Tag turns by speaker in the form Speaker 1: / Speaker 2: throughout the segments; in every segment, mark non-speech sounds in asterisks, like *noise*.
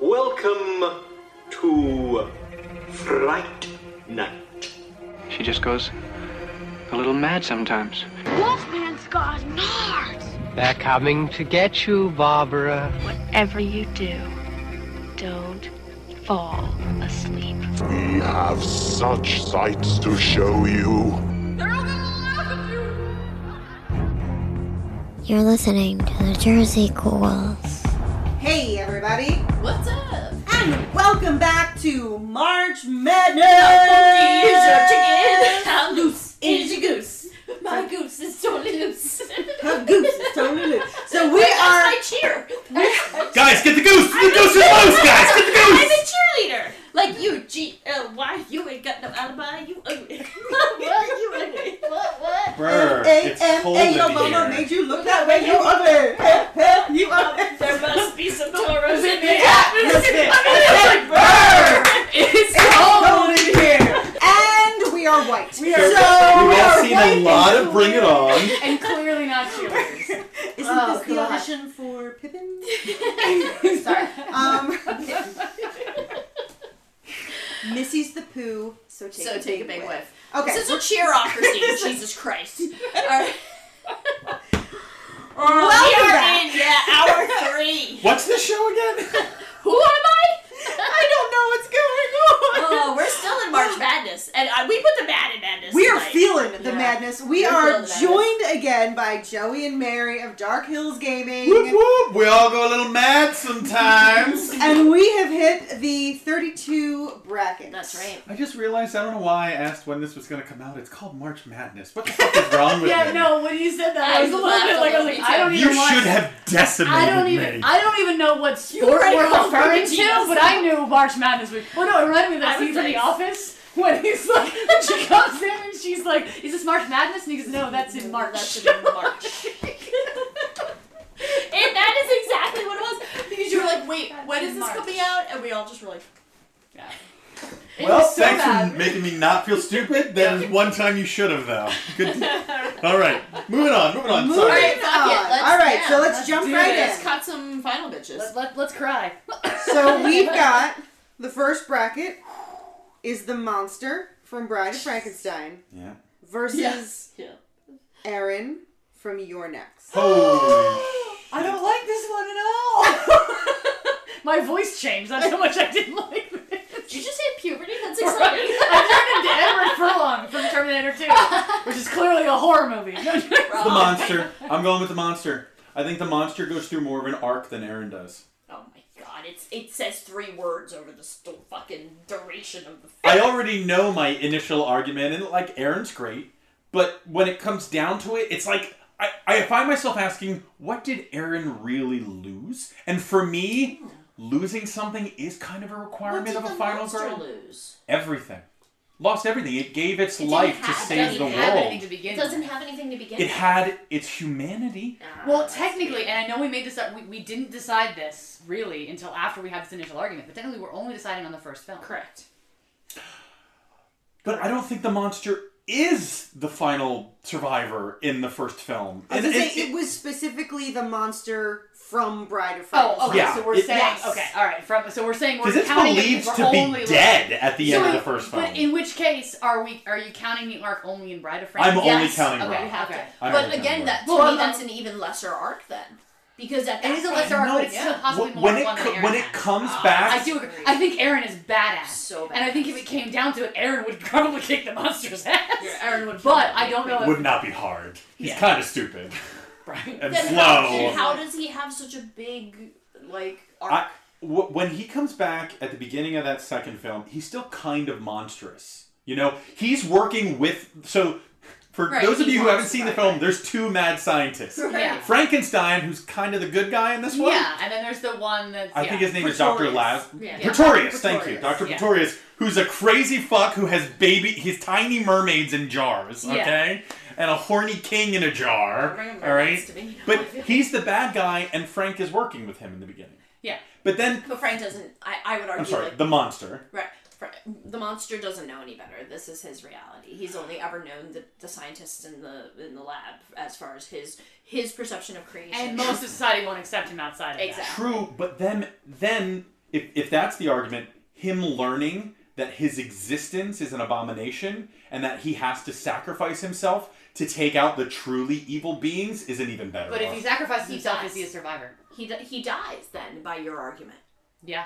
Speaker 1: Welcome to Fright Night.
Speaker 2: She just goes a little mad sometimes.
Speaker 3: Wolfman's got nards.
Speaker 4: They're coming to get you, Barbara.
Speaker 3: Whatever you do, don't fall asleep.
Speaker 5: We have such sights to show you.
Speaker 3: They're all gonna laugh at you.
Speaker 6: You're listening to the Jersey Ghouls.
Speaker 7: Hey everybody,
Speaker 8: What's up?
Speaker 7: and
Speaker 8: *laughs*
Speaker 7: welcome back to March
Speaker 8: Here's your
Speaker 7: Madness.
Speaker 8: chicken. How loose
Speaker 7: Is
Speaker 8: is
Speaker 7: your
Speaker 8: your
Speaker 7: goose?
Speaker 8: my goose? Is totally loose.
Speaker 7: Have goose, it's totally loose. So we
Speaker 8: That's
Speaker 7: are.
Speaker 8: my cheer. I'm
Speaker 1: Guys, get the goose! The goose is loose, guys! Get the
Speaker 8: a
Speaker 1: goose!
Speaker 8: cheerleader. Like you, G L Y. You ain't got no alibi. You ugly. what? You ugly. What? What?
Speaker 7: A M A. Your mama made you look that way. You
Speaker 8: *laughs*
Speaker 7: ugly. *laughs* Heh, heh, you ugly.
Speaker 8: There must be
Speaker 7: *laughs*
Speaker 8: some *laughs* Toros in there.
Speaker 7: Listen,
Speaker 8: It's
Speaker 7: burn.
Speaker 8: It's
Speaker 7: It's
Speaker 8: cold.
Speaker 7: cold in here, and we are white. We
Speaker 1: There-
Speaker 7: so we
Speaker 1: We've all
Speaker 7: are
Speaker 1: seen
Speaker 7: white
Speaker 1: a lot
Speaker 7: and
Speaker 1: of Bring It On.
Speaker 8: And clearly not cheerleaders.
Speaker 7: Isn't
Speaker 8: Oh,
Speaker 7: this the
Speaker 8: God.
Speaker 7: audition for
Speaker 8: *laughs*
Speaker 7: Pippin? *laughs*
Speaker 8: Sorry. *laughs*
Speaker 7: Um, Missy's the poo, so take,
Speaker 8: So
Speaker 7: a,
Speaker 8: take a
Speaker 7: big
Speaker 8: big
Speaker 7: whiff.
Speaker 8: whiff.
Speaker 7: Okay.
Speaker 8: This is a
Speaker 7: *laughs*
Speaker 8: cheerocracy. Jesus Christ. All right.
Speaker 7: Welcome
Speaker 8: we are
Speaker 7: back.
Speaker 8: in, yeah, hour
Speaker 7: *laughs*
Speaker 8: three.
Speaker 1: What's this show again?
Speaker 8: *laughs* Who am I?
Speaker 7: I don't know what's going on.
Speaker 8: Oh, we're still in
Speaker 7: *laughs*
Speaker 8: March Madness, and I, we put the mad in madness.
Speaker 7: we are
Speaker 8: tonight.
Speaker 7: feeling the
Speaker 8: Yeah.
Speaker 7: madness. We
Speaker 8: We're feeling the
Speaker 7: are
Speaker 8: madness.
Speaker 7: joined again by Joey and Mary of Dark Hills Gaming.
Speaker 1: whoop whoop! We all go a little mad sometimes. *laughs*
Speaker 7: And we have hit the 32 bracket.
Speaker 8: That's right.
Speaker 1: I just realized I don't know why I asked when this was going to come out. It's called March Madness. What the fuck is wrong
Speaker 8: *laughs*
Speaker 1: with
Speaker 9: Yeah,
Speaker 1: me?
Speaker 9: no. When you said that, I,
Speaker 8: I
Speaker 9: was a little bit
Speaker 8: laughed
Speaker 9: like,
Speaker 8: a
Speaker 9: I was
Speaker 8: little
Speaker 9: like, I don't
Speaker 8: bit.
Speaker 1: You
Speaker 9: even. want,
Speaker 1: should have decimated
Speaker 9: I don't
Speaker 1: me.
Speaker 9: even. I don't even know what sport
Speaker 8: already
Speaker 9: we're
Speaker 8: called
Speaker 9: referring
Speaker 8: Peppa
Speaker 9: to,
Speaker 8: Gina's.
Speaker 9: but I knew March Madness was. Well, no, it reminded me of
Speaker 8: I
Speaker 9: that
Speaker 8: was
Speaker 9: scene from The
Speaker 8: nice.
Speaker 9: Office when he's like, when she comes in and she's like, "Is this March Madness?" And he goes, "No, that's in March."
Speaker 8: That's in
Speaker 9: *laughs*
Speaker 8: March. and that is exactly what it was because you were like, "Wait, when
Speaker 9: in
Speaker 8: is this
Speaker 9: March.
Speaker 8: coming out?" And we all just were like,
Speaker 9: Yeah. It
Speaker 1: well,
Speaker 9: was so
Speaker 1: thanks
Speaker 9: bad.
Speaker 1: for making me not feel stupid. That is one time you should have, though. Good. all right, moving on. Moving on.
Speaker 7: Moving
Speaker 1: Sorry.
Speaker 8: right, fuck it,
Speaker 7: on.
Speaker 8: let's-
Speaker 7: All right, so
Speaker 8: yeah,
Speaker 7: let's,
Speaker 9: let's
Speaker 7: jump
Speaker 9: do
Speaker 7: right
Speaker 8: "Let's
Speaker 7: in.
Speaker 8: cut some final bitches."
Speaker 9: Let, let, let's cry.
Speaker 8: *laughs*
Speaker 7: So we've got the first bracket is the monster from Bride of Frankenstein
Speaker 1: Yeah.
Speaker 7: versus
Speaker 8: Yeah.
Speaker 7: Aaron from Your Next.
Speaker 1: Holy
Speaker 9: I don't like this one at all.
Speaker 8: *laughs*
Speaker 9: My voice changed. That's how much I didn't like this.
Speaker 8: Did you just hit puberty? That's
Speaker 9: *laughs*
Speaker 8: exciting.
Speaker 9: I turned into Edward Furlong from Terminator
Speaker 8: *laughs*
Speaker 9: 2, which is clearly a horror movie. *laughs*
Speaker 1: the monster. I'm going with the monster. I think the monster goes through more of an arc than Aaron does.
Speaker 8: Oh my god! It's it says three words over the st- fucking duration of the.
Speaker 1: I already know my initial argument, and like Aaron's great, but when it comes down to it, it's like I, I find myself asking, what did Aaron really lose? And for me, losing something is kind of a
Speaker 8: What
Speaker 1: requirement
Speaker 8: did
Speaker 1: of a
Speaker 8: the
Speaker 1: final
Speaker 8: monster
Speaker 1: girl.
Speaker 8: lose?
Speaker 1: Everything. Lost everything. It gave its life to
Speaker 8: have- it
Speaker 1: save
Speaker 8: doesn't
Speaker 1: the
Speaker 8: have
Speaker 1: world.
Speaker 9: begin
Speaker 8: It doesn't have anything to begin.
Speaker 1: It
Speaker 8: with.
Speaker 1: had its humanity.
Speaker 9: Well, technically, and I know we made this up, we, we didn't decide this really until after we had this initial argument, but technically, we're only deciding on the first film.
Speaker 8: correct.
Speaker 1: But I don't think the monster is the final survivor in the first film.
Speaker 7: I was
Speaker 1: And
Speaker 7: gonna
Speaker 1: it-
Speaker 7: say, it,
Speaker 1: it-
Speaker 7: was specifically the monster from Bride of Frankenstein.
Speaker 9: Oh, okay.
Speaker 1: Yeah,
Speaker 9: so we're
Speaker 1: it-
Speaker 9: saying
Speaker 1: yes.
Speaker 9: okay, all right. From so we're saying we're
Speaker 1: Because it's
Speaker 9: counting
Speaker 1: believed
Speaker 9: it, we're
Speaker 1: to
Speaker 9: only
Speaker 1: be
Speaker 9: looking-
Speaker 1: dead at the end
Speaker 9: So
Speaker 1: of the
Speaker 9: it-
Speaker 1: first film.
Speaker 9: But in which case are we? Are you counting the arc only in Bride of
Speaker 1: I'm
Speaker 9: Frankenstein?
Speaker 1: only
Speaker 8: Yes.
Speaker 1: counting
Speaker 9: Okay,
Speaker 1: Rob.
Speaker 9: you have to.
Speaker 1: I'm
Speaker 8: but
Speaker 1: only
Speaker 8: again,
Speaker 1: counting
Speaker 8: that to
Speaker 9: Well,
Speaker 8: me,
Speaker 9: I'm-
Speaker 8: that's an even lesser arc then, because at that
Speaker 9: It is a
Speaker 8: point-
Speaker 9: lesser arc,
Speaker 1: No,
Speaker 9: but it's still
Speaker 8: yeah.
Speaker 1: Rob.
Speaker 9: possibly
Speaker 1: Wh-
Speaker 9: more
Speaker 1: when it
Speaker 9: fun
Speaker 1: co-
Speaker 9: than
Speaker 1: when
Speaker 9: Aaron.
Speaker 1: it comes back,
Speaker 9: I do agree. I think Aaron is badass.
Speaker 8: So
Speaker 9: And I think if it came down to it, Aaron would *laughs* probably kick the monster's ass.
Speaker 8: Yeah, Aaron would
Speaker 9: But
Speaker 8: probably
Speaker 9: I don't know.
Speaker 1: would not be hard. He's
Speaker 9: Yeah.
Speaker 1: kind of stupid
Speaker 9: If,
Speaker 1: and
Speaker 8: Then how,
Speaker 1: slow.
Speaker 8: then how does he have such a big like arc?
Speaker 1: I, w- when he comes back at the beginning of that second film, he's still kind of monstrous. You know, he's working with so
Speaker 7: for
Speaker 9: Right,
Speaker 7: those of
Speaker 9: he
Speaker 7: you who
Speaker 9: wants
Speaker 7: haven't seen the
Speaker 9: Frank.
Speaker 7: film, there's two
Speaker 4: *laughs*
Speaker 7: mad scientists.
Speaker 9: Yeah.
Speaker 7: Frankenstein, who's kind of the good guy in this one.
Speaker 9: Yeah, and then there's the one that's.
Speaker 7: I
Speaker 9: yeah.
Speaker 7: think his name is Dr.
Speaker 4: Pretorius.
Speaker 7: Laz.
Speaker 9: Yeah.
Speaker 7: Pretorius, Uh, thank you.
Speaker 4: Pretorius,
Speaker 7: Dr.
Speaker 9: yeah.
Speaker 7: Pretorius, who's a crazy fuck who has baby, he's tiny mermaids in jars,
Speaker 9: Yeah.
Speaker 7: okay? And a horny king in a jar.
Speaker 9: Bring him
Speaker 7: All right?
Speaker 9: mermaids to me.
Speaker 7: But he's the bad guy, and Frank is working with him in the beginning.
Speaker 9: Yeah.
Speaker 7: But then,
Speaker 8: But Frank doesn't. I, I would argue.
Speaker 7: I'm sorry,
Speaker 8: Like,
Speaker 7: the monster.
Speaker 8: right, Fra- the monster doesn't know any better. This is his reality. He's only ever known the, the scientists in the in the lab as far as his his perception of creation.
Speaker 9: And most of society won't accept him outside of that.
Speaker 8: Exactly.
Speaker 7: True, but then, then if, if that's the argument, him learning that his existence is an abomination and that he has to sacrifice himself to take out the truly evil beings is an even better
Speaker 9: But if
Speaker 7: one.
Speaker 9: he sacrifices
Speaker 8: He
Speaker 9: himself,
Speaker 8: dies.
Speaker 9: is he a survivor?
Speaker 8: He di- he dies then by your argument.
Speaker 9: Yeah.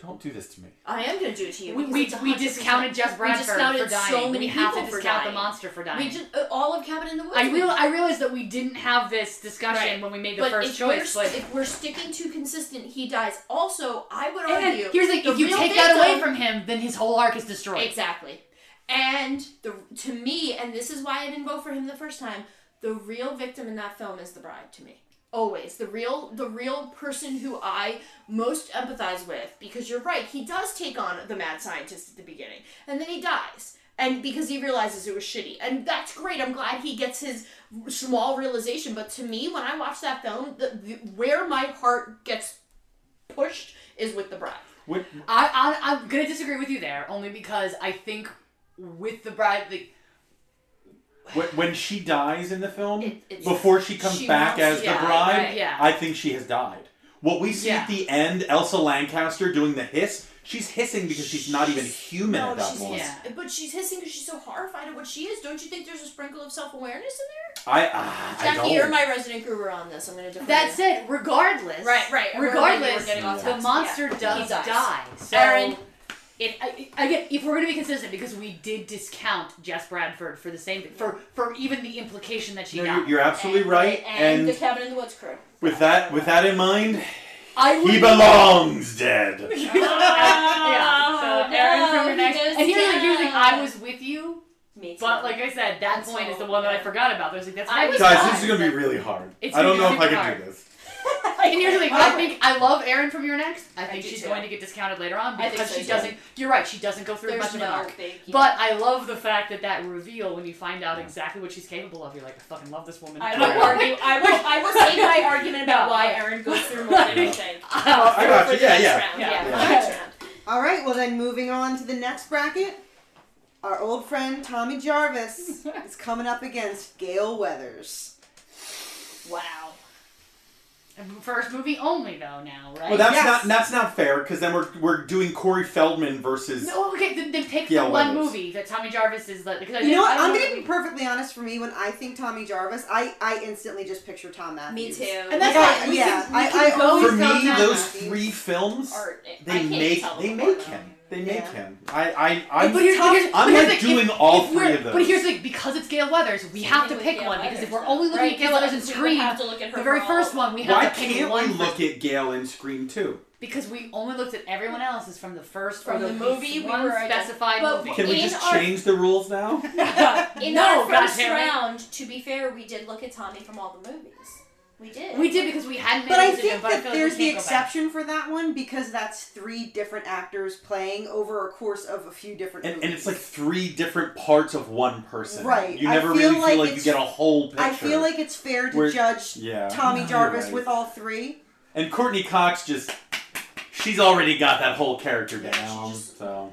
Speaker 7: Don't do this to me.
Speaker 8: I am going to do it to you.
Speaker 9: We,
Speaker 8: because
Speaker 9: we, we
Speaker 8: it's 100%.
Speaker 9: discounted Jeff Bradford
Speaker 8: we discounted
Speaker 9: for dying.
Speaker 8: so many
Speaker 9: we have to
Speaker 8: people for
Speaker 9: discount
Speaker 8: dying.
Speaker 9: the monster for dying.
Speaker 8: We just uh, all of Cabin in the Woods.
Speaker 9: I
Speaker 8: we-
Speaker 9: real I realized that we didn't have this discussion
Speaker 8: Right.
Speaker 9: when we made the
Speaker 8: But
Speaker 9: first
Speaker 8: if
Speaker 9: choice.
Speaker 8: we're,
Speaker 9: But
Speaker 8: if we're sticking to consistent, he dies. Also, I would
Speaker 9: and
Speaker 8: argue
Speaker 9: then, here's the,
Speaker 8: the
Speaker 9: if you
Speaker 8: real
Speaker 9: take that away
Speaker 8: victim-
Speaker 9: from him, then his whole arc is destroyed.
Speaker 8: Exactly. And the to me, and this is why I didn't vote for him the first time. The real victim in that film is the bride to me. Always the real the real person who I most empathize with because you're right. He does take on the mad scientist at the beginning, and then he dies. And because he realizes it was shitty. And that's great. I'm glad he gets his small realization. But to me, when I watch that film, the, the, where my heart gets pushed is with the bride.
Speaker 7: What,
Speaker 9: I, I I'm gonna disagree with you there only because I think with the bride, like,
Speaker 7: Wh- when she dies in the film,
Speaker 8: It- it's-
Speaker 7: before she comes
Speaker 8: she
Speaker 7: back
Speaker 8: wants-
Speaker 7: as
Speaker 8: yeah,
Speaker 7: the bride,
Speaker 9: right, yeah.
Speaker 7: I think she has died. What we see
Speaker 9: Yeah.
Speaker 7: at the end, Elsa Lancaster doing the hiss, she's hissing because she's not even human
Speaker 8: No,
Speaker 7: at that
Speaker 8: she's
Speaker 7: point.
Speaker 9: yeah.
Speaker 8: But she's hissing because she's so horrified at what she is. Don't you think there's a sprinkle of self awareness in
Speaker 7: I, ah,
Speaker 8: there?
Speaker 7: I don't.
Speaker 8: Jackie, you're my resident guru on this. I'm gonna defer.
Speaker 9: that
Speaker 8: to you.
Speaker 9: said, regardless,
Speaker 8: Right, right, we're-
Speaker 9: regardless,
Speaker 8: we're getting off
Speaker 9: the
Speaker 8: task.
Speaker 9: monster
Speaker 8: Yeah.
Speaker 9: does
Speaker 8: He dies.
Speaker 9: die. So
Speaker 8: Aaron.
Speaker 9: If, I, I- again, if we're going to be consistent, because we did discount Jess Bradford for the same thing, for, for even the implication that she
Speaker 7: No,
Speaker 9: got.
Speaker 7: you're, you're absolutely right.
Speaker 9: *laughs*
Speaker 8: And,
Speaker 7: And,
Speaker 8: the Cabin in the Woods crew.
Speaker 7: with that, with that in mind,
Speaker 9: I would
Speaker 7: he belongs
Speaker 8: *laughs*
Speaker 7: dead.
Speaker 9: yeah. So Aaron
Speaker 8: Oh, no,
Speaker 9: from your
Speaker 8: he
Speaker 9: next.
Speaker 8: goes
Speaker 9: And here's like, here's like, I
Speaker 8: down.
Speaker 9: was with you,
Speaker 8: Me too.
Speaker 9: but like I said, that
Speaker 8: That's
Speaker 9: point is the
Speaker 8: all,
Speaker 9: one that I
Speaker 8: yeah.
Speaker 9: forgot about. There's like that's
Speaker 8: I
Speaker 9: not-
Speaker 8: was-
Speaker 7: Guys, this is gonna be really hard.
Speaker 9: It's
Speaker 7: I don't know
Speaker 9: gonna be
Speaker 7: if I can
Speaker 9: super
Speaker 7: do
Speaker 9: hard.
Speaker 7: this.
Speaker 9: And here's the thing, I think I love Erin from your next. I think
Speaker 8: do
Speaker 9: she's
Speaker 8: too.
Speaker 9: going to get discounted later on
Speaker 8: I think
Speaker 9: because
Speaker 8: so
Speaker 9: she
Speaker 8: too.
Speaker 9: doesn't. You're right, she doesn't go through
Speaker 8: There's
Speaker 9: much of an
Speaker 8: no
Speaker 9: arc.
Speaker 8: big- yeah.
Speaker 9: But I love the fact that that reveal when you find out exactly what she's capable of, you're like, I fucking love this woman.
Speaker 8: I
Speaker 9: Don't
Speaker 8: will
Speaker 9: worry.
Speaker 8: argue. I
Speaker 9: *laughs*
Speaker 8: will. I will save my argument *laughs* about why Aaron goes through more than
Speaker 9: *laughs*
Speaker 8: anything.
Speaker 7: I got
Speaker 8: For
Speaker 7: you.
Speaker 8: the
Speaker 7: Yeah,
Speaker 8: next
Speaker 7: yeah.
Speaker 8: round.
Speaker 9: Yeah.
Speaker 8: Yeah. for the
Speaker 9: Yeah.
Speaker 8: next *laughs* round.
Speaker 4: All right, well then moving on to the next bracket. Our old friend Tommy Jarvis is coming up against Gail Weathers.
Speaker 8: Wow.
Speaker 9: First movie only though now, right?
Speaker 7: Well, that's
Speaker 4: Yes.
Speaker 7: not that's not fair because then we're we're doing Corey Feldman versus.
Speaker 9: no, okay, then, then pick
Speaker 7: Yeah,
Speaker 9: the
Speaker 7: what
Speaker 9: one
Speaker 7: is?
Speaker 9: movie that Tommy Jarvis is like.
Speaker 4: You know what? I'm gonna be perfectly honest. For me, when I think Tommy Jarvis, I, I instantly just picture Tom
Speaker 8: Me
Speaker 4: Matthews.
Speaker 8: too.
Speaker 9: And
Speaker 8: *laughs*
Speaker 9: that's
Speaker 4: Like, I-
Speaker 9: fine. We
Speaker 4: yeah,
Speaker 9: can- we
Speaker 4: I-
Speaker 9: can
Speaker 4: I
Speaker 9: go
Speaker 4: always
Speaker 7: For
Speaker 9: Who's not
Speaker 7: me,
Speaker 9: Tom
Speaker 7: those
Speaker 4: Matthews.
Speaker 7: three films,
Speaker 8: Art. I
Speaker 7: they
Speaker 8: can't
Speaker 7: make
Speaker 8: tell
Speaker 7: they
Speaker 8: them
Speaker 7: make
Speaker 8: apart,
Speaker 7: him.
Speaker 8: though.
Speaker 7: They make
Speaker 4: Yeah.
Speaker 7: him. I I I'm,
Speaker 9: but here's,
Speaker 4: Tom-
Speaker 9: here's,
Speaker 7: I'm
Speaker 9: but here's
Speaker 7: like
Speaker 9: the-
Speaker 7: doing
Speaker 9: if-
Speaker 7: all
Speaker 9: if
Speaker 7: three
Speaker 9: we're-
Speaker 7: of those.
Speaker 9: But here's like because it's Gale Weathers, we have to
Speaker 8: with
Speaker 9: pick
Speaker 8: Gale
Speaker 9: one because if we're
Speaker 8: Weathers,
Speaker 9: only looking
Speaker 8: right,
Speaker 9: at Gale Weathers
Speaker 8: because
Speaker 9: and
Speaker 8: we would
Speaker 9: Scream,
Speaker 8: have to look at her
Speaker 9: the very
Speaker 8: for all
Speaker 9: first
Speaker 8: of
Speaker 9: one we have
Speaker 7: why
Speaker 9: to pick
Speaker 7: can't
Speaker 9: one
Speaker 7: we
Speaker 9: for-
Speaker 7: look at Gale and Scream too?
Speaker 9: Because we only looked at everyone else is from the first
Speaker 8: From
Speaker 9: or
Speaker 8: the movie we
Speaker 9: one
Speaker 8: were ident-
Speaker 9: specified
Speaker 8: but
Speaker 9: movie.
Speaker 7: Can we
Speaker 8: In
Speaker 7: just
Speaker 8: our-
Speaker 7: change the rules now?
Speaker 8: *laughs*
Speaker 9: *laughs*
Speaker 8: In
Speaker 9: No,
Speaker 8: our first
Speaker 9: goddammit.
Speaker 8: round, to be fair, we did look at Tommy from all the movies. We did.
Speaker 9: We did because we hadn't made
Speaker 4: But
Speaker 9: a
Speaker 4: I
Speaker 9: decision,
Speaker 4: think
Speaker 9: but I
Speaker 4: that
Speaker 9: feel like
Speaker 4: there's
Speaker 9: we
Speaker 4: the
Speaker 9: can't go back.
Speaker 4: exception for that one because that's three different actors playing over a course of a few different
Speaker 7: and, and
Speaker 4: movies.
Speaker 7: it's like three different parts of one person.
Speaker 4: Right.
Speaker 7: You
Speaker 4: I
Speaker 7: never
Speaker 4: feel
Speaker 7: really
Speaker 4: like
Speaker 7: feel like you
Speaker 4: it's-
Speaker 7: get a whole picture.
Speaker 4: I feel like it's fair to
Speaker 7: We're-
Speaker 4: judge
Speaker 7: yeah.
Speaker 4: Tommy
Speaker 7: You're
Speaker 4: Jarvis
Speaker 7: right.
Speaker 4: with all three.
Speaker 7: and Courtney Cox just she's already got that whole character
Speaker 8: Yeah, she
Speaker 7: down.
Speaker 8: just-
Speaker 7: so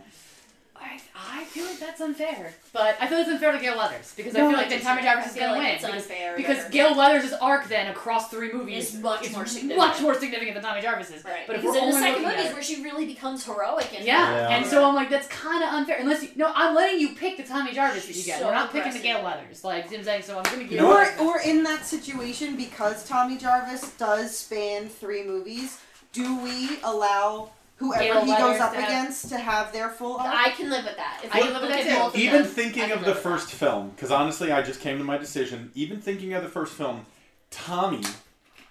Speaker 9: I, I feel like that's unfair. But I feel it's unfair to Gail Weathers because I
Speaker 8: No,
Speaker 9: feel like
Speaker 8: I
Speaker 9: then
Speaker 8: do
Speaker 9: Tommy
Speaker 8: too.
Speaker 9: Jarvis
Speaker 8: I
Speaker 9: is
Speaker 8: feel
Speaker 9: going to
Speaker 8: like
Speaker 9: win.
Speaker 8: it's
Speaker 9: because
Speaker 8: unfair to
Speaker 9: because
Speaker 8: her.
Speaker 9: Gail Weathers' arc then across three movies
Speaker 8: Is much more significant.
Speaker 9: much more significant than Tommy Jarvis's.
Speaker 8: Right.
Speaker 9: But if
Speaker 8: because
Speaker 9: we're
Speaker 8: in the
Speaker 9: only looking
Speaker 8: second movie
Speaker 9: at
Speaker 8: is
Speaker 9: it-
Speaker 8: where she really becomes heroic and
Speaker 9: Yeah.
Speaker 7: Yeah.
Speaker 9: and so I'm like, that's kind of unfair. Unless you, no, I'm letting you pick the Tommy Jarvis that you
Speaker 8: She's
Speaker 9: get.
Speaker 8: so
Speaker 9: We're not picking the
Speaker 8: aggressive.
Speaker 9: Gale Weathers. Like, see what I'm saying? So I'm gonna give you.
Speaker 7: know
Speaker 4: or,
Speaker 7: what?
Speaker 4: or in that situation, because Tommy Jarvis does span three movies, do we allow whoever
Speaker 9: Gail
Speaker 4: he goes
Speaker 9: Weathers
Speaker 4: up
Speaker 9: to have-
Speaker 4: against to have their full arc?
Speaker 8: I can live with that. If
Speaker 9: I can live with
Speaker 8: look
Speaker 9: that
Speaker 8: at
Speaker 9: too.
Speaker 8: both of
Speaker 7: even
Speaker 8: them, I
Speaker 7: thinking
Speaker 8: can
Speaker 7: of
Speaker 8: live
Speaker 7: the
Speaker 8: with
Speaker 7: first film, because honestly, I just came to my decision. Even thinking of the first film, Tommy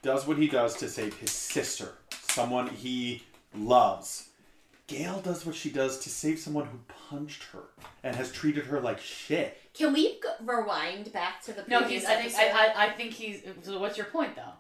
Speaker 7: does what he does to save his sister, someone he loves. Gail does what she does to save someone who punched her and has treated her like shit.
Speaker 8: Can we go- rewind back to the
Speaker 9: No,
Speaker 8: previous
Speaker 9: he's. I think.
Speaker 8: episode?
Speaker 9: I, I, I think he's. So what's your point though?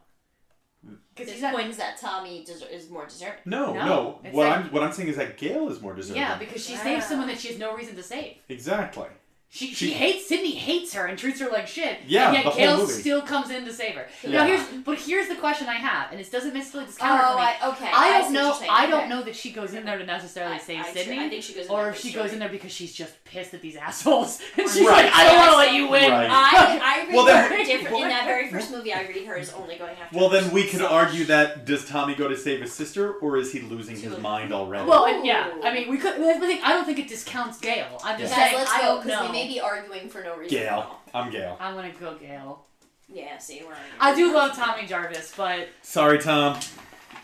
Speaker 8: His
Speaker 9: Because he's not.
Speaker 8: point is that Tommy deser- is more deserving.
Speaker 7: No, no.
Speaker 9: No, it's
Speaker 7: What
Speaker 9: like-
Speaker 7: I'm what I'm saying is that Gail is more deserving.
Speaker 9: Yeah, because she saves someone that she has no reason to save.
Speaker 7: exactly.
Speaker 9: She, she,
Speaker 7: She-
Speaker 9: hates Sydney hates her and treats her like shit.
Speaker 7: Yeah,
Speaker 9: and yet
Speaker 7: the whole
Speaker 9: Gail
Speaker 7: movie.
Speaker 9: still comes in to save her.
Speaker 7: Yeah.
Speaker 9: Now here's but here's the question I have, and it doesn't necessarily discount her
Speaker 8: Oh,
Speaker 9: for me.
Speaker 8: I- okay, I
Speaker 9: I
Speaker 8: see what
Speaker 9: don't
Speaker 8: you're
Speaker 9: know.
Speaker 8: saying,
Speaker 9: I don't
Speaker 8: okay.
Speaker 9: know that she goes in there to necessarily save
Speaker 8: I- I
Speaker 9: Sydney,
Speaker 8: see- I think she goes in
Speaker 9: or
Speaker 8: there
Speaker 9: if
Speaker 8: for
Speaker 9: she
Speaker 8: sure.
Speaker 9: goes in there because she's just pissed at these assholes, *laughs* and she's
Speaker 7: Right.
Speaker 9: like, I don't want to let you win.
Speaker 7: Right.
Speaker 9: *laughs*
Speaker 8: I, I read
Speaker 7: Well, then-
Speaker 8: her different in that very first movie. I read her as only going after.
Speaker 7: Well, then
Speaker 8: her.
Speaker 7: we could argue that does Tommy go to save his sister, or is he losing his mind already?
Speaker 9: Well, and yeah, I mean, we could. That's the thing. I don't think it discounts Gail. I'm just
Speaker 8: Guys,
Speaker 9: saying.
Speaker 8: let's
Speaker 9: I
Speaker 8: go
Speaker 9: don't
Speaker 8: because
Speaker 9: know.
Speaker 8: we may be arguing for no reason. at
Speaker 7: Gail,
Speaker 8: all.
Speaker 7: I'm Gail.
Speaker 9: I want to go Gail.
Speaker 8: Yeah. See, we're. arguing.
Speaker 9: I do love Tommy Jarvis, but
Speaker 7: Sorry, Tom.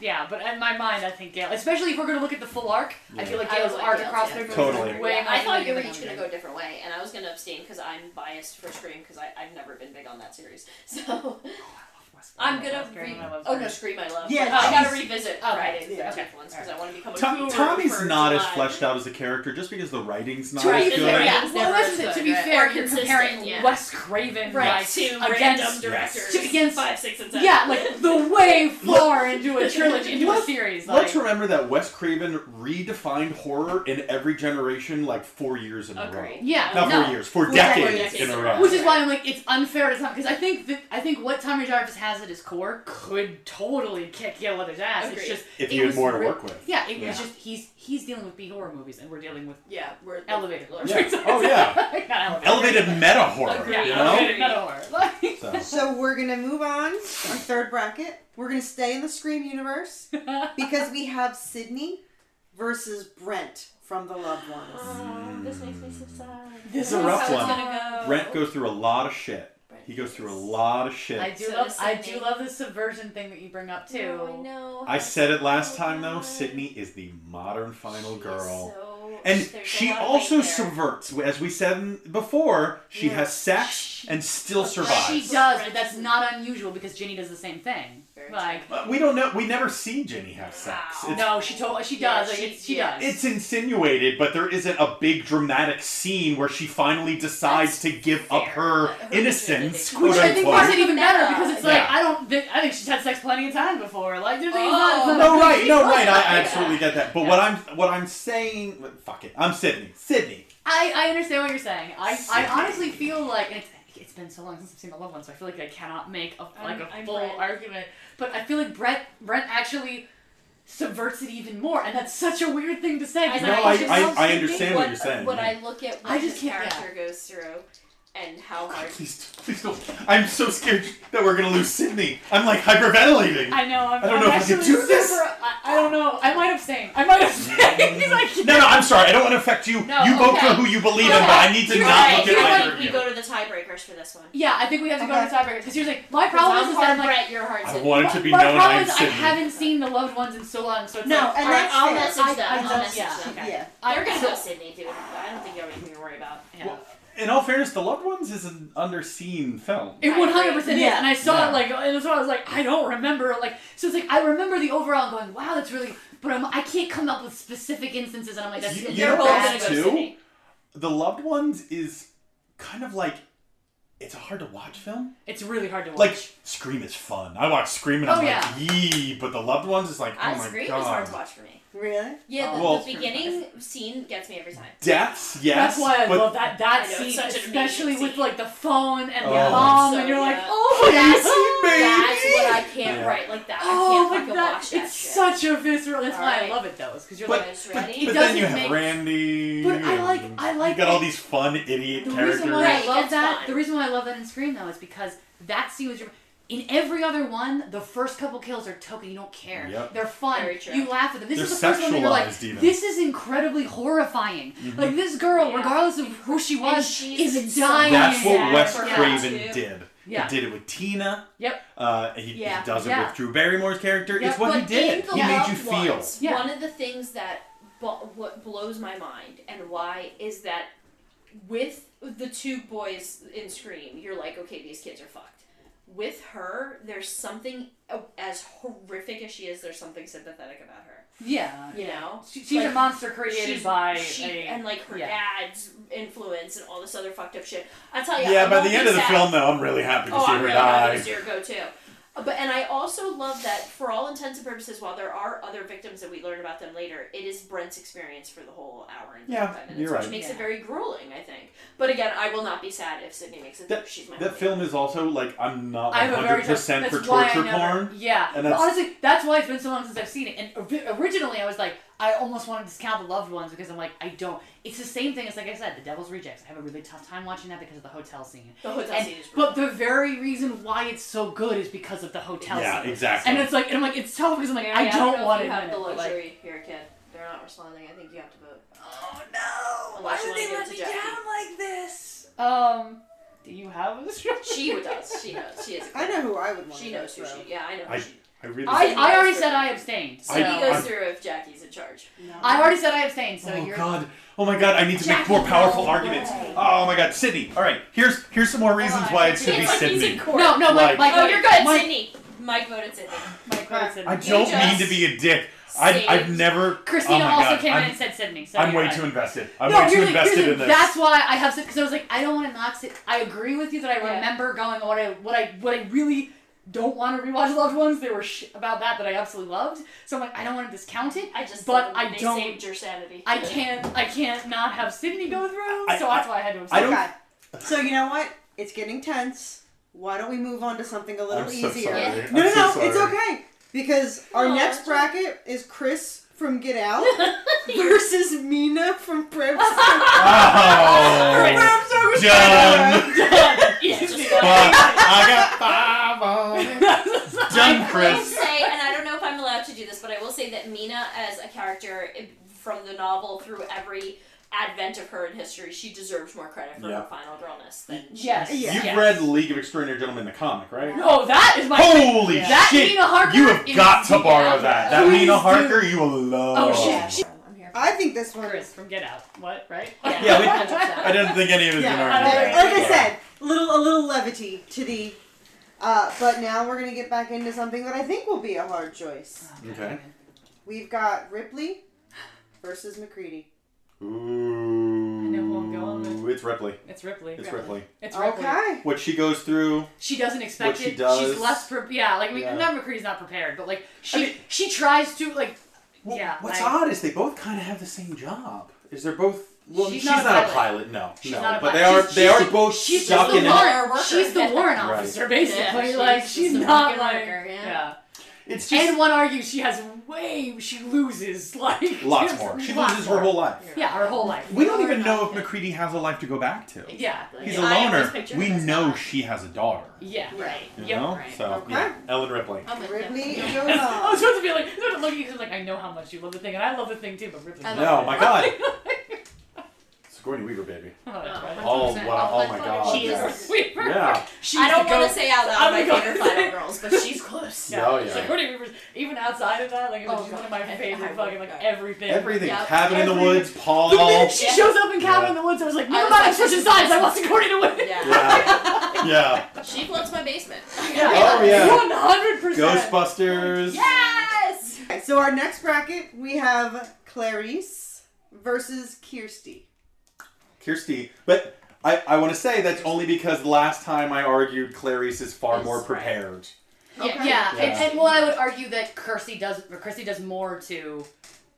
Speaker 9: Yeah, but in my mind, I think Gail. Especially if we're going to look at the full arc, I feel like
Speaker 8: I
Speaker 9: Gail's
Speaker 8: would
Speaker 9: arc
Speaker 8: Gail,
Speaker 9: across
Speaker 8: yeah.
Speaker 9: their movies
Speaker 7: Totally.
Speaker 9: is way
Speaker 8: Yeah,
Speaker 9: more
Speaker 8: I thought you were
Speaker 9: than
Speaker 8: each
Speaker 9: I'm doing.
Speaker 8: gonna go a different way, and I was gonna abstain because I'm biased for Scream because I've never been big on that series. *laughs* So I'm gonna
Speaker 9: Westworld,
Speaker 8: re-
Speaker 9: I love
Speaker 8: oh no,
Speaker 9: Scream.
Speaker 8: Scream I love.
Speaker 4: Yeah,
Speaker 8: I gotta
Speaker 9: geez.
Speaker 8: revisit
Speaker 9: Okay,
Speaker 8: Friday the
Speaker 4: yeah,
Speaker 8: Thirteenth ones because I want to become a
Speaker 7: Tom
Speaker 8: guru
Speaker 7: Tommy's
Speaker 8: for
Speaker 7: not as
Speaker 8: July.
Speaker 7: fleshed out as a character just because the writing's not
Speaker 8: Right, yeah.
Speaker 7: as good.
Speaker 9: Yeah,
Speaker 8: It's
Speaker 9: well,
Speaker 8: never
Speaker 9: that's
Speaker 8: as
Speaker 9: it. to
Speaker 8: good,
Speaker 9: be
Speaker 8: right?
Speaker 9: fair,
Speaker 8: Or
Speaker 9: you're
Speaker 8: consistent,
Speaker 9: comparing
Speaker 8: yeah.
Speaker 9: Wes Craven
Speaker 8: right
Speaker 9: like,
Speaker 8: to random
Speaker 9: against
Speaker 8: directors.
Speaker 9: to against
Speaker 8: five, six, and seven.
Speaker 9: yeah, like the *laughs* way far into a trilogy, into a
Speaker 7: Let's-
Speaker 9: series. Like,
Speaker 7: Let's remember that Wes Craven redefined horror in every generation like four years in a row.
Speaker 8: Agree.
Speaker 9: yeah,
Speaker 7: Not
Speaker 9: no.
Speaker 7: four years, four
Speaker 4: Four
Speaker 7: decades
Speaker 8: decades
Speaker 7: in a
Speaker 8: in a
Speaker 7: row.
Speaker 8: row.
Speaker 9: Which is why I'm like, it's unfair to Tom because I think that I think what Tommy Jarvis has at his core could totally kick Gail Weathers' ass. It's
Speaker 8: Agreed.
Speaker 9: just
Speaker 7: If
Speaker 9: it
Speaker 7: you had
Speaker 9: was
Speaker 7: more to
Speaker 9: re-
Speaker 7: work with.
Speaker 9: Yeah, it
Speaker 7: Yeah.
Speaker 9: was just he's he's dealing with B horror movies and we're dealing with
Speaker 8: yeah, we're
Speaker 9: elevator.
Speaker 7: Yeah. Oh, yeah.
Speaker 9: *laughs* Not elevator.
Speaker 7: Elevated meta horror,
Speaker 9: Yeah,
Speaker 7: you
Speaker 9: elevated,
Speaker 7: know?
Speaker 9: not horror. Like,
Speaker 7: So,
Speaker 4: So we're gonna move on. Our third bracket. We're gonna stay in the Scream universe
Speaker 9: *laughs*
Speaker 4: because we have Sydney versus Brent from The Loved Ones.
Speaker 8: Um, this makes me so sad.
Speaker 7: This is a rough
Speaker 8: how it's
Speaker 7: one.
Speaker 8: gonna go.
Speaker 7: Brent goes through a lot of shit. He goes through a lot of shit.
Speaker 9: I do
Speaker 8: So
Speaker 9: love
Speaker 8: does
Speaker 9: I
Speaker 8: Sydney.
Speaker 9: do love the subversion thing that you bring up too.
Speaker 8: No, I know.
Speaker 7: I
Speaker 8: how
Speaker 7: said it last
Speaker 8: so
Speaker 7: time though.
Speaker 8: bad.
Speaker 7: Sydney is the modern final
Speaker 8: She's
Speaker 7: girl,
Speaker 8: so-
Speaker 7: and
Speaker 8: there's a
Speaker 7: she
Speaker 8: lot of
Speaker 7: also
Speaker 8: weight there.
Speaker 7: subverts. As we said in- before, she
Speaker 4: Yeah.
Speaker 7: has sex and still
Speaker 9: She
Speaker 7: survives.
Speaker 9: does, but that's not unusual because Ginny does the same thing.
Speaker 8: Very
Speaker 9: Like
Speaker 7: Uh, we don't know. We never see Jenny have sex. It's,
Speaker 9: no, she told she
Speaker 8: Yeah,
Speaker 9: does. like
Speaker 8: she-
Speaker 9: it's, she
Speaker 8: yeah.
Speaker 9: does.
Speaker 7: it's insinuated, but there isn't a big dramatic scene where she finally decides to give up
Speaker 8: fair,
Speaker 7: her,
Speaker 8: but her
Speaker 7: innocence,
Speaker 8: virginity.
Speaker 7: quote
Speaker 9: Which I think makes it
Speaker 7: unquote.
Speaker 9: even better because it's like
Speaker 7: Yeah.
Speaker 9: I don't think I think she's had sex plenty of times before. Like there's
Speaker 8: Oh.
Speaker 9: not, it's not
Speaker 7: No
Speaker 9: a
Speaker 7: right,
Speaker 9: big
Speaker 7: no
Speaker 9: deal.
Speaker 7: right. I
Speaker 9: Yeah.
Speaker 7: absolutely get that. But what I'm what I'm saying, fuck it. I'm Sydney. Sydney.
Speaker 9: I, I understand what you're saying. I, I honestly feel like and it's, it's been so long since I've seen the loved one, so I feel like I cannot make a, like
Speaker 8: I'm-
Speaker 9: a
Speaker 8: I'm
Speaker 9: full
Speaker 8: Brett.
Speaker 9: argument. But I feel like Brett Brent actually subverts it even more, and that's such a weird thing to say. 'cause
Speaker 8: And
Speaker 7: No,
Speaker 9: I,
Speaker 7: I-
Speaker 9: just-
Speaker 7: I-
Speaker 8: love
Speaker 7: I
Speaker 8: to
Speaker 7: understand
Speaker 8: think
Speaker 7: what you're saying,
Speaker 8: When
Speaker 7: yeah.
Speaker 8: I look at what
Speaker 9: I just
Speaker 8: the
Speaker 9: can't- yeah.
Speaker 8: character goes through and how hard.
Speaker 7: Please, please don't. I'm so scared that we're gonna lose Sydney. I'm like hyperventilating.
Speaker 9: I know. I'm,
Speaker 7: I don't
Speaker 9: am
Speaker 7: know if I
Speaker 9: actually
Speaker 7: could do this.
Speaker 9: super- I, I don't know. I might abstain. I might abstain. *laughs* He's like,
Speaker 7: no, no, I'm sorry. I don't want to affect you.
Speaker 8: No,
Speaker 7: you vote for
Speaker 8: okay.
Speaker 7: who you believe in,
Speaker 8: Okay.
Speaker 7: but I need to
Speaker 8: You're
Speaker 7: not
Speaker 8: right,
Speaker 7: look
Speaker 8: you're
Speaker 7: at either
Speaker 8: right.
Speaker 7: of
Speaker 8: We
Speaker 7: you.
Speaker 8: go to the tiebreakers for this one.
Speaker 9: yeah, I think we have to
Speaker 4: Okay.
Speaker 9: go to tiebreakers because here's like my
Speaker 8: 'Cause
Speaker 9: problem
Speaker 8: I'm
Speaker 9: is, is
Speaker 8: hard
Speaker 9: that I'm like
Speaker 8: Brett, you're hard
Speaker 7: I
Speaker 8: Sydney.
Speaker 7: wanted
Speaker 9: my-
Speaker 7: to be
Speaker 9: my
Speaker 7: known
Speaker 9: problem
Speaker 7: I'm
Speaker 9: is I
Speaker 7: Sydney.
Speaker 9: haven't seen the loved ones in so long, so it's
Speaker 4: No,
Speaker 9: like,
Speaker 4: and
Speaker 9: all
Speaker 4: that's
Speaker 8: I'll
Speaker 4: fair.
Speaker 8: message them.
Speaker 9: I- I
Speaker 8: I'll
Speaker 9: don't-
Speaker 8: message
Speaker 9: yeah.
Speaker 8: them. Okay.
Speaker 4: Yeah.
Speaker 8: They're gonna
Speaker 9: so-
Speaker 8: go Sydney, dude. I don't think you have anything to worry about.
Speaker 9: yeah.
Speaker 7: Well, In all fairness, The Loved Ones is an underseen film.
Speaker 9: It one hundred percent is,
Speaker 4: Yeah.
Speaker 9: and I saw
Speaker 7: Yeah.
Speaker 9: it like, and so I was like, I don't remember, like, so it's like I remember the overall going, wow, that's really, but I'm, I can't come up with specific instances, and I'm like, that's
Speaker 7: You-
Speaker 9: that's
Speaker 7: you
Speaker 8: They're
Speaker 7: know
Speaker 8: both
Speaker 7: what
Speaker 8: gonna
Speaker 7: that's
Speaker 8: go
Speaker 7: too?
Speaker 8: Sydney.
Speaker 7: The Loved Ones is kind of like it's a hard to watch film.
Speaker 9: it's really hard to watch.
Speaker 7: Like Scream is fun. I watch Scream and I'm
Speaker 9: Oh,
Speaker 7: like, yee, but The Loved Ones is like, oh
Speaker 8: I
Speaker 7: my
Speaker 8: agree. It's
Speaker 7: god.
Speaker 8: hard to watch for me.
Speaker 4: Really?
Speaker 8: Yeah, the,
Speaker 7: Well-
Speaker 8: the beginning scene gets me every time.
Speaker 7: Deaths, yes.
Speaker 9: that's why I
Speaker 7: but
Speaker 9: love that that
Speaker 8: I know,
Speaker 9: scene,
Speaker 8: it's such an
Speaker 9: especially
Speaker 8: amazing
Speaker 9: with
Speaker 8: scene.
Speaker 9: like the phone and
Speaker 7: Yeah.
Speaker 9: the mom,
Speaker 8: So,
Speaker 9: and you're like,
Speaker 8: yeah.
Speaker 9: oh, *laughs*
Speaker 8: That's, that's
Speaker 7: baby.
Speaker 8: what I can't
Speaker 7: Yeah.
Speaker 8: write like that.
Speaker 9: oh
Speaker 8: I
Speaker 9: my
Speaker 8: can't fucking
Speaker 9: god,
Speaker 8: watch that
Speaker 9: it's
Speaker 8: shit.
Speaker 9: such a visceral. That's why
Speaker 8: Alright.
Speaker 9: I love it though, is because you're
Speaker 7: But,
Speaker 9: like,
Speaker 8: Guys,
Speaker 7: but,
Speaker 8: ready?
Speaker 7: but
Speaker 9: It
Speaker 7: then
Speaker 9: doesn't
Speaker 7: you have
Speaker 9: make-
Speaker 7: Randy.
Speaker 9: But I like-
Speaker 7: and
Speaker 9: I like
Speaker 7: You got all
Speaker 9: it.
Speaker 7: these fun idiot
Speaker 9: The
Speaker 7: characters.
Speaker 9: reason why I
Speaker 8: Right,
Speaker 9: love
Speaker 8: that's
Speaker 9: that,
Speaker 8: fine.
Speaker 9: the reason why I love that in Scream though, is because that scene was your. In every other one, the first couple kills are token. You don't care.
Speaker 7: Yep.
Speaker 9: They're fun.
Speaker 8: Very true.
Speaker 9: You laugh at them. This
Speaker 7: They're
Speaker 9: is the first one that you're like,
Speaker 7: sexualized even. Mm-hmm.
Speaker 9: this is incredibly horrifying. Like this girl,
Speaker 8: Yeah.
Speaker 9: regardless of who she was,
Speaker 8: she's
Speaker 9: is dying.
Speaker 7: That's what
Speaker 8: Yeah,
Speaker 7: Wes
Speaker 8: for her
Speaker 7: Craven
Speaker 8: too.
Speaker 7: did.
Speaker 9: Yeah.
Speaker 7: He did it with Tina.
Speaker 9: Yep.
Speaker 7: Uh, he, he
Speaker 8: Yeah.
Speaker 7: does it
Speaker 9: Yeah.
Speaker 7: with Drew Barrymore's character.
Speaker 9: Yep.
Speaker 7: It's what he
Speaker 8: But
Speaker 7: did.
Speaker 8: in the
Speaker 7: He made you
Speaker 8: loved
Speaker 7: feel.
Speaker 8: ones,
Speaker 9: Yeah.
Speaker 8: One of the things that bo- what blows my mind and why is that with the two boys in Scream, you're like, okay, these kids are fucked. oh, With her, there's something uh, as horrific as she is. There's something sympathetic about her.
Speaker 9: Yeah.
Speaker 8: You know?
Speaker 9: She- she's a monster created
Speaker 8: she's-
Speaker 9: by
Speaker 8: she,
Speaker 9: a-
Speaker 8: and like her dad's influence and all this other fucked up shit. I tell you,
Speaker 7: Yeah,
Speaker 8: I
Speaker 7: by
Speaker 8: won't
Speaker 7: the
Speaker 8: be
Speaker 7: end of the
Speaker 8: sad.
Speaker 7: film, though, I'm really happy to
Speaker 8: oh,
Speaker 7: see
Speaker 8: I'm
Speaker 7: her
Speaker 8: really
Speaker 7: die.
Speaker 8: happy to see her go too. Uh, But and I also love that for all intents and purposes, while there are other victims that we learn about them later, it is Brent's experience for the whole hour and
Speaker 7: Yeah,
Speaker 8: 45 minutes,
Speaker 7: you're
Speaker 8: which
Speaker 7: right.
Speaker 8: makes
Speaker 7: Yeah.
Speaker 8: it very grueling, I think. But again, I will not be sad if Sydney makes it. through.
Speaker 7: That,
Speaker 8: She's my
Speaker 7: that
Speaker 8: only-
Speaker 7: film is also like I'm not
Speaker 9: I
Speaker 7: like
Speaker 9: have a very
Speaker 7: hundred
Speaker 9: tough-
Speaker 7: percent for
Speaker 9: that's why I
Speaker 7: torture
Speaker 9: never-
Speaker 7: porn.
Speaker 9: Yeah, Well,
Speaker 7: and that's
Speaker 9: honestly, that's why it's been so long since I've seen it. And ori- originally, I was like, I almost want to discount the loved ones because I'm like, I don't. It's the same thing as like I said, The Devil's Rejects. I have a really tough time watching that because of the hotel scene.
Speaker 8: The hotel
Speaker 9: And-
Speaker 8: scene is
Speaker 9: But the very reason why it's so good is because of the hotel
Speaker 7: Yeah,
Speaker 9: scene.
Speaker 7: exactly.
Speaker 9: And it's like, and I'm like, it's tough because I'm like,
Speaker 8: Mary,
Speaker 9: I don't,
Speaker 8: know if
Speaker 9: want
Speaker 8: you
Speaker 9: to
Speaker 8: have
Speaker 9: admit
Speaker 8: the
Speaker 9: it, but, like-
Speaker 8: luxury here, kid. They're not responding. I think you have
Speaker 9: *laughs*
Speaker 8: to vote.
Speaker 9: Oh no!
Speaker 8: Unless you
Speaker 9: Why would
Speaker 8: wanna
Speaker 9: they
Speaker 8: give
Speaker 9: let
Speaker 8: it
Speaker 9: me
Speaker 8: to Jackie.
Speaker 9: down like this? Um, do you have a *laughs* strategy?
Speaker 8: She does. She knows. She is.
Speaker 4: I know who I would want.
Speaker 8: She knows who she. Yeah, I know. who
Speaker 7: I,
Speaker 8: she,
Speaker 7: I really
Speaker 9: I, I already
Speaker 8: goes
Speaker 9: said
Speaker 8: through.
Speaker 9: I abstained. So.
Speaker 8: Sydney
Speaker 7: I-
Speaker 8: goes
Speaker 7: I'm-
Speaker 8: through if Jackie's in charge.
Speaker 9: I already said I abstained, so
Speaker 7: Oh
Speaker 9: you're.
Speaker 7: god. Oh my god, I need to make more powerful arguments. Oh my god, Sydney. Alright, here's here's some more reasons why it should be
Speaker 8: He's like, he's
Speaker 7: Sydney.
Speaker 8: in court.
Speaker 9: No, no,
Speaker 7: Like-
Speaker 9: Mike, Mike,
Speaker 8: oh, you're good,
Speaker 9: Mike,
Speaker 8: Sydney. Mike voted Sydney.
Speaker 9: Mike voted Sydney.
Speaker 7: I don't mean
Speaker 8: just
Speaker 7: to be a dick. I,
Speaker 8: saved-
Speaker 7: I've never.
Speaker 9: Christina
Speaker 7: oh my
Speaker 9: also
Speaker 7: God,
Speaker 9: came
Speaker 7: I'm,
Speaker 9: in and said Sydney. So
Speaker 7: I'm
Speaker 9: you're
Speaker 7: way
Speaker 9: right.
Speaker 7: too invested. I'm
Speaker 9: no,
Speaker 7: way too
Speaker 9: here's the- here's
Speaker 7: invested
Speaker 9: the-
Speaker 7: in this.
Speaker 9: That's why I have because I was like, I don't want to not sit. I agree with you that I remember going what I what I what I really don't want to rewatch Loved Ones. There were shit about that that I absolutely loved. So I'm like, I don't want to discount it.
Speaker 8: I just.
Speaker 9: but
Speaker 8: love
Speaker 9: I
Speaker 8: when they
Speaker 9: don't.
Speaker 8: saved your sanity.
Speaker 9: I
Speaker 8: *laughs*
Speaker 9: can't. I can't not have Sydney go through.
Speaker 7: I-
Speaker 9: so that's why I had to.
Speaker 7: I don't-
Speaker 9: abstain.
Speaker 4: Okay. So you know what? It's getting tense. Why don't we move on to something a little
Speaker 7: I'm so
Speaker 4: easier?
Speaker 7: sorry. I'm
Speaker 4: No, no,
Speaker 7: so
Speaker 4: no.
Speaker 7: sorry.
Speaker 9: *laughs*
Speaker 4: It's okay because our
Speaker 8: Aw,
Speaker 4: next
Speaker 8: it's
Speaker 4: bracket is Chris from Get Out versus Mina from Prep.
Speaker 7: Oh, done.
Speaker 8: Yeah, just
Speaker 7: Fuck. I got five
Speaker 9: *laughs*
Speaker 7: on it. Done,
Speaker 8: I will *laughs*
Speaker 7: Chris.
Speaker 8: say, and I don't know if I'm allowed to do this, but I will say that Mina, as a character i- from the novel through every advent of her in history, she deserves more credit for
Speaker 7: Yeah.
Speaker 8: her final girlness than she
Speaker 9: Yes.
Speaker 4: Yeah.
Speaker 7: You've
Speaker 9: Yes.
Speaker 7: read League of Extraordinary Gentlemen, the comic, right?
Speaker 9: Oh, that is my.
Speaker 7: Holy
Speaker 9: That
Speaker 7: shit!
Speaker 9: Mina Harker
Speaker 7: you have
Speaker 9: is
Speaker 7: got to
Speaker 9: the
Speaker 7: borrow
Speaker 9: outlaw.
Speaker 7: that. That
Speaker 9: Please
Speaker 7: Mina
Speaker 9: do.
Speaker 7: Harker, you will love.
Speaker 9: Oh,
Speaker 8: Yeah,
Speaker 9: shit.
Speaker 8: she- I'm here.
Speaker 4: I think this one.
Speaker 9: Chris from Get Out. What? Right?
Speaker 7: Yeah, we, I didn't think any of us
Speaker 4: Yeah,
Speaker 7: gonna
Speaker 9: I
Speaker 7: remember
Speaker 9: don't
Speaker 4: like,
Speaker 7: that.
Speaker 9: know.
Speaker 4: like I said, a little a little levity to the. Uh, but now we're gonna get back into something that I think will be a hard choice.
Speaker 7: Okay.
Speaker 4: We've got Ripley versus McCready.
Speaker 9: I know who I'm going
Speaker 7: Ooh,
Speaker 9: with.
Speaker 7: it's Ripley.
Speaker 9: It's Ripley.
Speaker 7: It's Ripley.
Speaker 9: It's Ripley.
Speaker 4: Okay.
Speaker 7: What she goes through.
Speaker 9: She doesn't expect
Speaker 7: What she
Speaker 9: it.
Speaker 7: does.
Speaker 9: She's less prepared. Yeah, like I mean,
Speaker 7: Yeah.
Speaker 9: not McCready's not prepared, but like she
Speaker 7: mean-
Speaker 9: she tries to like
Speaker 7: Well,
Speaker 9: yeah.
Speaker 7: What's
Speaker 9: like,
Speaker 7: odd is they both kind of have the same job. Is they're both. Well,
Speaker 9: She's
Speaker 7: she's,
Speaker 9: not a
Speaker 7: not, a
Speaker 9: pilot.
Speaker 7: pilot. No,
Speaker 9: She's
Speaker 7: no.
Speaker 9: not a
Speaker 7: but
Speaker 9: pilot.
Speaker 7: they are.
Speaker 9: She's-
Speaker 7: they are
Speaker 9: she's-
Speaker 7: both
Speaker 8: she's just
Speaker 7: stuck
Speaker 8: the one-
Speaker 7: in it.
Speaker 8: Warrant worker.
Speaker 9: She's the warrant
Speaker 7: Right.
Speaker 9: officer, basically.
Speaker 8: Yeah,
Speaker 9: like
Speaker 8: she's
Speaker 9: she's
Speaker 8: just a
Speaker 9: not
Speaker 8: fucking
Speaker 9: like
Speaker 8: worker, yeah.
Speaker 7: It's just
Speaker 9: And one argues she has way she loses *laughs* like
Speaker 7: lots
Speaker 9: just
Speaker 7: more. She
Speaker 9: lots
Speaker 7: loses
Speaker 9: more.
Speaker 7: her whole life.
Speaker 9: yeah her whole life.
Speaker 7: We don't even know if McCready has a life to go back to.
Speaker 9: Yeah.
Speaker 7: He's
Speaker 8: Yeah,
Speaker 7: a
Speaker 8: I always
Speaker 7: loner.
Speaker 8: picture
Speaker 7: We
Speaker 8: him as
Speaker 7: know
Speaker 8: not.
Speaker 7: she has a daughter.
Speaker 9: Yeah. Right.
Speaker 7: You
Speaker 9: Yep.
Speaker 7: know?
Speaker 9: Right.
Speaker 7: So,
Speaker 4: Okay.
Speaker 7: yeah. Ellen Ripley.
Speaker 8: I'm with you.
Speaker 4: Ripley
Speaker 8: Yeah.
Speaker 4: goes
Speaker 9: I
Speaker 4: on.
Speaker 9: was supposed to be like, I was looking at you like, I know how much you love the thing, and I love the thing too, but Ripley.
Speaker 8: I love
Speaker 7: No, my God. Sigourney Weaver, baby. Oh, wow. Oh, my God.
Speaker 8: She *laughs*
Speaker 7: yes.
Speaker 8: is.
Speaker 9: Weaver.
Speaker 7: Yeah.
Speaker 9: She's
Speaker 8: I don't
Speaker 9: the
Speaker 8: want
Speaker 9: goat.
Speaker 8: to say out
Speaker 9: I'm
Speaker 8: loud my
Speaker 9: the goat.
Speaker 8: favorite final girls, but she's close.
Speaker 7: Yeah. Oh,
Speaker 9: It's like, Courtney Weaver's- even outside of that, like,
Speaker 8: Oh,
Speaker 9: she's one of
Speaker 8: God.
Speaker 9: my favorite
Speaker 8: I
Speaker 9: fucking,
Speaker 8: would-
Speaker 9: like, everything.
Speaker 7: Everything.
Speaker 8: Yeah.
Speaker 7: Cabin in the
Speaker 9: Everything.
Speaker 7: Woods, Paul.
Speaker 9: The minute she
Speaker 8: Yeah.
Speaker 9: shows up in Cabin
Speaker 7: Yeah.
Speaker 9: in the Woods, I was like,
Speaker 8: I
Speaker 9: never
Speaker 8: was
Speaker 9: mind,
Speaker 8: like,
Speaker 9: I'm switching
Speaker 8: she's-
Speaker 9: sides, I want Sigourney to win.
Speaker 8: Yeah.
Speaker 7: Yeah. yeah.
Speaker 8: She floats my basement.
Speaker 9: *laughs*
Speaker 7: Oh, yeah.
Speaker 9: 100%.
Speaker 7: Ghostbusters.
Speaker 8: Yes!
Speaker 4: Okay, so our next bracket we have Clarice versus Kirsty.
Speaker 7: Kirsty. But I, I want to say that's only because last time I argued Clarice is far
Speaker 8: Is
Speaker 7: more
Speaker 8: right.
Speaker 7: prepared.
Speaker 9: Yeah,
Speaker 4: Okay.
Speaker 9: yeah. And,
Speaker 7: Yeah.
Speaker 9: and well, I would argue that Kirsty does or Kirsty does more to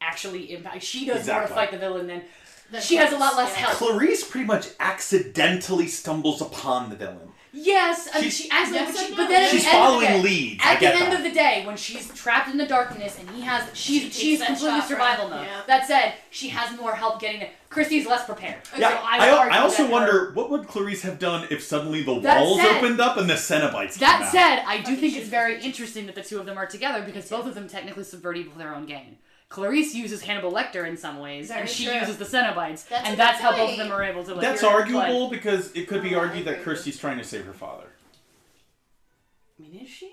Speaker 9: actually impact. She does more to
Speaker 7: Exactly.
Speaker 9: fight the villain than
Speaker 8: Than
Speaker 9: she has a lot less
Speaker 8: Clarice, yeah.
Speaker 9: help.
Speaker 7: Clarice pretty much accidentally stumbles upon the villain.
Speaker 9: Yes, I mean
Speaker 7: She's-
Speaker 9: she actually,
Speaker 8: Yes,
Speaker 9: but,
Speaker 8: I
Speaker 9: she,
Speaker 8: know.
Speaker 9: but then at
Speaker 7: She's
Speaker 9: the end of the
Speaker 7: following
Speaker 9: day-
Speaker 7: leads, I
Speaker 9: At
Speaker 7: get
Speaker 9: the end
Speaker 7: that.
Speaker 9: of the day, when she's trapped in the darkness and he has, she's
Speaker 8: takes
Speaker 9: she's
Speaker 8: that
Speaker 9: completely
Speaker 8: shot from
Speaker 9: survival
Speaker 8: him,
Speaker 9: mode.
Speaker 8: yeah.
Speaker 9: That said, she has more help getting there. Christy's less prepared.
Speaker 7: Yeah,
Speaker 9: So
Speaker 7: I,
Speaker 9: would
Speaker 7: I,
Speaker 9: argue
Speaker 7: also
Speaker 9: that her-
Speaker 7: wonder what would Clarice have done if suddenly the
Speaker 9: That
Speaker 7: walls
Speaker 9: said-
Speaker 7: opened up and the Cenobites
Speaker 9: That
Speaker 7: came out.
Speaker 9: said, I do think it's very interesting that the two of them are together because both of them technically subvert evil for their own gain. Clarice uses Hannibal Lecter in some ways,
Speaker 8: Very
Speaker 9: and she
Speaker 8: true.
Speaker 9: uses the Cenobites,
Speaker 8: That's a
Speaker 9: and that's
Speaker 8: good
Speaker 9: how both of
Speaker 8: point.
Speaker 9: them are able to. Like,
Speaker 7: That's
Speaker 9: you're-
Speaker 7: arguable
Speaker 9: like-
Speaker 7: because it could be
Speaker 8: Oh, I
Speaker 7: argued that
Speaker 8: agree.
Speaker 7: Kirsty's trying to save her father.
Speaker 9: I mean, is she?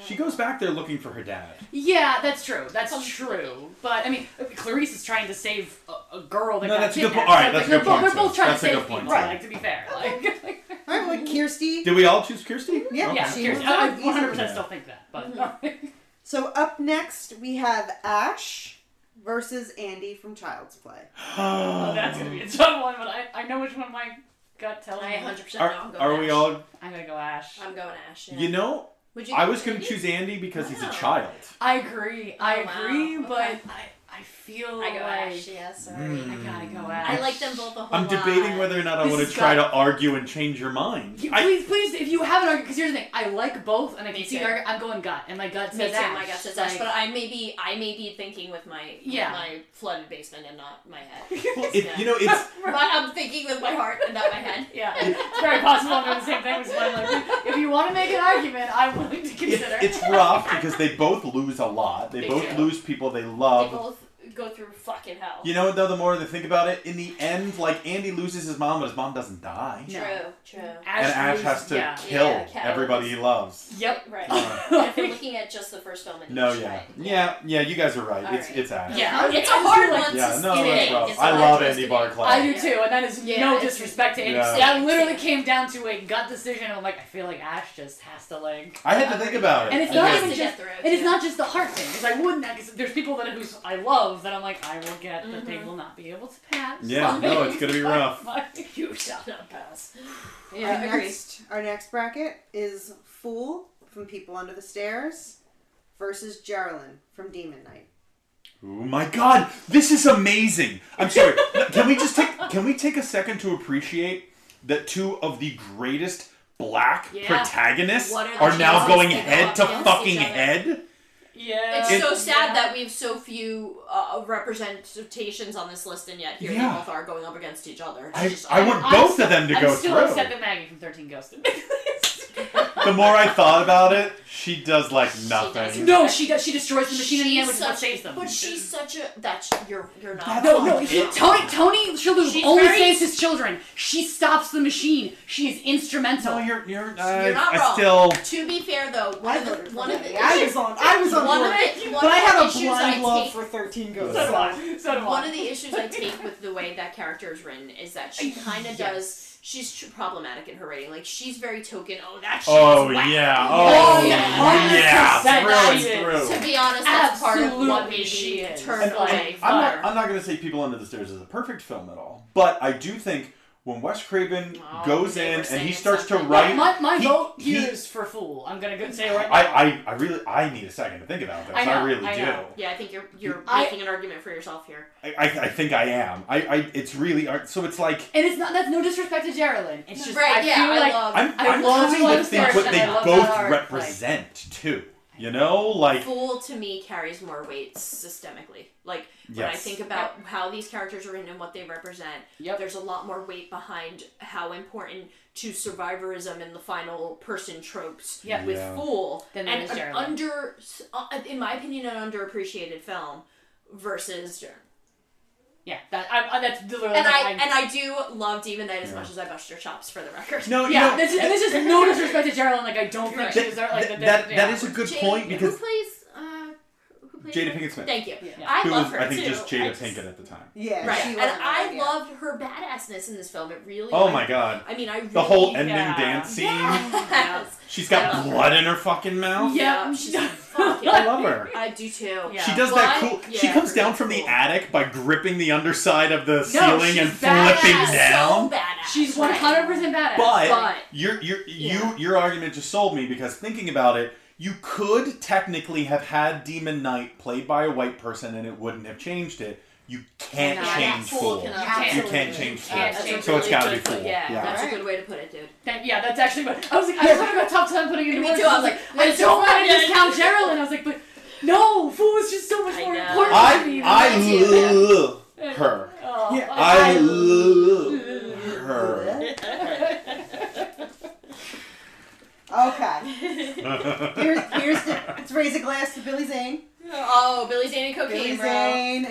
Speaker 7: She goes back there looking for her dad.
Speaker 9: Yeah, that's true. That's true. But I mean, Clarice is trying to save a, a girl that
Speaker 7: No,
Speaker 9: got
Speaker 7: that's a good
Speaker 9: kidnapped.
Speaker 7: point. All right,
Speaker 9: So,
Speaker 7: that's a
Speaker 9: like,
Speaker 7: good
Speaker 9: they're bo-
Speaker 7: point,
Speaker 9: We're both
Speaker 7: Sis.
Speaker 9: trying
Speaker 7: That's a
Speaker 9: to save
Speaker 7: good point,
Speaker 9: people.
Speaker 7: Sis.
Speaker 9: Like to be fair, *laughs* like,
Speaker 4: All right, well, Kirsty.
Speaker 7: Did we all choose Kirsty?
Speaker 4: Yeah.
Speaker 9: Mm-hmm. yeah,
Speaker 4: She
Speaker 7: *sighs*
Speaker 9: Kirsty-
Speaker 4: was
Speaker 9: I
Speaker 4: like,
Speaker 9: 100 percent
Speaker 7: easily.
Speaker 8: Mm-hmm.
Speaker 9: still think that, but
Speaker 4: So up next we have Ash versus Andy from Child's Play.
Speaker 9: oh, *laughs* that's gonna be a tough one, but I, I know which one my gut tells me. I
Speaker 8: 100%
Speaker 7: Are- are we all-
Speaker 9: I'm gonna go Ash.
Speaker 8: I'm going Ash.
Speaker 7: You know,
Speaker 9: Would you
Speaker 7: I
Speaker 9: go
Speaker 7: was going to
Speaker 9: Andy?
Speaker 7: choose Andy because he's a child.
Speaker 9: I agree. I
Speaker 8: Oh, wow.
Speaker 9: agree,
Speaker 8: Okay.
Speaker 9: but I, I feel
Speaker 8: I go
Speaker 9: like
Speaker 8: Ash, yeah, sorry.
Speaker 9: I gotta go Ash.
Speaker 8: I like them both a whole
Speaker 7: Mm. I'm
Speaker 8: lot.
Speaker 7: debating whether or not I
Speaker 9: This
Speaker 7: want to
Speaker 9: has
Speaker 7: try
Speaker 9: got-
Speaker 7: to argue and change your mind.
Speaker 9: You- please, please, if you have an argument, because here's the thing, I like both, and I can see
Speaker 8: too.
Speaker 9: your argument. I'm going gut, and my gut
Speaker 8: Me
Speaker 9: says
Speaker 8: too,
Speaker 9: Ash.
Speaker 8: my gut says Ash,
Speaker 9: Like,
Speaker 8: but I may be I may be thinking with my
Speaker 9: Yeah.
Speaker 8: my flooded basement and not my head. *laughs*
Speaker 7: It, you know, it's
Speaker 9: *laughs*
Speaker 7: *laughs*
Speaker 8: but I'm thinking with my heart and not my head.
Speaker 9: yeah, *laughs* it's very possible I'm doing the same thing. Which is why I'm like, if you want to make an argument, I'm willing to
Speaker 7: it,
Speaker 9: consider.
Speaker 7: *laughs* it's rough because they both lose a lot. They
Speaker 8: They
Speaker 7: both
Speaker 8: do.
Speaker 7: lose people they
Speaker 8: They
Speaker 7: love.
Speaker 8: both go through fucking hell.
Speaker 7: you know, though, the more they think about it, in the end, like Andy loses his mom, but his mom doesn't die,
Speaker 9: No.
Speaker 8: True, true.
Speaker 7: and Ash
Speaker 9: loses-
Speaker 7: has to
Speaker 9: yeah.
Speaker 7: kill
Speaker 8: Yeah, Cat
Speaker 7: everybody he loves.
Speaker 9: Yep.
Speaker 8: Right. And *laughs* if we're looking at just the first film and
Speaker 7: Uh. No,
Speaker 8: each,
Speaker 7: yeah,
Speaker 8: right?
Speaker 7: yeah, yeah. You guys are right.
Speaker 8: All
Speaker 7: it's
Speaker 8: right.
Speaker 7: it's Ash.
Speaker 9: Yeah.
Speaker 8: Okay, It's a hard one to
Speaker 7: Yeah, no,
Speaker 8: skin.
Speaker 7: that's rough.
Speaker 8: It's
Speaker 7: I
Speaker 8: a
Speaker 7: love
Speaker 8: hard choice
Speaker 7: Andy
Speaker 8: to
Speaker 7: Barclay.
Speaker 9: I do too, and that is
Speaker 8: Yeah,
Speaker 9: no
Speaker 8: it's-
Speaker 9: disrespect to Andy.
Speaker 7: Yeah.
Speaker 9: That literally came down to a gut decision. I'm like, I feel like Ash just has to like.
Speaker 7: I had to think about it.
Speaker 9: And it's
Speaker 7: I
Speaker 9: not
Speaker 7: did.
Speaker 9: even
Speaker 8: to get
Speaker 9: just,
Speaker 8: through it,
Speaker 9: and it's
Speaker 8: yeah.
Speaker 9: not just the heart thing. Because I wouldn't, because there's people that who I love that I'm like, I will get that
Speaker 8: Mm-hmm.
Speaker 9: they will not be able to pass.
Speaker 7: Yeah, no, it's gonna be
Speaker 9: *laughs*
Speaker 7: rough.
Speaker 9: Like, you shall
Speaker 8: not pass.
Speaker 4: our,
Speaker 9: Yeah, agreed.
Speaker 4: next, our next bracket is Fool from People Under the Stairs versus Geraldine from Demon Knight.
Speaker 7: Oh my god, this is amazing. I'm sorry. *laughs* can we just take can we take a second to appreciate that two of the greatest black
Speaker 9: Yeah.
Speaker 7: protagonists
Speaker 8: What are the
Speaker 7: are, now
Speaker 8: chances
Speaker 7: going
Speaker 8: they go
Speaker 7: head
Speaker 8: up
Speaker 7: to
Speaker 8: against
Speaker 7: fucking
Speaker 8: each other?
Speaker 7: head?
Speaker 9: Yeah.
Speaker 8: It's
Speaker 7: It-
Speaker 8: so sad that we have so few uh, representations on this list, and yet here
Speaker 7: Yeah.
Speaker 8: they both are going up against each other. It's
Speaker 7: I,
Speaker 8: just-
Speaker 7: I want
Speaker 9: I'm
Speaker 7: both
Speaker 9: still-
Speaker 7: of them to
Speaker 9: I'm
Speaker 7: go
Speaker 9: still
Speaker 7: through.
Speaker 9: upset that Maggie from 13 Ghosted.
Speaker 8: *laughs*
Speaker 7: The more I thought about it, she does like nothing.
Speaker 9: *laughs*
Speaker 8: doesn't.
Speaker 9: no, she does. She destroys the machine in the end,
Speaker 8: She's
Speaker 9: which is what
Speaker 8: such-
Speaker 9: saves them.
Speaker 8: But she's such a that's you're you're
Speaker 9: *laughs*
Speaker 8: not.
Speaker 9: No, no,
Speaker 8: wrong.
Speaker 9: he- Tony, Tony Shalhoub
Speaker 8: She's
Speaker 9: only
Speaker 8: very-
Speaker 9: saves his children. She stops the machine. She is instrumental.
Speaker 7: No, you're you're, uh,
Speaker 8: You're not
Speaker 7: I
Speaker 8: wrong.
Speaker 7: still
Speaker 8: To be fair, though, one
Speaker 4: I
Speaker 8: of the
Speaker 4: voted for
Speaker 8: one of the
Speaker 4: Maggie. I was on. I was on.
Speaker 8: one of
Speaker 4: board.
Speaker 8: the one
Speaker 4: but I
Speaker 8: of the
Speaker 4: have a
Speaker 8: issues I
Speaker 4: blind love
Speaker 8: take-
Speaker 4: for Thirteen Ghosts.
Speaker 9: So do I. So do I.
Speaker 8: One of the issues I take with the way that character is written is that she kind of
Speaker 9: Yes.
Speaker 8: does. She's tr- problematic in her writing. Like she's very token. Oh, that shit.
Speaker 7: Oh
Speaker 8: is whack.
Speaker 7: yeah.
Speaker 9: Oh,
Speaker 7: Oh
Speaker 9: yeah.
Speaker 7: yeah.
Speaker 9: 100%
Speaker 7: Through and
Speaker 9: she
Speaker 7: through.
Speaker 8: To be honest, that's part of what
Speaker 9: Absolutely
Speaker 8: made
Speaker 9: she
Speaker 8: me
Speaker 9: is.
Speaker 8: turn
Speaker 7: And
Speaker 8: away.
Speaker 7: I'm, I'm
Speaker 8: from
Speaker 7: not,
Speaker 8: her.
Speaker 7: I'm not going to say People Under the Stairs is a perfect film at all, but I do think when Wes Craven
Speaker 8: Oh,
Speaker 7: goes
Speaker 8: they were
Speaker 7: in and
Speaker 8: saying
Speaker 7: he starts to
Speaker 8: something.
Speaker 7: write,
Speaker 9: My, my
Speaker 7: he-
Speaker 9: vote
Speaker 7: he-
Speaker 9: here is for fool. I'm gonna go say it right now.
Speaker 7: I, I, I really, I need a second to think about this.
Speaker 9: I
Speaker 7: I,
Speaker 9: know,
Speaker 7: really
Speaker 9: I
Speaker 7: do.
Speaker 9: know.
Speaker 8: yeah, I think you're you're
Speaker 9: I-
Speaker 8: making an argument for yourself here.
Speaker 7: I, I, I think I am. I, I, it's really, ar- so it's like
Speaker 9: and it's not that's no disrespect to Geraldine. It's just I feel like
Speaker 7: I'm,
Speaker 9: I
Speaker 7: I'm
Speaker 9: love
Speaker 7: trying to
Speaker 9: Wes
Speaker 7: think what
Speaker 9: Craven,
Speaker 7: they
Speaker 9: I love
Speaker 7: both
Speaker 9: that art, like-
Speaker 7: represent too. You know, like
Speaker 8: Fool to me carries more weight systemically. Like when I
Speaker 7: Yes.
Speaker 8: think about how these characters are written and what they represent,
Speaker 9: Yep.
Speaker 8: there's a lot more weight behind how important to survivorism and the final person tropes
Speaker 9: Yep.
Speaker 8: with
Speaker 7: Yeah.
Speaker 8: Fool
Speaker 9: Than there
Speaker 8: and
Speaker 9: is
Speaker 8: an
Speaker 9: Geraldine.
Speaker 8: under, uh, in my opinion, an underappreciated film versus.
Speaker 9: yeah. That I, I, that's literally.
Speaker 8: And I
Speaker 9: I-
Speaker 8: and I do love Demon Knight as much as I bust your chops for the record.
Speaker 7: no,
Speaker 9: yeah.
Speaker 7: you know,
Speaker 9: this is this is no disrespect to Geraldine. Like I don't think
Speaker 8: Right.
Speaker 9: she was there. Like
Speaker 7: that,
Speaker 9: that,
Speaker 7: that,
Speaker 9: yeah.
Speaker 7: that is a good
Speaker 8: Jada-
Speaker 7: point because
Speaker 8: who plays uh, who plays
Speaker 7: Jada
Speaker 8: her?
Speaker 7: Pinkett Smith.
Speaker 8: Thank you.
Speaker 9: Yeah.
Speaker 8: I
Speaker 7: who
Speaker 8: love
Speaker 7: was,
Speaker 8: her
Speaker 7: I think,
Speaker 8: too.
Speaker 7: just Jada
Speaker 8: I just-
Speaker 7: Pinkett at the time.
Speaker 4: Yeah,
Speaker 8: Right.
Speaker 4: she
Speaker 8: And
Speaker 4: was on
Speaker 8: I
Speaker 4: that, yeah.
Speaker 8: loved her badassness in this film. It really.
Speaker 7: Oh my god.
Speaker 8: I mean, I really.
Speaker 7: The whole
Speaker 8: Yes.
Speaker 7: ending
Speaker 9: yeah.
Speaker 7: dance scene.
Speaker 8: Yes.
Speaker 7: She's got blood in her fucking mouth.
Speaker 9: Yeah.
Speaker 8: *laughs* she's fucking.
Speaker 7: I
Speaker 9: *laughs*
Speaker 7: love her.
Speaker 8: I do too.
Speaker 9: Yeah.
Speaker 7: She does
Speaker 8: Well,
Speaker 7: that
Speaker 8: I-
Speaker 7: cool. she
Speaker 8: yeah,
Speaker 7: comes
Speaker 8: pretty
Speaker 7: down from the
Speaker 8: cool.
Speaker 7: attic by gripping the underside of the
Speaker 9: she's
Speaker 7: ceiling and flipping
Speaker 9: badass.
Speaker 7: down.
Speaker 8: So badass.
Speaker 9: She's
Speaker 8: Right.
Speaker 9: 100 percent badass.
Speaker 7: but
Speaker 8: But-
Speaker 7: your your
Speaker 8: Yeah.
Speaker 7: you your argument just sold me because thinking about it, you could technically have had Demon Knight played by a white person and it wouldn't have changed it. You can't
Speaker 9: Cannot.
Speaker 7: change
Speaker 8: Fool
Speaker 7: Fool.
Speaker 8: cannot.
Speaker 7: You
Speaker 9: Absolutely.
Speaker 7: can't change Fool.
Speaker 9: Can't
Speaker 8: That's a
Speaker 9: change
Speaker 7: so it's
Speaker 8: really
Speaker 7: got to be
Speaker 8: good
Speaker 7: Fool.
Speaker 8: point. Yeah, that's
Speaker 4: Right.
Speaker 8: a good way to put it, dude.
Speaker 9: That- yeah, that's actually what I was like. I was talking about top ten putting it in
Speaker 8: Me
Speaker 9: words.
Speaker 8: too,
Speaker 9: I
Speaker 8: I
Speaker 9: was
Speaker 8: was
Speaker 9: like,
Speaker 8: like,
Speaker 9: I don't want to
Speaker 8: that's
Speaker 9: discount Geraldine. I was like, but no, fool is just so much
Speaker 8: I
Speaker 9: more
Speaker 8: know.
Speaker 9: important. to
Speaker 7: I
Speaker 9: me than
Speaker 7: I
Speaker 9: do.
Speaker 8: *laughs*
Speaker 7: love her.
Speaker 9: Oh,
Speaker 7: I love her.
Speaker 9: *laughs*
Speaker 4: Okay. here's, here's the, let's raise a glass to Billy Zane.
Speaker 8: Oh, Billy Zane and cocaine,
Speaker 4: Billy
Speaker 8: bro.
Speaker 7: *laughs*
Speaker 4: Zane.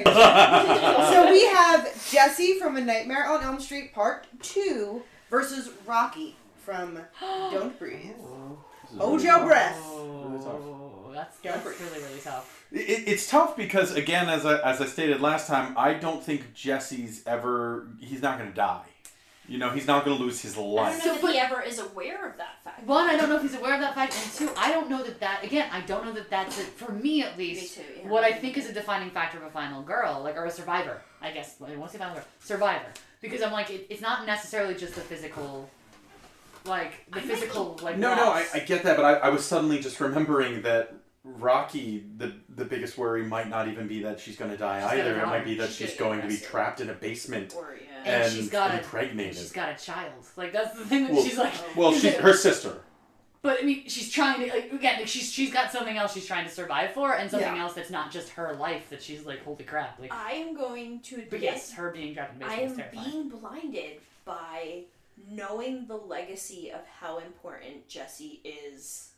Speaker 4: so we have Jesse from A Nightmare on Elm Street Part 2 versus Rocky from Don't Breathe. Hold your breath.
Speaker 9: Oh, that's, that's really really tough.
Speaker 7: It, it's tough because again, as I, as I stated last time, I don't think Jesse's ever. He's not going to die. You know, he's not going to lose his
Speaker 8: I
Speaker 7: life.
Speaker 8: don't know that he ever is aware of that fact.
Speaker 9: One, I don't know if he's aware of that fact, and two, I don't know that that again. I don't know that that's it, for me at least.
Speaker 8: too, yeah.
Speaker 9: What I think is a defining factor of a final girl, like or a survivor, I guess. Well, I won't say final girl, survivor, because I'm like it, it's not necessarily just the physical, like the physical like.
Speaker 7: no, no, I,
Speaker 9: loss.
Speaker 7: I get that, but I, I was suddenly just remembering that Rocky, the the biggest worry might not even be that she's going to die
Speaker 9: She's
Speaker 7: either.
Speaker 9: gonna
Speaker 7: It
Speaker 9: die.
Speaker 7: might be that
Speaker 9: She's
Speaker 7: she's,
Speaker 9: gonna
Speaker 7: going to be
Speaker 9: arrested.
Speaker 7: trapped in a basement
Speaker 9: *laughs* and,
Speaker 7: and,
Speaker 9: she's got a
Speaker 7: impregnated.
Speaker 9: she's got a child. Like that's the thing that
Speaker 7: well,
Speaker 9: she's like.
Speaker 7: well, she, her sister.
Speaker 9: *laughs* But I mean, she's trying to like, again. Like, she's she's got something else she's trying to survive for, and something
Speaker 8: Yeah.
Speaker 9: else that's not just her life. That she's like, holy crap! Like,
Speaker 8: I am going to admit
Speaker 9: but yes, her being trapped in the
Speaker 8: I
Speaker 9: basement is
Speaker 8: am
Speaker 9: terrifying.
Speaker 8: being blinded by knowing the legacy of how important Jesse is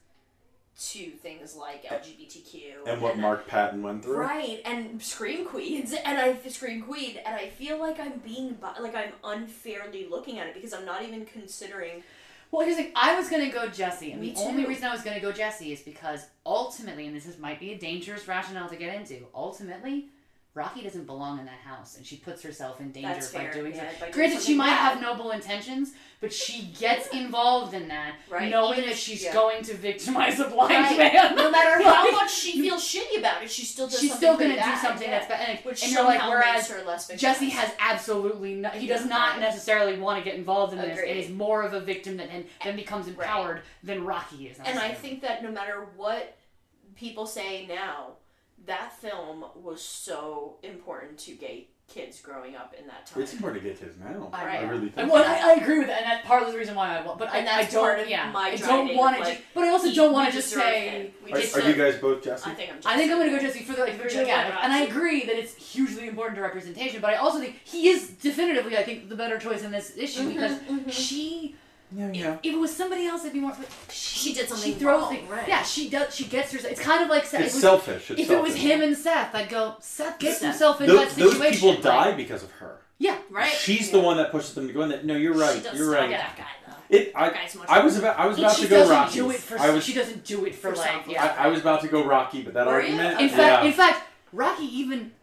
Speaker 8: to things like LGBTQ
Speaker 7: And what Mark Patton went through.
Speaker 8: Right, and scream queens, and I scream queen, and I feel like I'm being bi- like I'm unfairly looking at it because I'm not even considering.
Speaker 9: Well, here's the thing. I was gonna go Jesse, and
Speaker 8: Me
Speaker 9: the only
Speaker 8: too.
Speaker 9: reason I was gonna go Jesse is because ultimately, and this is, might be a dangerous rationale to get into. Ultimately, Rocky doesn't belong in that house, and she puts herself in danger
Speaker 8: That's
Speaker 9: by
Speaker 8: fair,
Speaker 9: doing
Speaker 8: yeah,
Speaker 9: so.
Speaker 8: by doing
Speaker 9: Granted, she
Speaker 8: something
Speaker 9: might
Speaker 8: bad.
Speaker 9: have noble intentions, but she
Speaker 8: *laughs*
Speaker 9: gets involved in that,
Speaker 8: Right,
Speaker 9: knowing
Speaker 8: even
Speaker 9: that
Speaker 8: if-
Speaker 9: she's
Speaker 8: yeah.
Speaker 9: going to victimize a blind
Speaker 8: Right.
Speaker 9: man.
Speaker 8: No matter
Speaker 9: *laughs*
Speaker 8: how
Speaker 9: Like-
Speaker 8: much she feels shitty about it, she still does
Speaker 9: she's
Speaker 8: something
Speaker 9: still
Speaker 8: pretty
Speaker 9: gonna
Speaker 8: bad,
Speaker 9: do something
Speaker 8: yeah.
Speaker 9: that's bad. And,
Speaker 8: Which
Speaker 9: and you're like,
Speaker 8: somehow
Speaker 9: whereas
Speaker 8: makes her less victimized.
Speaker 9: Jesse has absolutely no, he does not
Speaker 8: Right.
Speaker 9: necessarily want to get involved in this, and
Speaker 8: Agreed.
Speaker 9: is more of a victim than and then becomes empowered than Rocky is.
Speaker 8: And I
Speaker 9: necessarily.
Speaker 8: think that no matter what people say now, that film was so important to gay kids growing up in that time.
Speaker 7: It's important to get his now.
Speaker 8: I
Speaker 7: I
Speaker 8: know.
Speaker 7: really
Speaker 9: I,
Speaker 7: think.
Speaker 9: well,
Speaker 7: so.
Speaker 9: I, I agree with that, and that's part of the reason why I want. But I,
Speaker 8: And that's
Speaker 9: I don't.
Speaker 8: part of
Speaker 9: yeah,
Speaker 8: my
Speaker 9: I
Speaker 8: driving
Speaker 9: don't
Speaker 8: of,
Speaker 9: want to.
Speaker 8: like,
Speaker 9: just, but I also
Speaker 8: he-
Speaker 9: don't want
Speaker 8: we
Speaker 9: to just
Speaker 8: deserve
Speaker 9: say.
Speaker 8: him. We
Speaker 7: Are,
Speaker 8: just
Speaker 7: are you guys both Jesse?
Speaker 8: I think I'm just.
Speaker 9: I think I'm gonna go Jesse for the like, the,
Speaker 8: Joe
Speaker 9: yeah,
Speaker 8: Wright.
Speaker 9: like, and I agree that it's hugely important to representation, but I also think he is definitively, I think, the better choice in this issue
Speaker 8: Mm-hmm,
Speaker 9: because she.
Speaker 7: Yeah, yeah.
Speaker 9: If it was somebody else, it'd be more. But
Speaker 8: She did something
Speaker 9: she throws
Speaker 8: wrong,
Speaker 9: it-
Speaker 8: right.
Speaker 9: Yeah, she does. She gets herself. It's kind of like Seth.
Speaker 7: It's
Speaker 9: It was-
Speaker 7: selfish, it's
Speaker 9: if it was
Speaker 7: selfish.
Speaker 9: him and Seth, I'd go. Seth gets
Speaker 8: Seth.
Speaker 9: himself into
Speaker 7: Tho-
Speaker 9: that
Speaker 7: those
Speaker 9: situation.
Speaker 7: people die
Speaker 9: like-
Speaker 7: because of her.
Speaker 9: yeah.
Speaker 8: Right?
Speaker 7: She's the one that pushes them to go in there. No, you're
Speaker 8: She
Speaker 7: right.
Speaker 8: does
Speaker 7: You're
Speaker 8: stop
Speaker 7: right.
Speaker 8: that guy, though.
Speaker 7: It, I,
Speaker 8: Guys, much-
Speaker 7: I was about I was
Speaker 9: And
Speaker 7: about
Speaker 9: she
Speaker 7: to go
Speaker 9: doesn't
Speaker 7: Rocky.
Speaker 9: do it for.
Speaker 7: I was
Speaker 9: she doesn't do it for,
Speaker 8: For
Speaker 9: like.
Speaker 8: self-love.
Speaker 9: Yeah.
Speaker 7: I, I was about to go Rocky, but that
Speaker 8: Were you?
Speaker 7: argument.
Speaker 9: In
Speaker 7: yeah.
Speaker 9: fact, in fact, Rocky even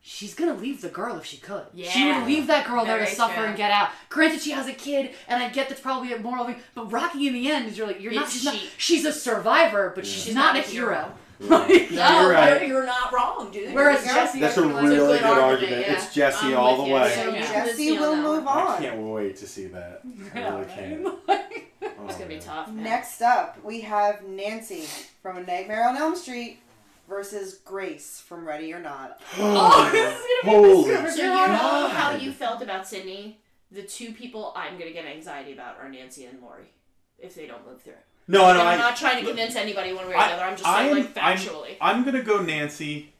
Speaker 9: she's gonna leave the girl if she could. She
Speaker 8: Yeah.
Speaker 9: would leave that girl there to
Speaker 8: Very
Speaker 9: suffer
Speaker 8: true.
Speaker 9: and get out. Granted, she has a kid, and I get that's probably a moral thing. But Rocky, in the end, is you're like you're not.
Speaker 8: It's
Speaker 9: She's, not,
Speaker 8: she-
Speaker 9: she's a survivor, but she's, not, a hero. *laughs* Like,
Speaker 7: No, you're
Speaker 8: but
Speaker 7: right.
Speaker 8: You're not wrong, dude.
Speaker 9: Whereas
Speaker 8: You're
Speaker 9: Jesse,
Speaker 7: That's
Speaker 9: I
Speaker 7: a
Speaker 9: feel like-
Speaker 7: really
Speaker 8: good
Speaker 7: good, argument.
Speaker 8: argument, yeah.
Speaker 7: It's Jesse
Speaker 8: I'm
Speaker 7: all
Speaker 8: with
Speaker 7: the
Speaker 8: you.
Speaker 7: way.
Speaker 4: So
Speaker 8: Yeah.
Speaker 4: Jesse
Speaker 8: Yeah.
Speaker 4: will move
Speaker 7: I
Speaker 4: on.
Speaker 7: can't wait to see that. I really
Speaker 9: *laughs*
Speaker 7: can't.
Speaker 8: It's gonna be tough. man.
Speaker 4: Next up, we have Nancy from A Nightmare on Elm Street versus Grace from Ready or Not.
Speaker 9: Oh, this is gonna be
Speaker 7: Holy
Speaker 9: this is
Speaker 8: So
Speaker 9: gonna
Speaker 8: you
Speaker 9: be-
Speaker 8: know
Speaker 7: God.
Speaker 8: how you felt about Sydney. The two people I'm gonna get anxiety about are Nancy and Lori, if they don't move through. it.
Speaker 7: No, no,
Speaker 8: And
Speaker 7: I,
Speaker 8: I'm not trying to convince anybody one way or the other. I'm just
Speaker 7: I
Speaker 8: saying,
Speaker 7: am-
Speaker 8: like factually.
Speaker 7: I'm, I'm gonna go Nancy.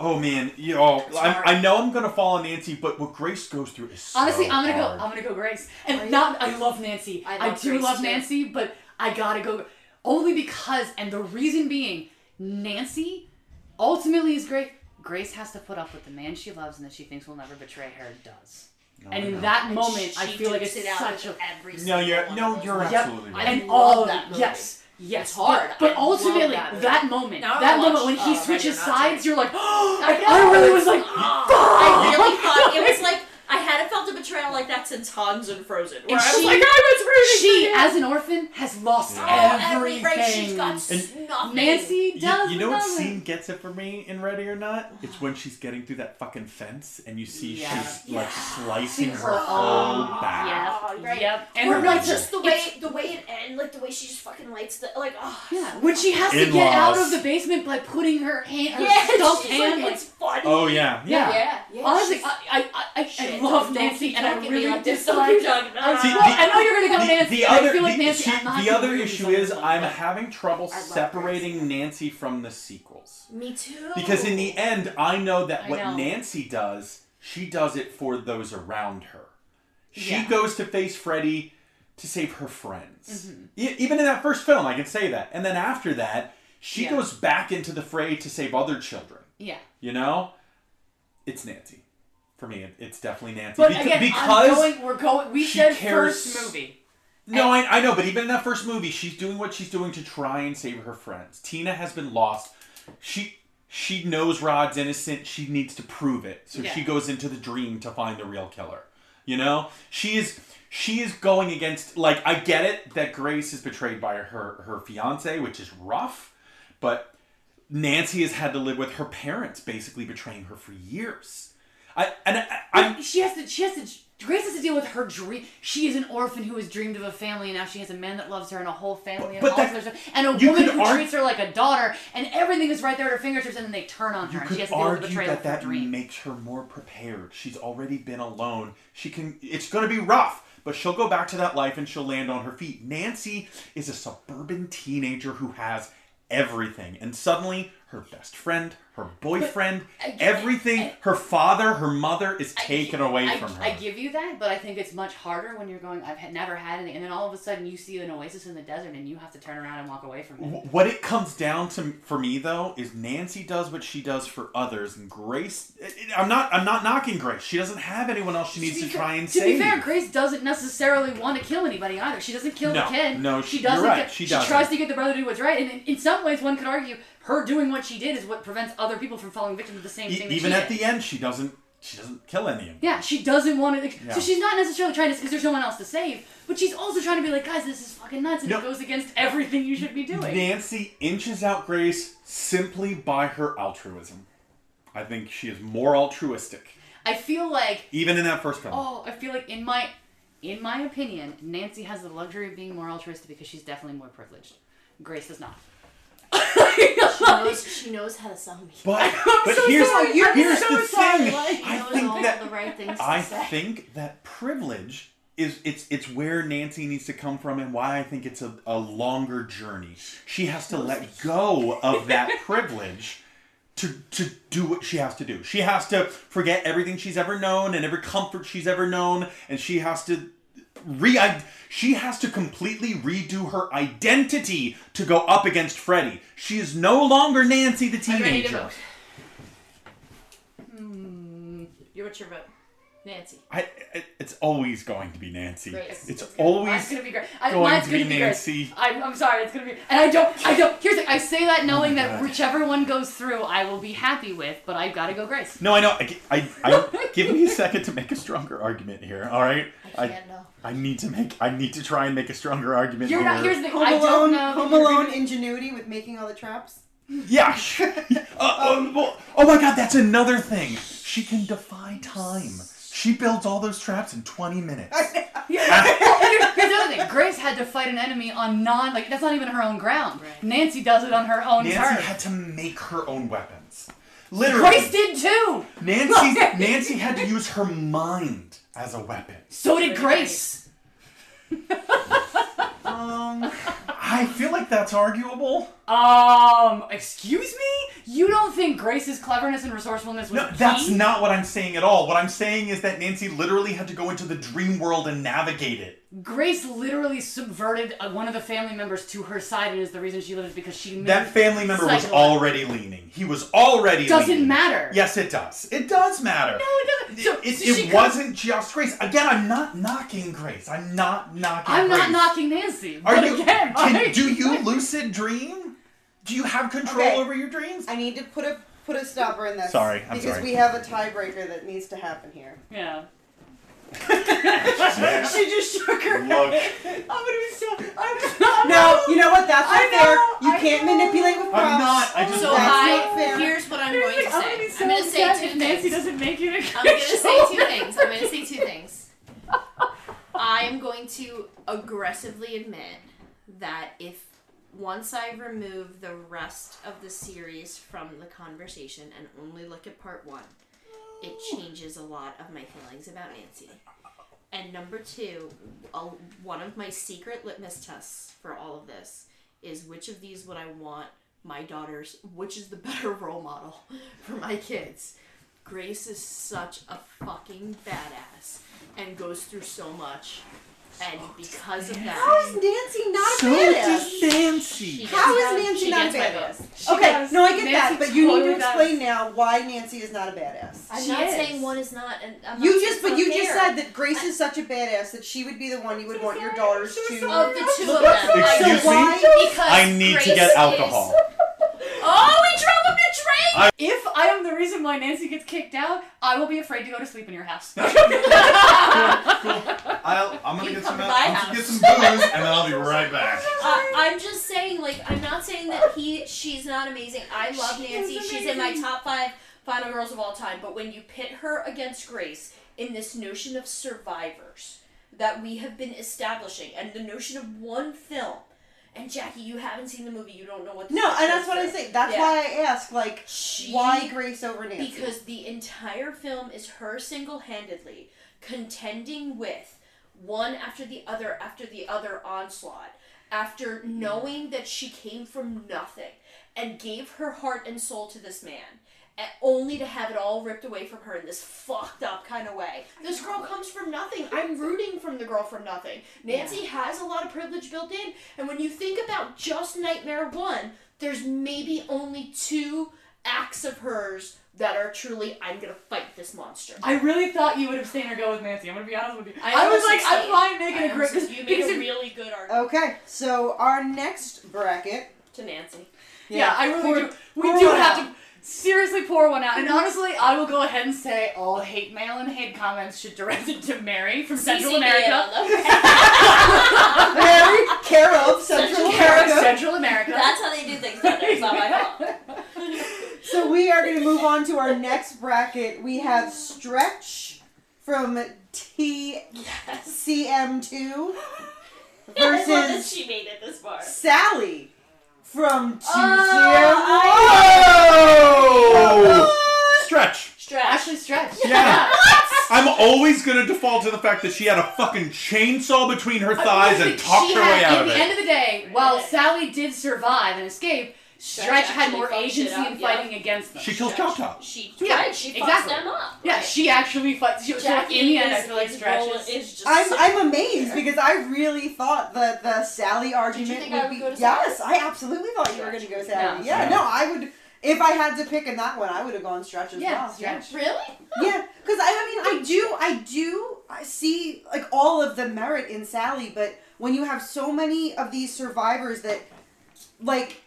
Speaker 7: Oh man, you all.
Speaker 8: hard.
Speaker 7: I, I know I'm gonna fall on Nancy, but what Grace goes through is so
Speaker 9: Honestly, I'm gonna
Speaker 7: hard.
Speaker 9: go. I'm gonna go Grace, and not. I love Nancy. I,
Speaker 8: I love
Speaker 9: do
Speaker 8: Grace,
Speaker 9: love
Speaker 8: too.
Speaker 9: Nancy, but I gotta go only because, and the reason being, Nancy ultimately is great. Grace has to put up with the man she loves and that she thinks will never betray her. Does, and in that moment, I
Speaker 8: She
Speaker 9: feel like it's
Speaker 8: dukes it out
Speaker 9: such a
Speaker 8: with every
Speaker 7: No,
Speaker 8: single
Speaker 7: you're
Speaker 8: one of
Speaker 7: no,
Speaker 8: those.
Speaker 7: you're
Speaker 9: Yep.
Speaker 7: absolutely right.
Speaker 9: and
Speaker 8: love
Speaker 9: all
Speaker 8: that movie.
Speaker 9: yes. Yes,
Speaker 8: It's hard.
Speaker 9: But, but
Speaker 8: I love
Speaker 9: ultimately,
Speaker 8: that movie.
Speaker 9: moment,
Speaker 8: Now I
Speaker 9: that
Speaker 8: wanna
Speaker 9: moment when
Speaker 8: watch,
Speaker 9: he
Speaker 8: uh,
Speaker 9: switches
Speaker 8: Ready or Not
Speaker 9: sides,
Speaker 8: too.
Speaker 9: you're like, *gasps* oh,
Speaker 8: I
Speaker 9: I
Speaker 8: know.
Speaker 9: really was like,
Speaker 8: *gasps*
Speaker 7: Oh.
Speaker 8: I
Speaker 9: fuck.
Speaker 8: really thought it was like I hadn't felt a betrayal like that since Hans and Frozen, where
Speaker 9: And
Speaker 8: I was
Speaker 9: she-
Speaker 8: like, I was rooting
Speaker 9: she,
Speaker 8: for you.
Speaker 9: as an orphan, has lost
Speaker 8: oh, every
Speaker 9: everything.
Speaker 8: right, she's got
Speaker 7: And-
Speaker 8: nothing.
Speaker 9: Nancy does.
Speaker 7: You, you know what
Speaker 9: nothing.
Speaker 7: scene gets it for me in Ready or Not? It's when she's getting through that fucking fence and you see
Speaker 9: Yeah. "Oh,
Speaker 7: she's like slicing
Speaker 9: Her
Speaker 7: her
Speaker 9: own-
Speaker 7: whole back.
Speaker 9: Yep.
Speaker 8: Right.
Speaker 9: Yep. And
Speaker 8: or
Speaker 9: her
Speaker 8: like
Speaker 9: lights-
Speaker 8: just the way the way it ends, like the way she just fucking lights the like oh
Speaker 9: Yeah. When she has to get
Speaker 7: In-laws.
Speaker 9: out of the basement by putting her hand, her
Speaker 8: yeah,
Speaker 9: stuffed
Speaker 8: she's
Speaker 9: hand,
Speaker 8: like,
Speaker 9: like.
Speaker 8: it's funny.
Speaker 7: Oh yeah,
Speaker 9: Yeah.
Speaker 8: yeah, yeah.
Speaker 9: Honestly,
Speaker 8: she's-
Speaker 9: I, I, I, I
Speaker 8: Shit,
Speaker 9: love
Speaker 8: don't
Speaker 9: Nancy,
Speaker 8: keep
Speaker 9: and I
Speaker 8: talking
Speaker 9: really
Speaker 8: about this.
Speaker 9: dislike.
Speaker 8: Don't keep talking about
Speaker 9: I,
Speaker 8: it.
Speaker 7: See,
Speaker 9: well,
Speaker 7: the-
Speaker 9: I know you're gonna go
Speaker 7: The,
Speaker 9: Nancy.
Speaker 7: the
Speaker 9: but
Speaker 7: other,
Speaker 9: I feel like
Speaker 7: the,
Speaker 9: Nancy.
Speaker 7: she-
Speaker 9: I'm not
Speaker 7: the
Speaker 9: gonna
Speaker 7: other
Speaker 9: agree with
Speaker 7: issue
Speaker 9: you on
Speaker 7: is
Speaker 9: this one,
Speaker 7: I'm
Speaker 9: but-
Speaker 7: having trouble
Speaker 8: I love
Speaker 7: separating Nancy from the sequels
Speaker 8: me too.
Speaker 7: because in the end, I know that
Speaker 9: I
Speaker 7: what
Speaker 9: know.
Speaker 7: Nancy does, she does it for those around her. She
Speaker 9: Yeah.
Speaker 7: goes to face Freddy to save her friends.
Speaker 9: Mm-hmm.
Speaker 7: E- even in that first film, I can say that. And then after that, she
Speaker 9: Yeah.
Speaker 7: goes back into the fray to save other children.
Speaker 9: Yeah.
Speaker 7: You know, it's Nancy. For me, it- it's definitely Nancy.
Speaker 9: But
Speaker 7: Beca-
Speaker 9: again,
Speaker 7: because
Speaker 9: I'm going, we're going. We
Speaker 7: she
Speaker 9: said
Speaker 7: cares-
Speaker 9: first movie.
Speaker 7: no, I, I know, but even in that first movie, she's doing what she's doing to try and save her friends. Tina has been lost. She she knows Rod's innocent. She needs to prove it, so
Speaker 9: Yeah.
Speaker 7: she goes into the dream to find the real killer. You know, she is she is going against like I get it that Grace is betrayed by her her fiance, which is rough, but Nancy has had to live with her parents basically betraying her for years. I and I, I
Speaker 9: she has to. She has to. Grace has to deal with her dream. She is an orphan who has dreamed of a family, and now she has a man that loves her and a whole family and
Speaker 7: But-
Speaker 9: all
Speaker 7: but
Speaker 9: this
Speaker 7: that-
Speaker 9: other stuff, and a
Speaker 7: you
Speaker 9: woman
Speaker 7: could
Speaker 9: who
Speaker 7: arg-
Speaker 9: treats her like a daughter, and everything is right there at her fingertips, and then they turn on her, and she has to deal
Speaker 7: could
Speaker 9: with the
Speaker 7: argue
Speaker 9: betrayal
Speaker 7: that
Speaker 9: of her
Speaker 7: that
Speaker 9: dream.
Speaker 7: makes her more prepared. She's already been alone. She can. It's going to be rough, but she'll go back to that life and she'll land on her feet. Nancy is a suburban teenager who has everything, and suddenly her best friend, her boyfriend, everything, her father, her mother is taken away
Speaker 9: I,
Speaker 7: from her.
Speaker 9: I give you that, but I think it's much harder when you're going. I've had, never had anything, and then all of a sudden you see an oasis in the desert, and you have to turn around and walk away from it.
Speaker 7: Wh- What it comes down to for me though is Nancy does what she does for others, and Grace. eh, I'm not. I'm not knocking Grace. She doesn't have anyone else she needs to, try and
Speaker 9: To
Speaker 7: save.
Speaker 9: be fair, Grace doesn't necessarily want to kill anybody either. She doesn't kill
Speaker 7: No,
Speaker 9: the kid.
Speaker 7: no,
Speaker 9: she
Speaker 7: she- you're
Speaker 9: doesn't.
Speaker 7: right,
Speaker 9: ki-
Speaker 7: she doesn't.
Speaker 9: tries to get the brother to do what's right, and in, in some ways, one could argue her doing what she did is what prevents other people from falling victim to the same
Speaker 7: E-
Speaker 9: thing. that
Speaker 7: even
Speaker 9: she
Speaker 7: at
Speaker 9: did.
Speaker 7: the end, she doesn't. She doesn't kill any of them.
Speaker 9: Yeah, she doesn't want to.
Speaker 7: Yeah.
Speaker 9: So she's not necessarily trying to, because there's no one else to save. But she's also trying to be like, guys, this is fucking nuts, and
Speaker 7: No.
Speaker 9: it goes against everything you should be doing.
Speaker 7: Nancy inches out Grace simply by her altruism. I think she is more altruistic,
Speaker 9: I feel like
Speaker 7: even in that first film.
Speaker 9: Oh, I feel like in my in my opinion, Nancy has the luxury of being more altruistic because she's definitely more privileged. Grace does not.
Speaker 8: She knows, she knows how to sell me. *laughs*
Speaker 7: But, but here's,
Speaker 8: sorry, I'm
Speaker 7: here's
Speaker 8: so
Speaker 7: the
Speaker 8: sorry,
Speaker 7: thing.
Speaker 8: like,
Speaker 7: I
Speaker 8: knows
Speaker 7: think
Speaker 8: all
Speaker 7: that
Speaker 8: the right things to
Speaker 7: I
Speaker 8: say.
Speaker 7: think that privilege is it's it's where Nancy needs to come from and why I think it's a, a longer journey. She has to let go of that privilege to to do what she has to do. She has to forget everything she's ever known and every comfort she's ever known and she has to re she has to completely redo her identity to go up against Freddy. She is no longer Nancy the
Speaker 8: I'm ready to
Speaker 7: teenager.
Speaker 8: vote. You're what's your vote? Nancy.
Speaker 7: I, it, it's always going to be Nancy.
Speaker 9: Great.
Speaker 7: It's
Speaker 9: Mine's
Speaker 7: always
Speaker 9: gonna be Grace. I,
Speaker 7: going
Speaker 9: mine's
Speaker 7: to
Speaker 9: gonna
Speaker 7: be
Speaker 9: be
Speaker 7: Nancy. Oh
Speaker 9: Grace. I'm, I'm sorry, it's gonna be. And I don't. I don't. Here's the, I say that knowing that whichever one goes through, I will be happy with. But I've got to go Grace.
Speaker 7: No, I know. I, I,
Speaker 9: *laughs*
Speaker 7: I- give me a second to make a stronger argument here. All right. I
Speaker 9: can't, no.
Speaker 7: I need to make. I need to try and make a stronger argument
Speaker 9: You're
Speaker 7: here.
Speaker 9: not- here's the thing,
Speaker 4: Home
Speaker 9: I don't
Speaker 4: Alone,
Speaker 9: know if
Speaker 4: Home
Speaker 9: you're
Speaker 4: Alone
Speaker 9: gonna-
Speaker 4: ingenuity with making all the traps.
Speaker 7: *laughs* Yeah. sure. Uh, oh, well, oh my God, that's another thing. She can defy time. She builds all those traps in 20 minutes.
Speaker 9: Here's the
Speaker 7: *laughs*
Speaker 9: other thing. Grace had to fight an enemy on non like that's not even her own ground. Nancy does it on her own
Speaker 7: Nancy
Speaker 9: terms.
Speaker 7: had to make her own weapons. Literally.
Speaker 9: Grace did too.
Speaker 7: Nancy. Nancy had to use her mind as a weapon.
Speaker 9: So did Grace.
Speaker 7: um, I feel like that's arguable.
Speaker 9: Um, excuse me? You don't think Grace's cleverness and resourcefulness was
Speaker 7: No, that's
Speaker 9: key?
Speaker 7: not what I'm saying at all. What I'm saying is that Nancy literally had to go into the dream world and navigate it.
Speaker 9: Grace literally subverted uh, one of the family members to her side, and is the reason she lives because she
Speaker 7: That family member was
Speaker 9: Psycho-
Speaker 7: already leaning. He was already
Speaker 9: Doesn't
Speaker 7: leaning.
Speaker 9: matter.
Speaker 7: Yes, it does. It does matter.
Speaker 9: No, it doesn't. So,
Speaker 7: It,
Speaker 9: so
Speaker 7: it
Speaker 9: she comes-
Speaker 7: wasn't just Grace. Again, I'm not knocking Grace. I'm not knocking
Speaker 9: I'm
Speaker 7: Grace.
Speaker 9: not knocking Nancy.
Speaker 7: Are
Speaker 9: but
Speaker 7: you,
Speaker 9: again, *laughs*
Speaker 7: can-
Speaker 9: I-
Speaker 7: do you lucid dream? Do you have control
Speaker 4: Okay.
Speaker 7: over your dreams?
Speaker 9: *laughs*
Speaker 4: I need to put a put a stopper in this.
Speaker 7: Sorry, I'm
Speaker 4: because
Speaker 7: sorry.
Speaker 4: we have a tiebreaker that needs to happen here.
Speaker 9: Yeah.
Speaker 4: she just shook her
Speaker 7: Look.
Speaker 4: head.
Speaker 9: I'm gonna be so.
Speaker 7: *laughs*
Speaker 9: I'm
Speaker 4: No, you know what? That's not
Speaker 9: I
Speaker 4: fair.
Speaker 9: know,
Speaker 4: You
Speaker 9: I
Speaker 4: can't
Speaker 9: know.
Speaker 4: manipulate with props.
Speaker 7: I'm not. I just
Speaker 8: So
Speaker 4: That's not
Speaker 8: I
Speaker 4: fair.
Speaker 8: here's what I'm going to
Speaker 9: I'm gonna
Speaker 8: say.
Speaker 9: be so
Speaker 8: I'm going to
Speaker 9: upset
Speaker 8: say
Speaker 9: if
Speaker 8: two
Speaker 9: Nancy
Speaker 8: things.
Speaker 9: doesn't make it.
Speaker 8: I'm going to say two things. I'm going to say two things. I am going to aggressively admit that if once I remove the rest of the series from the conversation and only look at part one, it changes a lot of my feelings about Nancy. And number two, a, one of my secret litmus tests for all of this is which of these would I want my daughters, which is the *laughs* better role model for my kids. Grace is such a fucking badass and goes through so much. And because of
Speaker 4: How
Speaker 8: that,
Speaker 4: is Nancy not
Speaker 7: So
Speaker 4: a badass?
Speaker 7: does Nancy.
Speaker 4: How
Speaker 8: She
Speaker 4: is Nancy not
Speaker 8: gets
Speaker 4: a
Speaker 8: my
Speaker 4: badass?
Speaker 8: vote.
Speaker 4: okay,
Speaker 9: does.
Speaker 4: no, I get that,
Speaker 9: Nancy
Speaker 4: but you need
Speaker 9: totally
Speaker 4: to explain now why Nancy is not a badass.
Speaker 8: I'm
Speaker 9: She
Speaker 8: not
Speaker 9: is.
Speaker 8: saying one is not. And I'm
Speaker 4: You
Speaker 8: not-
Speaker 4: just,
Speaker 8: it's
Speaker 4: but
Speaker 8: not
Speaker 4: you just
Speaker 8: fair.
Speaker 4: said that Grace is such a badass that she would be the one you would want your daughters to.
Speaker 8: of the two of them.
Speaker 7: Excuse
Speaker 4: So why-
Speaker 7: me?
Speaker 8: Because
Speaker 7: I need to
Speaker 8: Grace
Speaker 7: get alcohol.
Speaker 8: Is, oh, we drove him to drink.
Speaker 9: If I am the the reason why Nancy gets kicked out, I will be afraid to go to sleep in your *laughs* house.
Speaker 7: I'll, I'm gonna
Speaker 8: You
Speaker 7: get
Speaker 8: come to
Speaker 7: some. Out,
Speaker 8: my
Speaker 7: I'm gonna
Speaker 8: house.
Speaker 7: get some booze, and then I'll be right back.
Speaker 8: Uh, I'm just saying, like, I'm not saying that he, she's not amazing. I love
Speaker 1: She is
Speaker 8: Nancy. She's in my
Speaker 1: amazing.
Speaker 8: top five final girls of all time. But when you pit her against Grace in this notion of survivors that we have been establishing, and the notion of one film, and Jackie, you haven't seen the movie, you don't know what. This
Speaker 4: No,
Speaker 8: is
Speaker 4: and that's what I
Speaker 8: through.
Speaker 4: say. That's
Speaker 8: Yeah.
Speaker 4: why I ask, like,
Speaker 8: She-
Speaker 4: why Grace over Nancy?
Speaker 8: Because the entire film is her single handedly contending with one after the other after the other onslaught, after knowing that she came from nothing and gave her heart and soul to this man. and Only to have it all ripped away from her in this fucked up kind of way. This girl comes from nothing. I'm rooting from the girl from nothing. Nancy has a lot of privilege built in, and when you think about just Nightmare One, there's maybe only two acts of hers that are truly I'm gonna fight this monster.
Speaker 9: I really thought you would abstain or go with Nancy. I'm gonna be honest with you.
Speaker 8: I
Speaker 9: I, was
Speaker 8: almost
Speaker 9: like, I'm
Speaker 8: abstained.
Speaker 9: fine making
Speaker 8: I
Speaker 9: a grip.
Speaker 8: almost- you made a really good argument
Speaker 4: Okay, so our next bracket.
Speaker 8: to Nancy.
Speaker 9: Yeah, I really
Speaker 4: pour-
Speaker 9: do. We
Speaker 4: pour
Speaker 9: do
Speaker 4: one
Speaker 9: have
Speaker 4: out.
Speaker 9: to seriously pour one out. And honestly, I will go ahead and say all hate mail and hate comments should direct it to Mary from Central America. *laughs*
Speaker 4: Mary care of Central
Speaker 9: Kara,
Speaker 4: America.
Speaker 9: Central America.
Speaker 1: That's how they do things. down there. It's not my fault.
Speaker 4: So we are going to move on to our next bracket. We have Stretch from
Speaker 9: *laughs*
Speaker 4: TCM2
Speaker 1: I love that
Speaker 4: versus
Speaker 1: *laughs* she made it this far.
Speaker 4: Sally from 2CM1.
Speaker 7: Oh! *laughs* Stretch.
Speaker 1: Stretch.
Speaker 9: Actually, stretch.
Speaker 7: Yeah. I'm always gonna default to the fact that she had a fucking chainsaw between her thighs and talked
Speaker 9: she
Speaker 7: her
Speaker 9: had,
Speaker 7: way out
Speaker 9: at
Speaker 7: of
Speaker 9: the
Speaker 7: it.
Speaker 9: end of the day, while Sally did survive and escape, Stretch had
Speaker 1: actually
Speaker 9: more
Speaker 1: fucked it
Speaker 9: agency
Speaker 1: up,
Speaker 9: in
Speaker 1: yeah.
Speaker 9: fighting against them.
Speaker 7: She killed Chop Top.
Speaker 1: She
Speaker 9: Yeah,
Speaker 1: right, she fucks
Speaker 9: exactly.
Speaker 1: them up.
Speaker 9: yeah,
Speaker 1: right.
Speaker 9: she actually fought. She was so
Speaker 1: Jackie
Speaker 9: in the end, I
Speaker 1: is,
Speaker 9: feel like
Speaker 1: is,
Speaker 9: Stretch
Speaker 1: roll-
Speaker 9: is-
Speaker 1: is just
Speaker 4: I'm,
Speaker 1: so-
Speaker 4: I'm amazed because I really thought the, the Sally argument
Speaker 1: think
Speaker 4: would
Speaker 1: I would
Speaker 4: be.
Speaker 1: go to
Speaker 4: yes, I absolutely thought you were going to go Sally.
Speaker 9: No.
Speaker 4: Yeah, no, I would. If I had to pick in that one, I would have gone Stretch as
Speaker 9: Yeah,
Speaker 4: well.
Speaker 9: Stretch.
Speaker 8: Really?
Speaker 4: Yeah, because I, I mean, I do, I do I see like all of the merit in Sally, but when you have so many of these survivors that, like,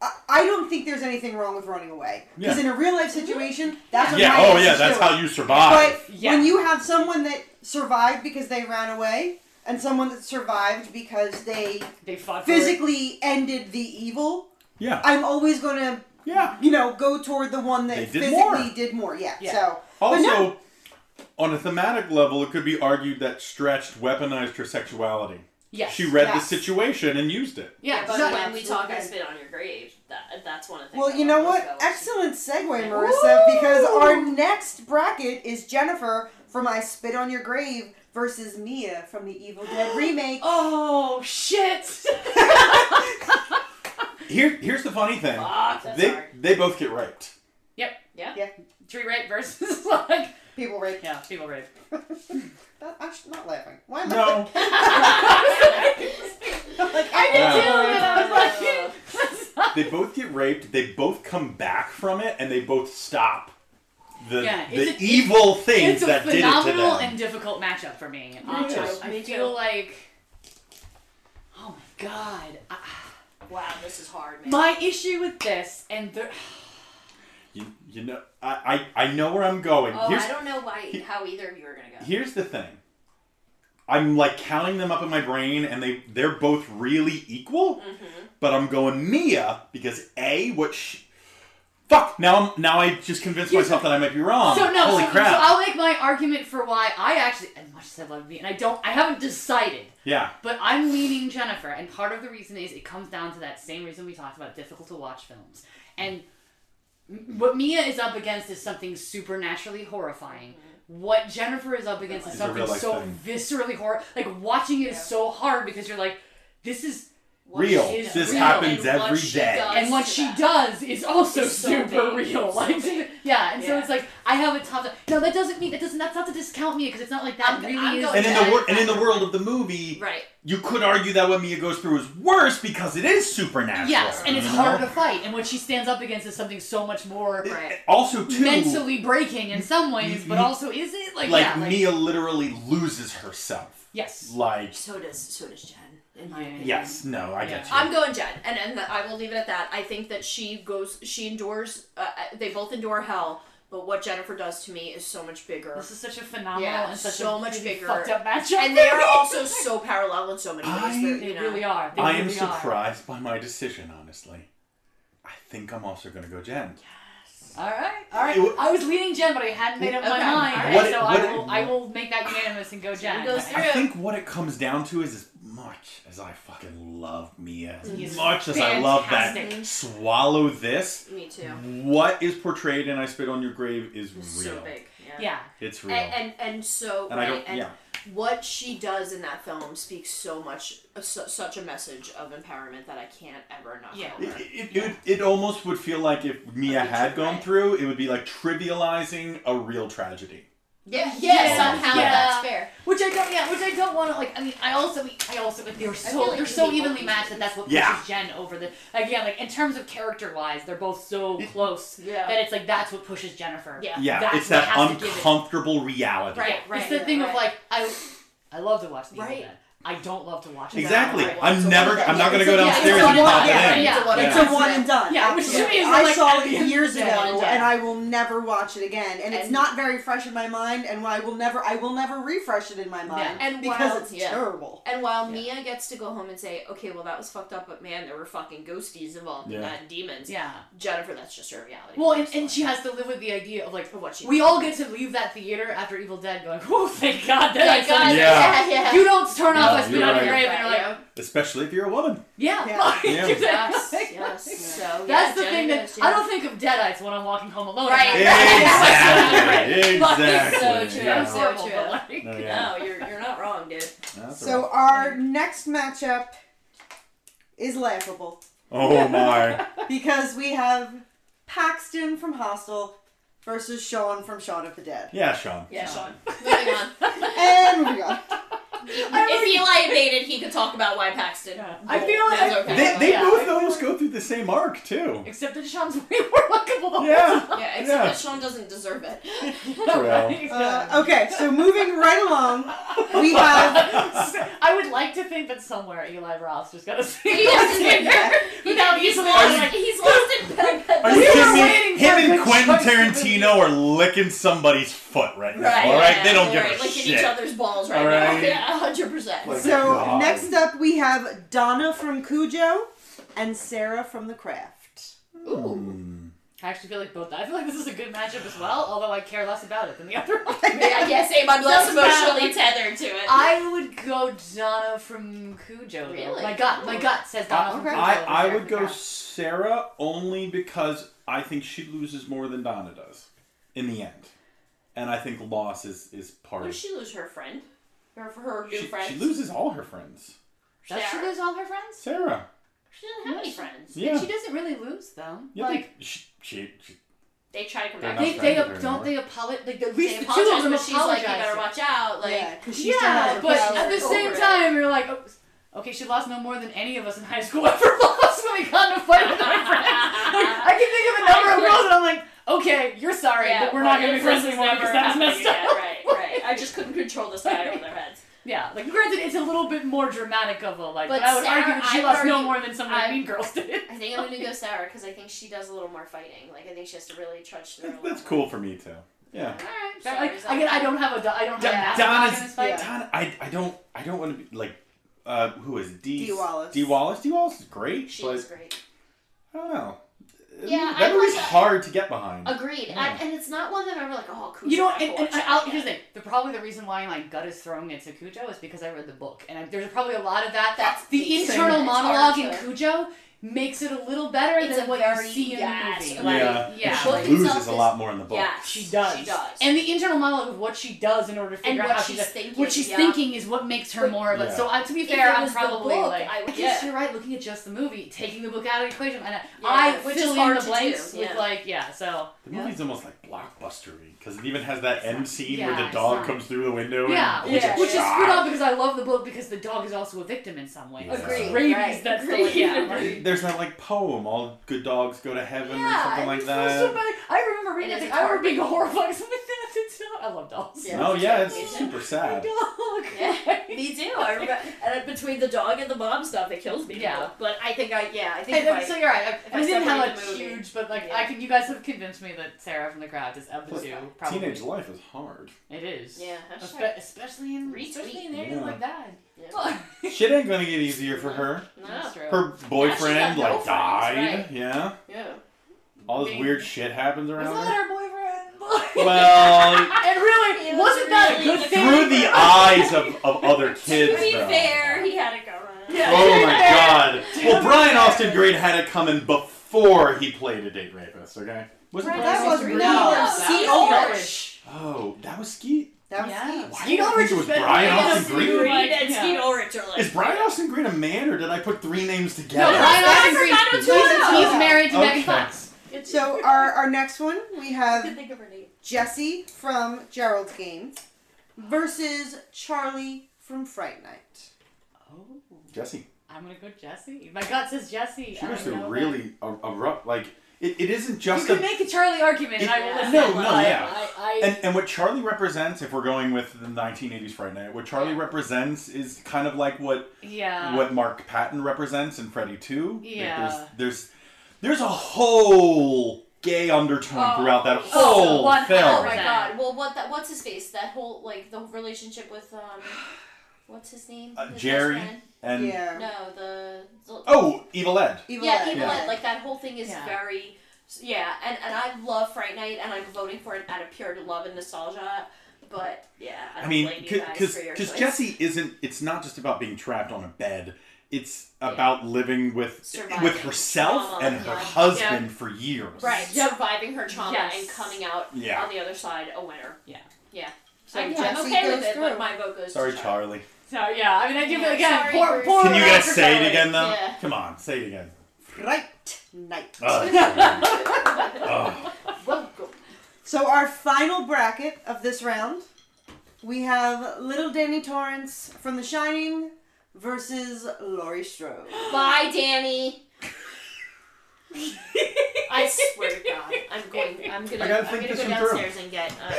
Speaker 4: I, I don't think there's anything wrong with running away. Because
Speaker 7: Yeah.
Speaker 4: in a real life situation, that's what
Speaker 7: Yeah.
Speaker 4: my
Speaker 7: Oh
Speaker 4: ass
Speaker 7: yeah.
Speaker 4: is
Speaker 7: That's
Speaker 4: doing.
Speaker 7: how you survive.
Speaker 4: But
Speaker 9: Yeah.
Speaker 4: when you have someone that survived because they ran away, and someone that survived because they
Speaker 9: They fought for it.
Speaker 4: physically ended the evil,
Speaker 7: yeah.
Speaker 4: I'm always gonna,
Speaker 7: yeah.
Speaker 4: you know, go toward the one that
Speaker 7: They did
Speaker 4: physically
Speaker 7: more.
Speaker 4: did more. Yeah.
Speaker 9: Yeah.
Speaker 4: So but
Speaker 7: Also,
Speaker 4: no,
Speaker 7: on a thematic level, it could be argued that stretched weaponized her sexuality.
Speaker 9: Yes.
Speaker 7: She read
Speaker 4: Yes.
Speaker 7: the situation and used it.
Speaker 9: Yeah,
Speaker 1: But
Speaker 9: no,
Speaker 4: Exactly.
Speaker 1: when we talk, I
Speaker 4: Absolutely.
Speaker 1: spit on your grave. That, that's one of the things.
Speaker 4: Well,
Speaker 1: I
Speaker 4: you know
Speaker 1: love
Speaker 4: what?
Speaker 1: about she-
Speaker 4: Excellent segue, Marissa, because our next bracket is Jennifer from I Spit on Your Grave versus Mia from the Evil Dead remake.
Speaker 9: Oh
Speaker 4: *laughs*
Speaker 9: shit!
Speaker 7: Here, here's the funny thing.
Speaker 1: Fuck, Ah, that's
Speaker 7: they
Speaker 1: hard.
Speaker 7: they both get raped.
Speaker 9: yep.
Speaker 1: Yeah.
Speaker 4: Yeah,
Speaker 9: Tree rape versus *laughs* like
Speaker 4: people rape.
Speaker 9: yeah, people rape.
Speaker 4: That, I'm sh- not laughing. Why am
Speaker 7: No.
Speaker 4: *laughs* I like? I did
Speaker 7: too,
Speaker 9: I was like,
Speaker 7: they both get raped. They both come back from it, and they both stop the
Speaker 9: Yeah,
Speaker 7: the
Speaker 9: it's a-
Speaker 7: evil things
Speaker 9: it's a
Speaker 7: that did it to
Speaker 9: phenomenal
Speaker 7: them.
Speaker 9: and difficult matchup for me. Um,
Speaker 7: It is.
Speaker 9: I
Speaker 1: Me
Speaker 9: feel
Speaker 1: too.
Speaker 9: like, oh my god, I,
Speaker 1: Wow, this is hard, man.
Speaker 9: my issue with this and the,
Speaker 7: you, you know, I, I I know where I'm going.
Speaker 1: oh,
Speaker 7: here's
Speaker 1: I don't know why how either of you are gonna go.
Speaker 7: here's the thing. I'm like counting them up in my brain, and they they're both really equal.
Speaker 9: Mm-hmm.
Speaker 7: But I'm going Mia because a what she. Fuck! Now I'm now I just convinced myself that I might be wrong.
Speaker 9: so no,
Speaker 7: Oh, Holy
Speaker 9: so,
Speaker 7: crap!
Speaker 9: so I'll make my argument for why I actually, as much as I love me, and I don't, I haven't decided.
Speaker 7: yeah.
Speaker 9: But I'm leaning Jennifer, and part of the reason is it comes down to that same reason we talked about difficult to watch films. And m- what Mia is up against is something supernaturally horrifying.
Speaker 1: Mm-hmm.
Speaker 9: What Jennifer is up against is
Speaker 7: It's a
Speaker 9: something
Speaker 7: real-life
Speaker 9: so
Speaker 7: thing.
Speaker 9: viscerally horror. Like watching it is so hard because you're like, this is.
Speaker 7: real.
Speaker 9: she does.
Speaker 7: This
Speaker 9: Real.
Speaker 7: happens
Speaker 1: And what
Speaker 7: every
Speaker 1: she
Speaker 7: day.
Speaker 1: does.
Speaker 9: And what she does is also
Speaker 1: It's so
Speaker 9: super
Speaker 1: big.
Speaker 9: real. *laughs*
Speaker 1: It's so
Speaker 9: Like,
Speaker 1: big.
Speaker 9: yeah, and so
Speaker 1: Yeah.
Speaker 9: it's like I have a top. No, that doesn't mean that doesn't. That's not to discount Mia because it's not like that.
Speaker 1: I'm-
Speaker 9: really
Speaker 1: I'm
Speaker 9: is.
Speaker 1: going
Speaker 7: And in the
Speaker 1: Yeah.
Speaker 7: wor- and in the world of the movie,
Speaker 1: Right.
Speaker 7: you could argue that what Mia goes through is worse because it is supernatural.
Speaker 9: Yes, and it's
Speaker 7: you know?
Speaker 9: harder to fight. And what she stands up against is something so much more
Speaker 7: It-
Speaker 1: Right.
Speaker 7: Also, too,
Speaker 9: mentally breaking in some ways,
Speaker 7: you-
Speaker 9: but
Speaker 7: you-
Speaker 9: also is it like,
Speaker 7: like
Speaker 9: yeah, like
Speaker 7: Mia literally loses herself.
Speaker 9: yes,
Speaker 7: Like
Speaker 1: So does so does Jen.
Speaker 8: in my opinion.
Speaker 7: Yes, no, I get you.
Speaker 8: I'm going Jen, and and I will leave it at that. I think that she goes, she endures. Uh, uh, they both endure hell, but what Jennifer does to me is so much bigger.
Speaker 9: This is such a phenomenal
Speaker 8: yeah,
Speaker 9: and such
Speaker 8: so
Speaker 9: a
Speaker 8: much
Speaker 9: really
Speaker 8: bigger.
Speaker 9: fucked up matchup. *laughs*
Speaker 8: and they are also so parallel in so many ways.
Speaker 7: I-
Speaker 8: that,
Speaker 7: They
Speaker 8: you know,
Speaker 9: really are.
Speaker 7: I am surprised by my decision, honestly. I think I'm also going to go Jen.
Speaker 9: All right, all right.
Speaker 7: It w-
Speaker 9: I was leading Jen, but I hadn't made up my
Speaker 8: Okay.
Speaker 9: mind,
Speaker 7: All right.
Speaker 9: so
Speaker 7: What-
Speaker 9: I
Speaker 7: what-
Speaker 9: will. I will make that unanimous and go Jen.
Speaker 8: goes
Speaker 7: I think what it comes down to is as much as I fucking love Mia, as
Speaker 8: He's
Speaker 7: much as I love
Speaker 8: fantastic.
Speaker 7: that swallow this,
Speaker 8: Me too.
Speaker 7: what is portrayed in I Spit on Your Grave is real.
Speaker 8: So big. Yeah.
Speaker 9: yeah,
Speaker 7: It's real.
Speaker 8: And, and and so
Speaker 7: And I
Speaker 8: right
Speaker 7: don't-
Speaker 8: and
Speaker 7: yeah.
Speaker 8: what she does in that film speaks so much uh, su- such a message of empowerment that I can't ever not
Speaker 9: Yeah.
Speaker 8: remember.
Speaker 7: It, it, it, it almost would feel like if Mia had gone through, it would be like trivializing a real tragedy.
Speaker 8: yeah,
Speaker 9: Yeah.
Speaker 8: somehow
Speaker 9: Yeah.
Speaker 8: that's fair.
Speaker 9: Which I don't, yeah, which I don't want to like. I mean, I also, I also, like, they're so
Speaker 8: feel like
Speaker 9: they're
Speaker 8: they
Speaker 9: so
Speaker 8: both
Speaker 9: evenly
Speaker 8: need
Speaker 9: matched that that's what
Speaker 7: Yeah.
Speaker 9: pushes Jen over the like, yeah, like in terms of character wise, they're both so close
Speaker 8: Yeah.
Speaker 9: that it's like that's what pushes Jennifer.
Speaker 8: Yeah.
Speaker 7: Yeah,
Speaker 9: That's
Speaker 7: it's
Speaker 9: what
Speaker 7: that
Speaker 9: has to give it-
Speaker 7: uncomfortable reality.
Speaker 9: Right,
Speaker 8: Right,
Speaker 9: It's the
Speaker 8: right,
Speaker 9: thing of
Speaker 8: right.
Speaker 9: like I, I love to watch the
Speaker 8: Right.
Speaker 9: right. I don't love to watch. it.
Speaker 7: Exactly.
Speaker 8: Right.
Speaker 7: I'm
Speaker 8: So
Speaker 7: never.
Speaker 8: what is
Speaker 7: I'm
Speaker 8: that?
Speaker 7: not gonna
Speaker 8: It's a-
Speaker 7: go
Speaker 8: yeah, it's
Speaker 7: downstairs
Speaker 8: a
Speaker 7: and
Speaker 8: one-
Speaker 7: pop
Speaker 8: yeah,
Speaker 7: it in.
Speaker 8: yeah, it's a one-
Speaker 4: It's
Speaker 8: Yeah.
Speaker 4: a one and done.
Speaker 9: Yeah, which to
Speaker 4: actually.
Speaker 9: me is
Speaker 4: I
Speaker 9: like-
Speaker 4: saw
Speaker 9: at the end
Speaker 4: it
Speaker 9: of
Speaker 4: years
Speaker 9: the day,
Speaker 4: ago,
Speaker 9: yeah.
Speaker 4: and I will never watch it again. And it's
Speaker 8: And-
Speaker 4: not very fresh in my mind, and I will never, I will never refresh it in my mind
Speaker 8: And
Speaker 4: because
Speaker 8: while-
Speaker 4: it's
Speaker 8: yeah.
Speaker 4: terrible.
Speaker 8: And while Mia gets to go home and say, "Okay, well that was fucked up, but man, there were fucking ghosties involved in
Speaker 7: Yeah.
Speaker 8: that and demons."
Speaker 9: Yeah.
Speaker 8: Jennifer, that's just her reality.
Speaker 9: Well, and, and
Speaker 8: *laughs*
Speaker 9: she has to live with the idea of like
Speaker 8: What she-
Speaker 9: we all get to leave that theater after Evil Dead, going, *laughs* oh thank God that I
Speaker 8: Thank
Speaker 9: saw
Speaker 8: God,
Speaker 9: it."
Speaker 7: Yeah.
Speaker 8: yeah, yeah.
Speaker 9: You don't turn
Speaker 7: No,
Speaker 9: off I spit
Speaker 7: you're
Speaker 9: on your
Speaker 7: right.
Speaker 9: grave, and you're like,
Speaker 7: Especially if you're a
Speaker 8: *laughs*
Speaker 7: woman.
Speaker 9: yeah,
Speaker 4: Yeah.
Speaker 9: fuck,
Speaker 7: Yeah.
Speaker 9: exactly. *laughs*
Speaker 8: yes, yes. So yeah,
Speaker 9: That's the
Speaker 8: Jen
Speaker 9: thing that
Speaker 8: is,
Speaker 9: I
Speaker 8: yeah.
Speaker 9: don't think of Deadites when I'm walking home alone. *laughs*
Speaker 8: Right.
Speaker 7: Exactly.
Speaker 9: Fuck, it's So
Speaker 7: exactly.
Speaker 9: true.
Speaker 7: Yeah.
Speaker 9: It's horrible,
Speaker 8: So
Speaker 9: but,
Speaker 8: true.
Speaker 9: like,
Speaker 7: No, yeah.
Speaker 8: No, you're you're not wrong, dude.
Speaker 7: That's
Speaker 4: So
Speaker 7: right.
Speaker 4: our next matchup is laughable
Speaker 7: Oh my.
Speaker 4: *laughs* because we have Paxton from Hostel versus Sean from Shaun of the Dead.
Speaker 7: Yeah, Sean.
Speaker 9: *laughs*
Speaker 8: Yeah, Sean. Moving on.
Speaker 4: And we got
Speaker 8: if Eli made it, he could talk about why Paxton.
Speaker 9: I feel like
Speaker 8: That's
Speaker 7: They,
Speaker 8: okay.
Speaker 7: they
Speaker 9: Yeah.
Speaker 7: both almost go through the same arc too.
Speaker 9: except that Sean's *laughs* way more likable. than *laughs*
Speaker 7: Yeah. Uh,
Speaker 8: Yeah, except
Speaker 7: Yeah.
Speaker 8: that Sean doesn't deserve it. *laughs*
Speaker 7: True.
Speaker 4: Uh, okay, so moving right along, we have
Speaker 9: I would like to think that somewhere Eli Ross just *laughs* got a
Speaker 8: He
Speaker 9: singing
Speaker 8: doesn't
Speaker 9: finger without
Speaker 8: he's
Speaker 9: easily
Speaker 8: lost.
Speaker 9: like,
Speaker 8: He's lost in
Speaker 7: Are
Speaker 8: bed.
Speaker 7: you
Speaker 9: We
Speaker 7: kidding
Speaker 9: were waiting for a
Speaker 7: me? Him and
Speaker 9: good
Speaker 7: Quentin
Speaker 9: choice to be-
Speaker 7: Tarantino are licking somebody's foot right now. all right, they don't give
Speaker 8: right,
Speaker 7: a
Speaker 8: like
Speaker 7: shit.
Speaker 8: in each other's balls right,
Speaker 7: All
Speaker 8: now.
Speaker 7: right.
Speaker 8: Yeah, hundred percent.
Speaker 7: Like-
Speaker 4: so
Speaker 7: God.
Speaker 4: next up we have Donna from Cujo and Sarah from The Craft.
Speaker 8: Ooh.
Speaker 9: I actually feel like both. I feel like this is a good matchup as well, although I care less about it than the *laughs* other one.
Speaker 8: Yeah, yes, Abe, I'm less
Speaker 9: That's bad.
Speaker 8: emotionally tethered to it.
Speaker 9: I would go Donna from Cujo. though.
Speaker 8: Really?
Speaker 9: My gut, my gut says Donna from
Speaker 4: Okay.
Speaker 9: Cujo.
Speaker 7: I,
Speaker 9: over
Speaker 7: I
Speaker 9: Sarah
Speaker 7: would go
Speaker 9: Craft.
Speaker 7: Sarah only because I think she loses more than Donna does in the end. And I think loss is, is part
Speaker 8: Did
Speaker 7: of
Speaker 8: she lose her friend? Her, her new
Speaker 7: she,
Speaker 8: friend?
Speaker 7: she loses all her friends.
Speaker 9: Does she
Speaker 8: Sarah.
Speaker 9: lose all her friends?
Speaker 7: Sarah.
Speaker 8: She doesn't have any friends.
Speaker 7: Yeah.
Speaker 9: She doesn't really lose them.
Speaker 7: yeah
Speaker 9: like
Speaker 7: they- she, she, she-
Speaker 8: They try to come
Speaker 7: They're
Speaker 8: back.
Speaker 7: not
Speaker 9: they,
Speaker 7: friends
Speaker 9: they
Speaker 7: with her
Speaker 9: don't
Speaker 7: anymore.
Speaker 9: they apologize. Like at
Speaker 8: They
Speaker 9: least two
Speaker 8: apologize,
Speaker 9: of them
Speaker 8: but she's like,
Speaker 9: apologize.
Speaker 8: you better watch out. Like,
Speaker 4: yeah, 'cause she still has
Speaker 9: yeah,
Speaker 4: her
Speaker 9: but
Speaker 4: powers.
Speaker 9: at the same
Speaker 8: over it.
Speaker 9: time, you're like, "Oh, okay, she lost no more than any of us in high school *laughs* ever lost when we got in a fight with
Speaker 8: *laughs*
Speaker 9: our friends. Like, I can think of a number of girls, and I'm like, okay, you're sorry,
Speaker 8: yeah,
Speaker 9: but we're not
Speaker 8: well,
Speaker 9: gonna be
Speaker 8: this
Speaker 9: friends
Speaker 8: is
Speaker 9: anymore
Speaker 8: never
Speaker 9: because that's
Speaker 8: happening
Speaker 9: messed up.
Speaker 8: again. Right, right. I just couldn't control this guy over their heads.
Speaker 9: *laughs* Yeah, like granted, it's a little bit more dramatic of a like,
Speaker 8: But
Speaker 9: but, I would
Speaker 8: Sarah,
Speaker 9: argue that she
Speaker 8: I'd
Speaker 9: lost no
Speaker 8: argue-
Speaker 9: more than some of the
Speaker 8: I-
Speaker 9: mean girls *laughs* did.
Speaker 8: I think I'm gonna go Sarah because I think she does a little more fighting. Like I think she has to really trudge through. a
Speaker 7: that-
Speaker 8: little
Speaker 7: *laughs* that's
Speaker 8: more.
Speaker 7: cool for me too. Yeah.
Speaker 9: Alright,
Speaker 8: Sarah,
Speaker 9: like
Speaker 8: is that-
Speaker 9: again, I don't have a do- I don't have a
Speaker 7: Da-
Speaker 9: mascot in
Speaker 7: Donna's
Speaker 9: this fight.
Speaker 7: Donna, I, I don't I don't want to be like uh, who is it? D
Speaker 4: Dee Wallace.
Speaker 7: D Wallace. D Wallace is great,
Speaker 8: She
Speaker 7: but
Speaker 8: is great.
Speaker 7: I don't know.
Speaker 8: Yeah,
Speaker 7: that
Speaker 8: I
Speaker 7: movie's
Speaker 8: like-
Speaker 7: hard to get behind.
Speaker 8: Agreed,
Speaker 7: Yeah.
Speaker 8: and, and it's not one that I'm ever like, oh, cool.
Speaker 9: You know, and, and I, I'll, here's the thing. The, probably the reason why my gut is thrown into Cujo is because I read the book, and I, there's probably a lot of that.
Speaker 8: That's
Speaker 9: the,
Speaker 8: the
Speaker 9: internal
Speaker 8: thing. It's
Speaker 9: monologue in
Speaker 8: hard to-
Speaker 9: Cujo makes it a little better
Speaker 8: It's
Speaker 9: than
Speaker 8: a
Speaker 9: what
Speaker 8: very-
Speaker 9: you see in
Speaker 8: yes,
Speaker 9: the movie.
Speaker 8: like-
Speaker 7: yeah,
Speaker 9: yeah.
Speaker 7: She
Speaker 9: The book
Speaker 7: loses
Speaker 8: itself
Speaker 7: a
Speaker 8: is-
Speaker 7: lot more in the book.
Speaker 8: Yeah,
Speaker 9: she does.
Speaker 8: She does.
Speaker 9: *laughs* And the internal monologue of what she does in order to figure
Speaker 8: And
Speaker 9: out
Speaker 8: what
Speaker 9: how
Speaker 8: she's
Speaker 9: she does,
Speaker 8: thinking,
Speaker 9: what she's
Speaker 8: yeah.
Speaker 9: thinking is what makes her more of a.
Speaker 7: Yeah.
Speaker 9: So uh, to be
Speaker 8: If
Speaker 9: fair,
Speaker 8: it
Speaker 9: I'm
Speaker 8: was the
Speaker 9: probably
Speaker 8: book,
Speaker 9: like
Speaker 8: I would-
Speaker 9: guess
Speaker 8: yeah.
Speaker 9: you're right. Looking at just the movie, taking the book out of the equation, and I,
Speaker 8: Yeah,
Speaker 9: I
Speaker 8: which is
Speaker 9: fill in
Speaker 8: hard
Speaker 9: the
Speaker 8: to
Speaker 9: blanks
Speaker 8: do,
Speaker 9: with
Speaker 8: yeah.
Speaker 9: like yeah. So
Speaker 7: The movie's almost like blockbustery because it even has that end scene
Speaker 9: yeah,
Speaker 7: where the
Speaker 9: it's
Speaker 7: dog
Speaker 9: not-
Speaker 7: comes through the window.
Speaker 9: Yeah,
Speaker 7: and,
Speaker 9: which,
Speaker 8: Yeah.
Speaker 9: which is
Speaker 7: Ah.
Speaker 9: screwed up because I love the book because the dog is also a victim in some way.
Speaker 7: Yeah. Agreed,
Speaker 9: Rabies,
Speaker 8: right,
Speaker 9: that's the
Speaker 8: agreed,
Speaker 9: like, yeah. like-
Speaker 8: agreed.
Speaker 7: There's that like poem, all good dogs go to heaven or
Speaker 9: Yeah,
Speaker 7: something
Speaker 9: it
Speaker 7: like
Speaker 9: was so
Speaker 7: that.
Speaker 9: bad. I remember reading
Speaker 8: It
Speaker 9: it.
Speaker 8: is
Speaker 9: I remember being
Speaker 8: heartbreaking.
Speaker 9: *laughs* horrified. 'cause I'm like, that's a dog. I love dolls.
Speaker 7: Yeah.
Speaker 9: *laughs*
Speaker 7: Oh, yeah, it's super
Speaker 9: Oh
Speaker 7: sad.
Speaker 8: Yeah, *laughs* me too. I remember, and between the dog and the mom stuff, it kills me.
Speaker 9: Yeah.
Speaker 8: but I think I yeah I think.
Speaker 9: *laughs* And
Speaker 8: if
Speaker 9: then, so you're right.
Speaker 8: if
Speaker 9: I, I didn't
Speaker 8: separate
Speaker 9: have a
Speaker 8: the movie-
Speaker 9: huge, but like I can. You guys have convinced me that Sarah from the crowd is of the
Speaker 7: Plus,
Speaker 9: two. Probably
Speaker 7: Teenage life is hard.
Speaker 9: It is.
Speaker 8: Yeah,
Speaker 9: Espe-
Speaker 8: hashtag-
Speaker 9: especially in especially in areas
Speaker 7: Yeah.
Speaker 9: like that.
Speaker 7: Shit ain't gonna get easier for her.
Speaker 9: That's true.
Speaker 7: Her
Speaker 9: Actually,
Speaker 7: boyfriend
Speaker 9: she got no
Speaker 7: like
Speaker 9: friends,
Speaker 7: died.
Speaker 9: right.
Speaker 7: Yeah.
Speaker 8: Yeah.
Speaker 7: All this
Speaker 9: Big-
Speaker 7: weird shit happens around
Speaker 9: Wasn't
Speaker 7: her.
Speaker 9: that her boyfriend? *laughs*
Speaker 7: Well,
Speaker 9: and really,
Speaker 1: It was
Speaker 9: wasn't that a
Speaker 1: really
Speaker 9: good thing?
Speaker 7: through the eyes of, of other
Speaker 1: To
Speaker 7: kids,
Speaker 1: be
Speaker 7: though.
Speaker 1: fair, he had it going.
Speaker 9: Yeah. *laughs*
Speaker 7: Oh my god. Well, Brian Austin Green had it coming before he played a date rapist, okay? Wasn't
Speaker 4: That
Speaker 7: Brian
Speaker 4: was
Speaker 7: Austin
Speaker 4: no,
Speaker 7: Green?
Speaker 9: that was
Speaker 4: Skeet
Speaker 9: Skeet.
Speaker 4: Ulrich.
Speaker 7: Oh, that was Skeet?
Speaker 4: That was
Speaker 9: Yeah.
Speaker 4: Skeet.
Speaker 7: Skeet Ulrich was Brian Austin Green.
Speaker 1: Green
Speaker 9: Like,
Speaker 1: and
Speaker 9: yeah.
Speaker 1: Skeet Ulrich are like.
Speaker 7: Is Brian Austin Green a man, or did I put three names
Speaker 9: No,
Speaker 7: together?
Speaker 9: Brian Austin Green.
Speaker 1: That's
Speaker 9: He's,
Speaker 1: what I
Speaker 4: was
Speaker 9: he's
Speaker 4: about.
Speaker 9: married to Megan
Speaker 7: Okay.
Speaker 9: Fox.
Speaker 4: So our our next one we
Speaker 1: I could
Speaker 4: have
Speaker 1: think of her name.
Speaker 4: Jesse from Gerald's Game versus Charlie from Fright Night.
Speaker 9: Oh,
Speaker 7: Jesse.
Speaker 9: I'm gonna go Jesse. My gut says Jesse.
Speaker 7: She
Speaker 9: I
Speaker 7: was
Speaker 9: don't know
Speaker 7: a
Speaker 9: that.
Speaker 7: really a, a rough, like, it, it isn't
Speaker 9: You
Speaker 7: just
Speaker 9: can
Speaker 7: a.
Speaker 9: make a Charlie argument, and I will
Speaker 7: It-
Speaker 9: listen.
Speaker 7: no,
Speaker 9: but
Speaker 7: no,
Speaker 9: I,
Speaker 7: yeah.
Speaker 9: I, I,
Speaker 7: And, and what Charlie represents, if we're going with the 1980s Friday Night, what Charlie represents is kind of like what
Speaker 9: yeah.
Speaker 7: what Mark Patton represents in Freddy 2. Like,
Speaker 9: Yeah.
Speaker 7: there's, there's there's a whole gay undertone throughout that whole
Speaker 9: one
Speaker 8: Oh
Speaker 7: film.
Speaker 8: my
Speaker 9: Right.
Speaker 8: god! Well, what that? What's his face? That whole like the relationship with um, what's his name?
Speaker 7: Uh,
Speaker 8: His best
Speaker 7: Jerry
Speaker 8: friend?
Speaker 7: and
Speaker 4: yeah.
Speaker 8: No, the, the
Speaker 7: oh, Evil Ed.
Speaker 4: Evil
Speaker 8: yeah,
Speaker 4: Ed.
Speaker 8: Evil
Speaker 7: Yeah.
Speaker 8: Ed. Like that whole thing is
Speaker 9: Yeah.
Speaker 8: very yeah, and and I love Fright Night, and I'm voting for it out of pure love and nostalgia. But yeah, I,
Speaker 7: I
Speaker 8: don't
Speaker 7: mean,
Speaker 8: blame you guys
Speaker 7: because
Speaker 8: for your choice.
Speaker 7: Jesse isn't. It's not just about being trapped on a bed. It's about living with
Speaker 8: Surviving.
Speaker 7: with herself
Speaker 8: Trauma,
Speaker 7: and her
Speaker 8: yeah.
Speaker 7: husband for years.
Speaker 8: right
Speaker 9: Yep.
Speaker 8: surviving her trauma
Speaker 9: Yes.
Speaker 8: and coming out
Speaker 7: Yeah.
Speaker 8: on the other side a winner.
Speaker 9: Yeah.
Speaker 8: yeah.
Speaker 9: So
Speaker 8: So I, am
Speaker 4: Jesse
Speaker 8: okay with
Speaker 4: goes
Speaker 8: it, but
Speaker 4: through.
Speaker 8: my vote goes.
Speaker 7: Sorry,
Speaker 8: to
Speaker 7: Charlie.
Speaker 9: So yeah, I mean, I give
Speaker 8: Yeah,
Speaker 9: it again.
Speaker 8: sorry,
Speaker 9: poor,
Speaker 8: Bruce.
Speaker 9: poor
Speaker 7: Can you
Speaker 9: round
Speaker 7: guys
Speaker 9: for
Speaker 7: say
Speaker 9: Charlie.
Speaker 7: it again though?
Speaker 8: Yeah.
Speaker 7: Come on, say it again. Oh,
Speaker 4: Fright Night. *laughs*
Speaker 7: Ugh, it's so good. Ugh.
Speaker 8: Welcome.
Speaker 4: So our final bracket of this round, we have Little Danny Torrance from The Shining versus Laurie Strode.
Speaker 8: Bye, Danny. *laughs* I swear to God, I'm going. I'm gonna.
Speaker 7: I gotta
Speaker 8: I'm
Speaker 7: think
Speaker 8: gonna
Speaker 7: this
Speaker 8: go
Speaker 7: one through.
Speaker 8: downstairs and get. Uh,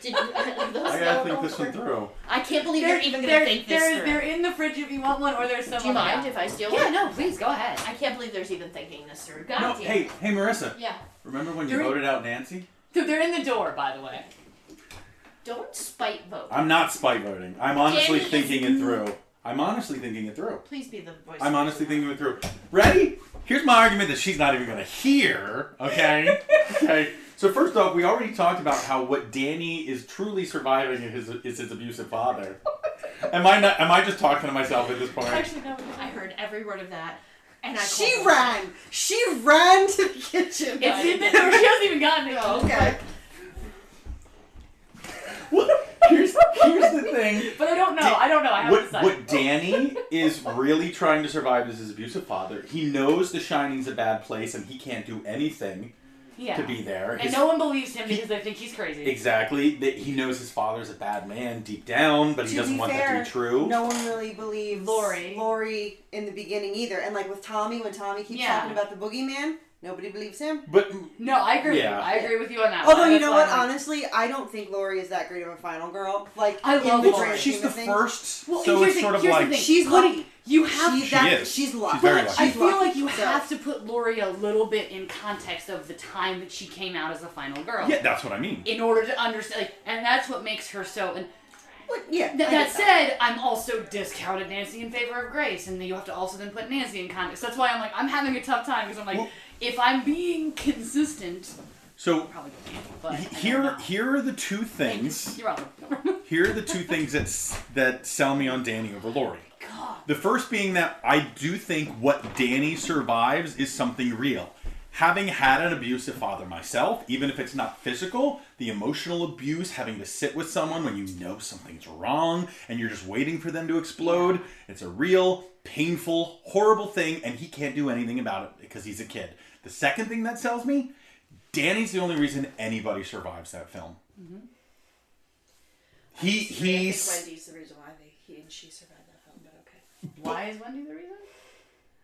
Speaker 8: did you, *laughs* those
Speaker 7: I
Speaker 8: no,
Speaker 7: gotta think
Speaker 8: no,
Speaker 7: this one
Speaker 8: we're-
Speaker 7: through.
Speaker 8: I can't believe
Speaker 9: They're,
Speaker 8: you're even gonna
Speaker 9: they're,
Speaker 8: think this
Speaker 9: they're,
Speaker 8: through.
Speaker 9: they're in the fridge if you want one, or there's some.
Speaker 8: Do you
Speaker 9: on the-
Speaker 8: mind if I steal
Speaker 9: Yeah,
Speaker 8: one?
Speaker 9: no, please go ahead.
Speaker 8: I can't believe there's even thinking this through.
Speaker 4: Oh,
Speaker 8: God
Speaker 7: No,
Speaker 8: damn.
Speaker 7: hey, hey, Marissa.
Speaker 8: Yeah.
Speaker 7: Remember when you
Speaker 9: You're-
Speaker 7: voted out Nancy?
Speaker 9: Dude, they're in the door, by the way.
Speaker 8: Don't spite vote.
Speaker 7: I'm not spite voting. I'm honestly
Speaker 8: Danny is-
Speaker 7: thinking it through. I'm honestly thinking it through.
Speaker 8: Please be the voice.
Speaker 7: I'm
Speaker 8: of
Speaker 7: honestly
Speaker 8: reason.
Speaker 7: thinking it through. Ready? Here's my argument that she's not even going to hear. Okay. okay. So first off, we already talked about how what Danny is truly surviving is his, is his abusive father. Am I not? Am I just talking to myself at this point?
Speaker 8: Actually, no. I heard every word of that, and I.
Speaker 4: She
Speaker 8: called it.
Speaker 4: ran. She ran to the kitchen.
Speaker 9: It's in the door. She hasn't even gotten it.
Speaker 4: *laughs* Oh, okay.
Speaker 7: What? *laughs* Here's here's the thing.
Speaker 9: But I don't know. I don't know. I haven't
Speaker 7: What,
Speaker 9: decided.
Speaker 7: what Danny is really trying to survive is his abusive father. He knows the Shining's a bad place and he can't do anything
Speaker 9: yeah.
Speaker 7: to be there.
Speaker 9: and
Speaker 7: His-
Speaker 9: no one believes him because they think he's crazy.
Speaker 7: exactly. That he knows his father's a bad man deep down, but he
Speaker 4: To
Speaker 7: doesn't
Speaker 4: be
Speaker 7: want
Speaker 4: fair,
Speaker 7: that to be true.
Speaker 4: No one really believes
Speaker 9: Lori.
Speaker 4: Lori in the beginning either. And like with Tommy, when Tommy keeps
Speaker 9: Yeah.
Speaker 4: talking about the boogeyman, nobody believes him.
Speaker 7: But
Speaker 9: No, I agree. with you.
Speaker 7: Yeah.
Speaker 9: I agree with you on that.
Speaker 4: Although
Speaker 9: one.
Speaker 4: you
Speaker 9: That's
Speaker 4: know
Speaker 9: why
Speaker 4: what,
Speaker 9: I'm like-
Speaker 4: honestly, I don't think Lori is that great of a final girl. Like
Speaker 9: I love
Speaker 4: in the
Speaker 9: Lori.
Speaker 4: grand
Speaker 7: she's
Speaker 4: scheme
Speaker 7: the
Speaker 4: of things.
Speaker 7: first,
Speaker 9: Well,
Speaker 7: so
Speaker 9: here's
Speaker 7: it's
Speaker 9: the-
Speaker 7: sort of
Speaker 9: here's the
Speaker 7: like
Speaker 9: thing.
Speaker 4: She's
Speaker 9: What do
Speaker 4: lucky.
Speaker 9: you- you have
Speaker 4: She's
Speaker 7: She
Speaker 4: that,
Speaker 7: is.
Speaker 4: She's
Speaker 7: She's
Speaker 4: lucky.
Speaker 7: very
Speaker 9: I
Speaker 7: lucky.
Speaker 4: She's
Speaker 9: feel like you
Speaker 4: so-
Speaker 9: have to put Lori a little bit in context of the time that she came out as the final girl.
Speaker 7: yeah, that's what I mean.
Speaker 9: In order to understand, like, and that's what makes her so. And
Speaker 4: Well, yeah. I
Speaker 9: th-
Speaker 4: get
Speaker 9: that said, I'm also discounted Nancy in favor of Grace, and you have to also then put Nancy in context. That's why I'm like, I'm having a tough time because I'm like,
Speaker 7: Well-
Speaker 9: if I'm being consistent,
Speaker 7: So
Speaker 9: probably go Nancy, but I don't
Speaker 7: here,
Speaker 9: know.
Speaker 7: here are the two things.
Speaker 9: You're welcome. *laughs*
Speaker 7: Here are the two things that s- that sell me on Danny over Lori. The first being that I do think what Danny survives is something real. Having had an abusive father myself, even if it's not physical, the emotional abuse, having to sit with someone when you know something's wrong and you're just waiting for them to explode, it's a real, painful, horrible thing, and he can't do anything about it because he's a kid. The second thing that sells me, Danny's the only reason anybody survives that film. He
Speaker 8: I
Speaker 7: he's
Speaker 8: think Wendy's the reason why they, he and she survived that film, but okay.
Speaker 9: why is Wendy the reason?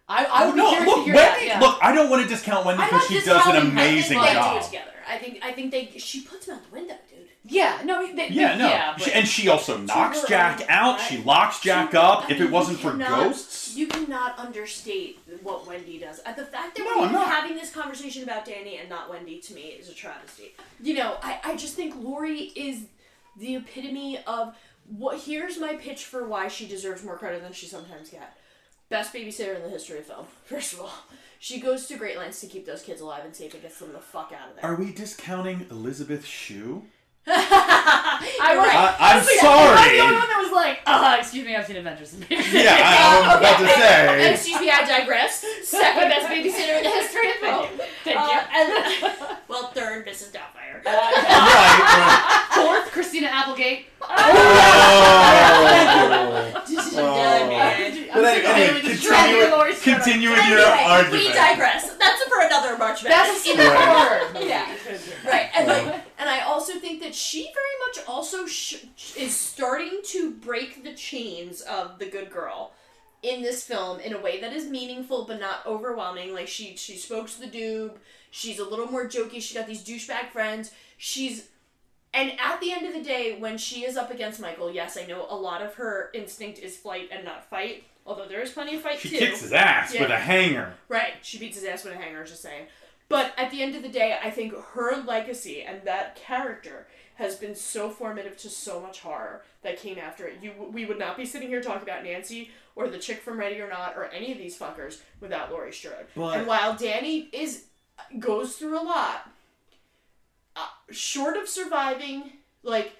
Speaker 9: I, I would be
Speaker 7: Oh, no,
Speaker 9: curious
Speaker 7: look,
Speaker 9: to hear that.
Speaker 7: Wendy.
Speaker 9: yeah.
Speaker 7: Look, I don't want to discount Wendy
Speaker 9: I'm
Speaker 7: because
Speaker 9: not
Speaker 7: she does an
Speaker 9: discounting her.
Speaker 7: amazing
Speaker 9: Like,
Speaker 8: They do it
Speaker 7: job.
Speaker 8: together. I think. I think they. She puts him out the window, dude.
Speaker 9: Yeah, no, they,
Speaker 7: Yeah, no.
Speaker 9: yeah,
Speaker 7: She- and she also knocks
Speaker 8: her
Speaker 7: Jack
Speaker 8: own,
Speaker 7: out.
Speaker 8: right?
Speaker 7: She locks Jack up. If it wasn't for ghosts,
Speaker 8: You cannot understate what Wendy does. Uh, The fact that
Speaker 7: No,
Speaker 8: we're
Speaker 7: I'm
Speaker 8: even
Speaker 7: not.
Speaker 8: having this conversation about Danny and not Wendy to me is a travesty. You know, I, I just think Lori is the epitome of what. Here's my pitch for why she deserves more credit than she sometimes gets. Best babysitter in the history of film. *laughs* First of all, she goes to great lengths to keep those kids alive and safe and gets them the fuck out of there.
Speaker 7: are we discounting Elizabeth Shue?
Speaker 9: I was,
Speaker 7: I- I'm
Speaker 9: I was like-
Speaker 7: sorry.
Speaker 9: I'm the only one that was like, uh, excuse me, I've seen *laughs* Adventures in Babysitting.
Speaker 7: Yeah, I was about to say.
Speaker 8: Excuse me, I digress. Second best babysitter in the history of film.
Speaker 9: Thank
Speaker 8: Uh,
Speaker 9: you.
Speaker 8: *laughs* and- well, third, Mrs. Doubtfire.
Speaker 9: Fourth, Christina Applegate.
Speaker 7: But anyway, continue, continue with your argument.
Speaker 8: We digress. That's for another March Madness.
Speaker 9: That's in the
Speaker 7: Right.
Speaker 9: horror.
Speaker 8: Yeah. Right. And like, and I also think that she very much also sh- is starting to break the chains of the good girl in this film in a way that is meaningful but not overwhelming. Like she she spoke to the dude. She's a little more jokey. She got these douchebag friends. She's and at the end of the day, when she is up against Michael, yes, I know a lot of her instinct is flight and not fight. Although there is plenty of fight
Speaker 7: She
Speaker 8: too.
Speaker 7: kicks his ass
Speaker 8: Yeah.
Speaker 7: with a hanger.
Speaker 8: Right. She beats his ass with a hanger, just saying. But at the end of the day, I think her legacy and that character has been so formative to so much horror that came after it. You, we would not be sitting here talking about Nancy or the chick from Ready or Not or any of these fuckers without Laurie Strode.
Speaker 7: But-
Speaker 8: and while Danny is goes through a lot, uh, short of surviving like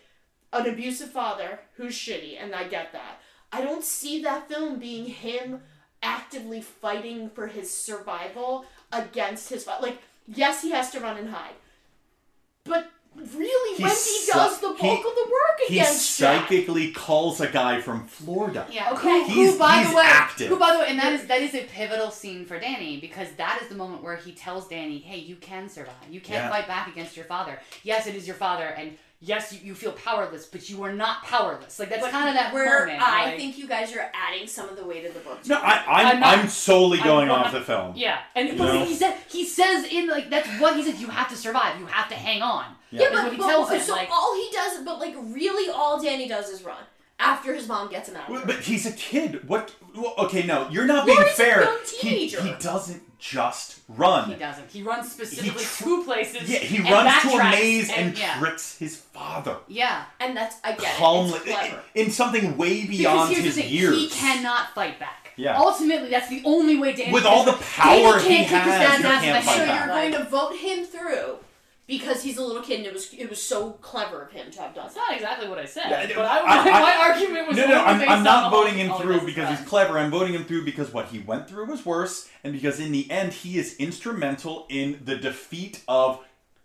Speaker 8: an abusive father who's shitty, and I get that. I don't see that film being him actively fighting for his survival against his fa- like. Yes, he has to run and hide, but really,
Speaker 7: He
Speaker 8: Wendy
Speaker 7: psy-
Speaker 8: does the bulk
Speaker 7: he-
Speaker 8: of the work
Speaker 7: He
Speaker 8: against Jack.
Speaker 7: psychically calls a guy from Florida.
Speaker 9: Yeah. Okay. Who,
Speaker 7: He's-
Speaker 9: by
Speaker 7: he's
Speaker 9: the way,
Speaker 7: active.
Speaker 9: who by the way, and that is that is a pivotal scene for Danny because that is the moment where he tells Danny, "Hey, you can survive. You can't
Speaker 7: Yeah.
Speaker 9: fight back against your father. Yes, it is your father, and yes, you, you feel powerless, but you are not powerless. Like that's
Speaker 8: But
Speaker 9: kind of that
Speaker 8: where
Speaker 9: moment.
Speaker 8: I
Speaker 9: like-
Speaker 8: think you guys are adding some of the weight of the book. to
Speaker 7: No,
Speaker 8: it.
Speaker 7: I, I'm, I'm,
Speaker 9: I'm not-
Speaker 7: solely
Speaker 9: I'm
Speaker 7: going
Speaker 9: not-
Speaker 7: off the film.
Speaker 9: Yeah, and
Speaker 7: You
Speaker 9: but
Speaker 7: know?
Speaker 9: he said he says in like that's what he says. You have to survive. You have to hang on.
Speaker 7: Yeah. Yeah,
Speaker 9: is
Speaker 8: but,
Speaker 9: what he
Speaker 8: but-
Speaker 9: tells him.
Speaker 8: so
Speaker 9: like,
Speaker 8: all he does, but like really, all Danny does is run after his mom gets him out.
Speaker 7: Well,
Speaker 8: Of
Speaker 7: But he's a kid. What? well, Okay, no, you're not being
Speaker 8: Laurie's a
Speaker 7: fair.
Speaker 8: young
Speaker 7: he,
Speaker 8: teenager.
Speaker 7: he doesn't just run.
Speaker 9: he doesn't. He runs specifically
Speaker 7: tr-
Speaker 9: two places.
Speaker 7: Yeah, he
Speaker 9: and
Speaker 7: runs to a
Speaker 9: backtracks
Speaker 7: maze and,
Speaker 9: yeah.
Speaker 7: tricks his father
Speaker 9: Yeah.
Speaker 8: and that's I get
Speaker 7: calmly *laughs*
Speaker 8: it. It's clever.
Speaker 7: in something way
Speaker 9: Because
Speaker 7: beyond
Speaker 9: here's
Speaker 7: his
Speaker 9: the thing,
Speaker 7: years.
Speaker 9: he cannot fight back.
Speaker 7: Yeah.
Speaker 9: Ultimately, that's the only way Danny.
Speaker 7: With
Speaker 9: can-
Speaker 7: all the power
Speaker 9: Danny
Speaker 7: he
Speaker 9: can't kick his dad's
Speaker 7: has, you
Speaker 9: ass
Speaker 7: can't
Speaker 9: in the
Speaker 7: fight
Speaker 8: so
Speaker 9: head.
Speaker 7: back.
Speaker 8: you're going to vote him through because he's a little kid and it was it was so clever of him to have done
Speaker 9: That's
Speaker 8: that.
Speaker 9: not exactly what I said.
Speaker 7: Yeah, I know.
Speaker 9: but I,
Speaker 7: I- I-
Speaker 9: my argument was
Speaker 7: no, no,
Speaker 9: only
Speaker 7: I'm,
Speaker 9: based
Speaker 7: I'm
Speaker 9: on
Speaker 7: not
Speaker 9: the whole-
Speaker 7: voting him
Speaker 9: all he
Speaker 7: through
Speaker 9: does is
Speaker 7: because
Speaker 9: run.
Speaker 7: he's clever. I'm voting him through because what he went through was worse, and because in the end, he is instrumental in the defeat of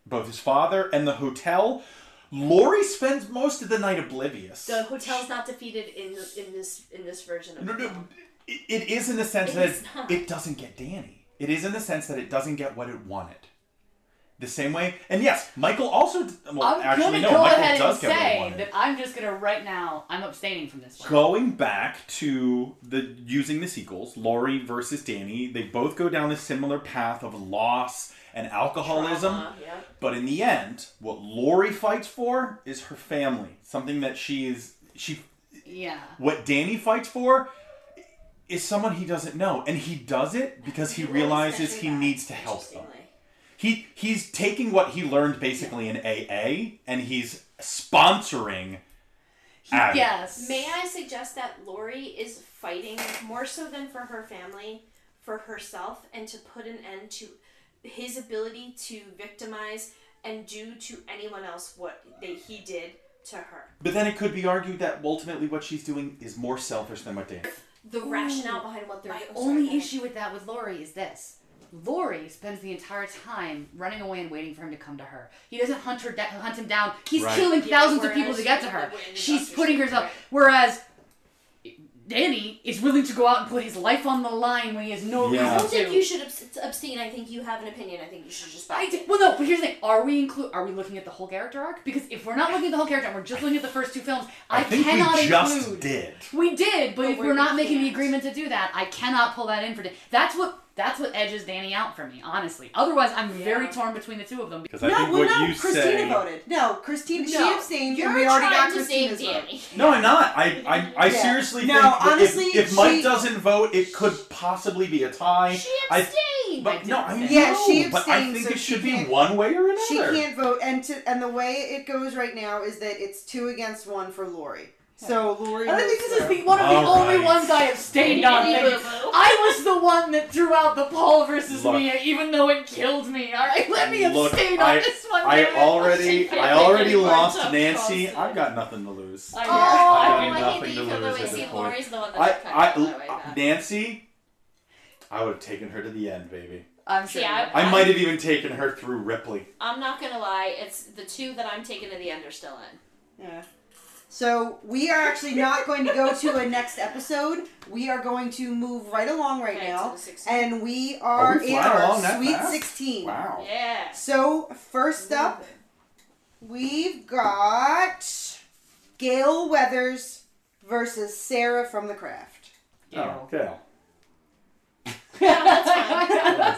Speaker 7: both his father and the hotel. Lori spends most of the night oblivious.
Speaker 8: The hotel's not defeated in in this in this version of
Speaker 7: No,
Speaker 8: the
Speaker 7: no,
Speaker 8: film.
Speaker 7: it, it is in the sense
Speaker 8: It
Speaker 7: that
Speaker 8: is not.
Speaker 7: it doesn't get Danny. It is in the sense that it doesn't get what it wanted. The same way, and yes, Michael also. d- Well,
Speaker 9: I'm
Speaker 7: actually,
Speaker 9: gonna
Speaker 7: no,
Speaker 9: go
Speaker 7: Michael
Speaker 9: ahead and
Speaker 7: does get what it
Speaker 9: say
Speaker 7: wanted.
Speaker 9: that I'm just gonna right now. I'm abstaining from this. One.
Speaker 7: Going back to the using the sequels, Laurie versus Danny, they both go down this similar path of loss and alcoholism.
Speaker 8: Trauma, yeah.
Speaker 7: But in the end, what Laurie fights for is her family. Something that she is she
Speaker 9: Yeah.
Speaker 7: what Danny fights for is someone he doesn't know, and he does it because he realizes he needs to help them.
Speaker 8: Interestingly.
Speaker 7: He he's taking what he learned basically in AA and he's sponsoring Abby.
Speaker 9: Yes.
Speaker 8: May I suggest that Lori is fighting more so than for her family, for herself, and to put an end to his ability to victimize and do to anyone else what they, he did to her.
Speaker 7: But then it could be argued that ultimately what she's doing is more selfish than what Danny.
Speaker 8: The rationale behind what they're
Speaker 9: My
Speaker 8: I'm sorry,
Speaker 9: only
Speaker 8: go ahead.
Speaker 9: issue with that with Lori is this. Lori spends the entire time running away and waiting for him to come to her. He doesn't hunt her, da- hunt him down. He's
Speaker 7: Right.
Speaker 9: killing
Speaker 8: Yeah,
Speaker 9: thousands of
Speaker 8: whereas
Speaker 9: people to get to her.
Speaker 8: when the
Speaker 9: She's
Speaker 8: doctor's
Speaker 9: putting
Speaker 8: there,
Speaker 9: herself.
Speaker 8: right.
Speaker 9: Whereas Danny is willing to go out and put his life on the line when he has no
Speaker 8: I
Speaker 7: Yeah.
Speaker 8: don't
Speaker 9: reason
Speaker 8: think
Speaker 9: to.
Speaker 8: you should abs- abstain. I think you have an opinion. I think you should just
Speaker 9: I
Speaker 8: buy
Speaker 9: d- well, no, but here's the thing: Are we include? Are we looking at the whole character arc? Because if we're not looking at the whole character, and we're just looking at the first two films. I,
Speaker 7: think
Speaker 9: cannot
Speaker 7: we just
Speaker 9: include.
Speaker 7: did.
Speaker 9: We did, but,
Speaker 8: But
Speaker 9: if
Speaker 8: we're-
Speaker 9: we're not
Speaker 8: we
Speaker 9: making the
Speaker 8: can't.
Speaker 9: agreement to do that, I cannot pull that in for. Da- That's what That's what edges Danny out for me, honestly. Otherwise, I'm very torn between the two of them.
Speaker 7: 'Cause I No, think well, what no, you Christina say- voted.
Speaker 4: No, Christina, she
Speaker 9: No,
Speaker 4: abstained,
Speaker 9: you're
Speaker 4: and we already
Speaker 9: trying
Speaker 4: got
Speaker 9: to save
Speaker 4: Christina's vote.
Speaker 7: No, I'm not. I I, I
Speaker 4: Yeah.
Speaker 7: seriously
Speaker 4: No,
Speaker 7: think that
Speaker 4: honestly,
Speaker 7: if, if Mike
Speaker 4: she-
Speaker 7: doesn't vote, it could possibly be a tie. She
Speaker 4: abstained.
Speaker 7: but no, I know,
Speaker 4: Yeah, she
Speaker 7: but I
Speaker 4: abstained,
Speaker 7: think
Speaker 4: so
Speaker 7: it
Speaker 4: she
Speaker 7: should be
Speaker 4: can't-
Speaker 7: one way or another.
Speaker 4: She can't vote, and to, and the way it goes right now is that it's two against one for Lori. So Lori.
Speaker 9: And I think
Speaker 4: moves
Speaker 9: this is
Speaker 4: through.
Speaker 9: the, one of the
Speaker 7: All
Speaker 9: only
Speaker 7: Oh, right.
Speaker 9: ones I abstained on.
Speaker 4: Yeah.
Speaker 9: thank you. *laughs* I was the one that threw out the Paul versus
Speaker 7: Look.
Speaker 9: Mia, even though it killed me. All right, let me
Speaker 7: Look,
Speaker 9: abstain on
Speaker 7: I,
Speaker 9: this one.
Speaker 7: I
Speaker 9: damn it.
Speaker 7: already I
Speaker 9: Shit,
Speaker 7: already
Speaker 9: I'm getting
Speaker 7: lost
Speaker 9: burnt up.
Speaker 7: Nancy. I've got nothing to lose.
Speaker 9: *laughs* I
Speaker 7: I've
Speaker 9: know.
Speaker 7: got
Speaker 9: Oh, I hate that
Speaker 7: nothing
Speaker 9: you
Speaker 7: to
Speaker 9: feel that
Speaker 7: lose
Speaker 9: way.
Speaker 7: at
Speaker 9: See,
Speaker 7: this
Speaker 9: Lori's
Speaker 7: point.
Speaker 9: the one that
Speaker 7: I,
Speaker 9: kinda
Speaker 7: I, uh,
Speaker 9: felt that way back.
Speaker 7: Nancy, I would have taken her to the end, baby.
Speaker 9: I'm sure.
Speaker 8: See,
Speaker 9: you
Speaker 8: I-
Speaker 9: would.
Speaker 7: I might have even taken her through Ripley.
Speaker 8: I'm not gonna lie, it's the two that I'm taking to the end are still in.
Speaker 4: Yeah. So we are actually not going to go to a next episode. We are going to move right along right now, and we are,
Speaker 8: Are we
Speaker 4: in
Speaker 8: flying
Speaker 4: our
Speaker 8: along that
Speaker 4: Sweet
Speaker 8: fast?
Speaker 4: Sixteen.
Speaker 8: Wow. Yeah.
Speaker 4: So first up, we've got Gail Weathers versus Sarah from The Craft.
Speaker 7: Oh, okay.
Speaker 8: I might have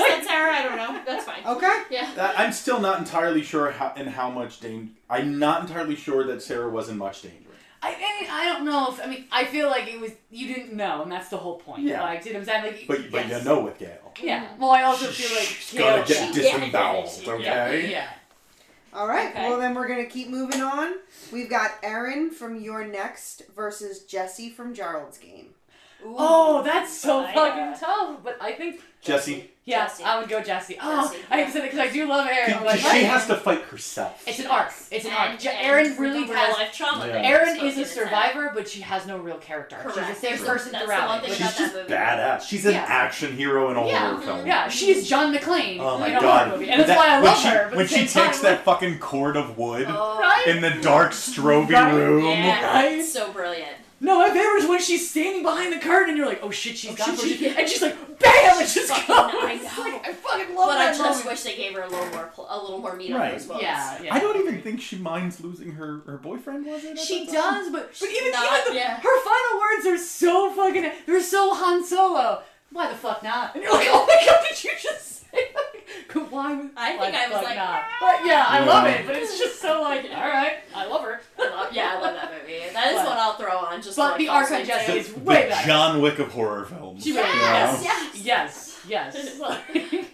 Speaker 8: said Sarah, I don't know. That's fine.
Speaker 4: Okay.
Speaker 8: Yeah.
Speaker 7: That- I'm still not entirely sure how in how much danger. I'm not entirely sure that Sarah was in much danger.
Speaker 9: *laughs* I, I mean, I don't know if I mean I feel like it was you didn't know, and that's the whole point.
Speaker 7: Yeah.
Speaker 9: Like, you know what I'm saying? Like,
Speaker 7: But but
Speaker 9: yes.
Speaker 7: you know with Gail,
Speaker 9: Yeah. Well, I also feel like
Speaker 7: she's gonna
Speaker 9: Gail-
Speaker 7: get disemboweled. Okay.
Speaker 4: All right. Well, then we're gonna keep moving on. We've got Erin from Your Next versus Jesse from Jarl's Game.
Speaker 9: Oh, that's so fucking tough. But I think
Speaker 7: Jesse,
Speaker 9: yeah, I would go Jesse. Oh, I said it because I do love Aaron. I'm
Speaker 7: 'cause
Speaker 9: like,
Speaker 7: she has to fight herself.
Speaker 9: It's an arc. It's an arc. Erin really
Speaker 8: real
Speaker 9: has
Speaker 8: life trauma
Speaker 7: Yeah. that
Speaker 9: Erin
Speaker 8: gets
Speaker 9: is a survivor, but she has no real character. She's the
Speaker 8: Correct.
Speaker 9: same
Speaker 8: True.
Speaker 9: person
Speaker 8: That's the
Speaker 9: throughout.
Speaker 8: one
Speaker 9: it,
Speaker 8: thing
Speaker 9: which
Speaker 8: about
Speaker 9: is
Speaker 8: that
Speaker 9: just
Speaker 7: Badass. She's an
Speaker 9: Yeah.
Speaker 7: action hero in a horror film.
Speaker 9: Yeah, she is John McClane.
Speaker 7: Oh my
Speaker 9: in a
Speaker 7: god!
Speaker 9: horror Movie. And that's
Speaker 7: That-
Speaker 9: why I
Speaker 7: when
Speaker 9: love
Speaker 7: she,
Speaker 9: her. But
Speaker 7: When
Speaker 9: at
Speaker 7: she
Speaker 9: the same
Speaker 7: takes
Speaker 9: time,
Speaker 7: that fucking cord of wood
Speaker 9: Right?
Speaker 7: in the dark stroby
Speaker 9: Right?
Speaker 7: room. *laughs*
Speaker 9: Yeah. Right?
Speaker 8: So brilliant.
Speaker 9: No, my favorite is when she's standing behind the curtain and you're like, oh shit, she's gone
Speaker 8: shit,
Speaker 9: for
Speaker 8: she-
Speaker 9: it. And she's like, bam, and just goes.
Speaker 8: I know.
Speaker 9: I fucking love
Speaker 8: but
Speaker 9: that
Speaker 8: I just
Speaker 9: moment.
Speaker 8: wish they gave her a little more, pl- a little more meat on
Speaker 7: Right.
Speaker 8: those bones.
Speaker 9: Yeah,
Speaker 7: I don't even think she minds losing her, her boyfriend, was it? at
Speaker 9: She
Speaker 7: that time?
Speaker 9: does, but but even,
Speaker 8: not-
Speaker 9: even the,
Speaker 8: yeah.
Speaker 9: her final words are so fucking they're so Han Solo. Why the fuck not? And you're like, oh my god, did you just say that? *laughs* Why? I
Speaker 8: think I was like,
Speaker 9: not. But yeah, I love
Speaker 8: Yeah.
Speaker 9: it. But it's just so like, all right, I love her.
Speaker 8: I love- yeah, I love that movie. That is
Speaker 9: But-
Speaker 8: one I'll throw on. Just
Speaker 9: but
Speaker 8: like
Speaker 9: the
Speaker 8: also
Speaker 9: archive
Speaker 8: to-
Speaker 9: Jesse is
Speaker 7: The
Speaker 9: way better.
Speaker 7: John Wick of horror films.
Speaker 9: She
Speaker 7: you know?
Speaker 9: yes, yes, yes,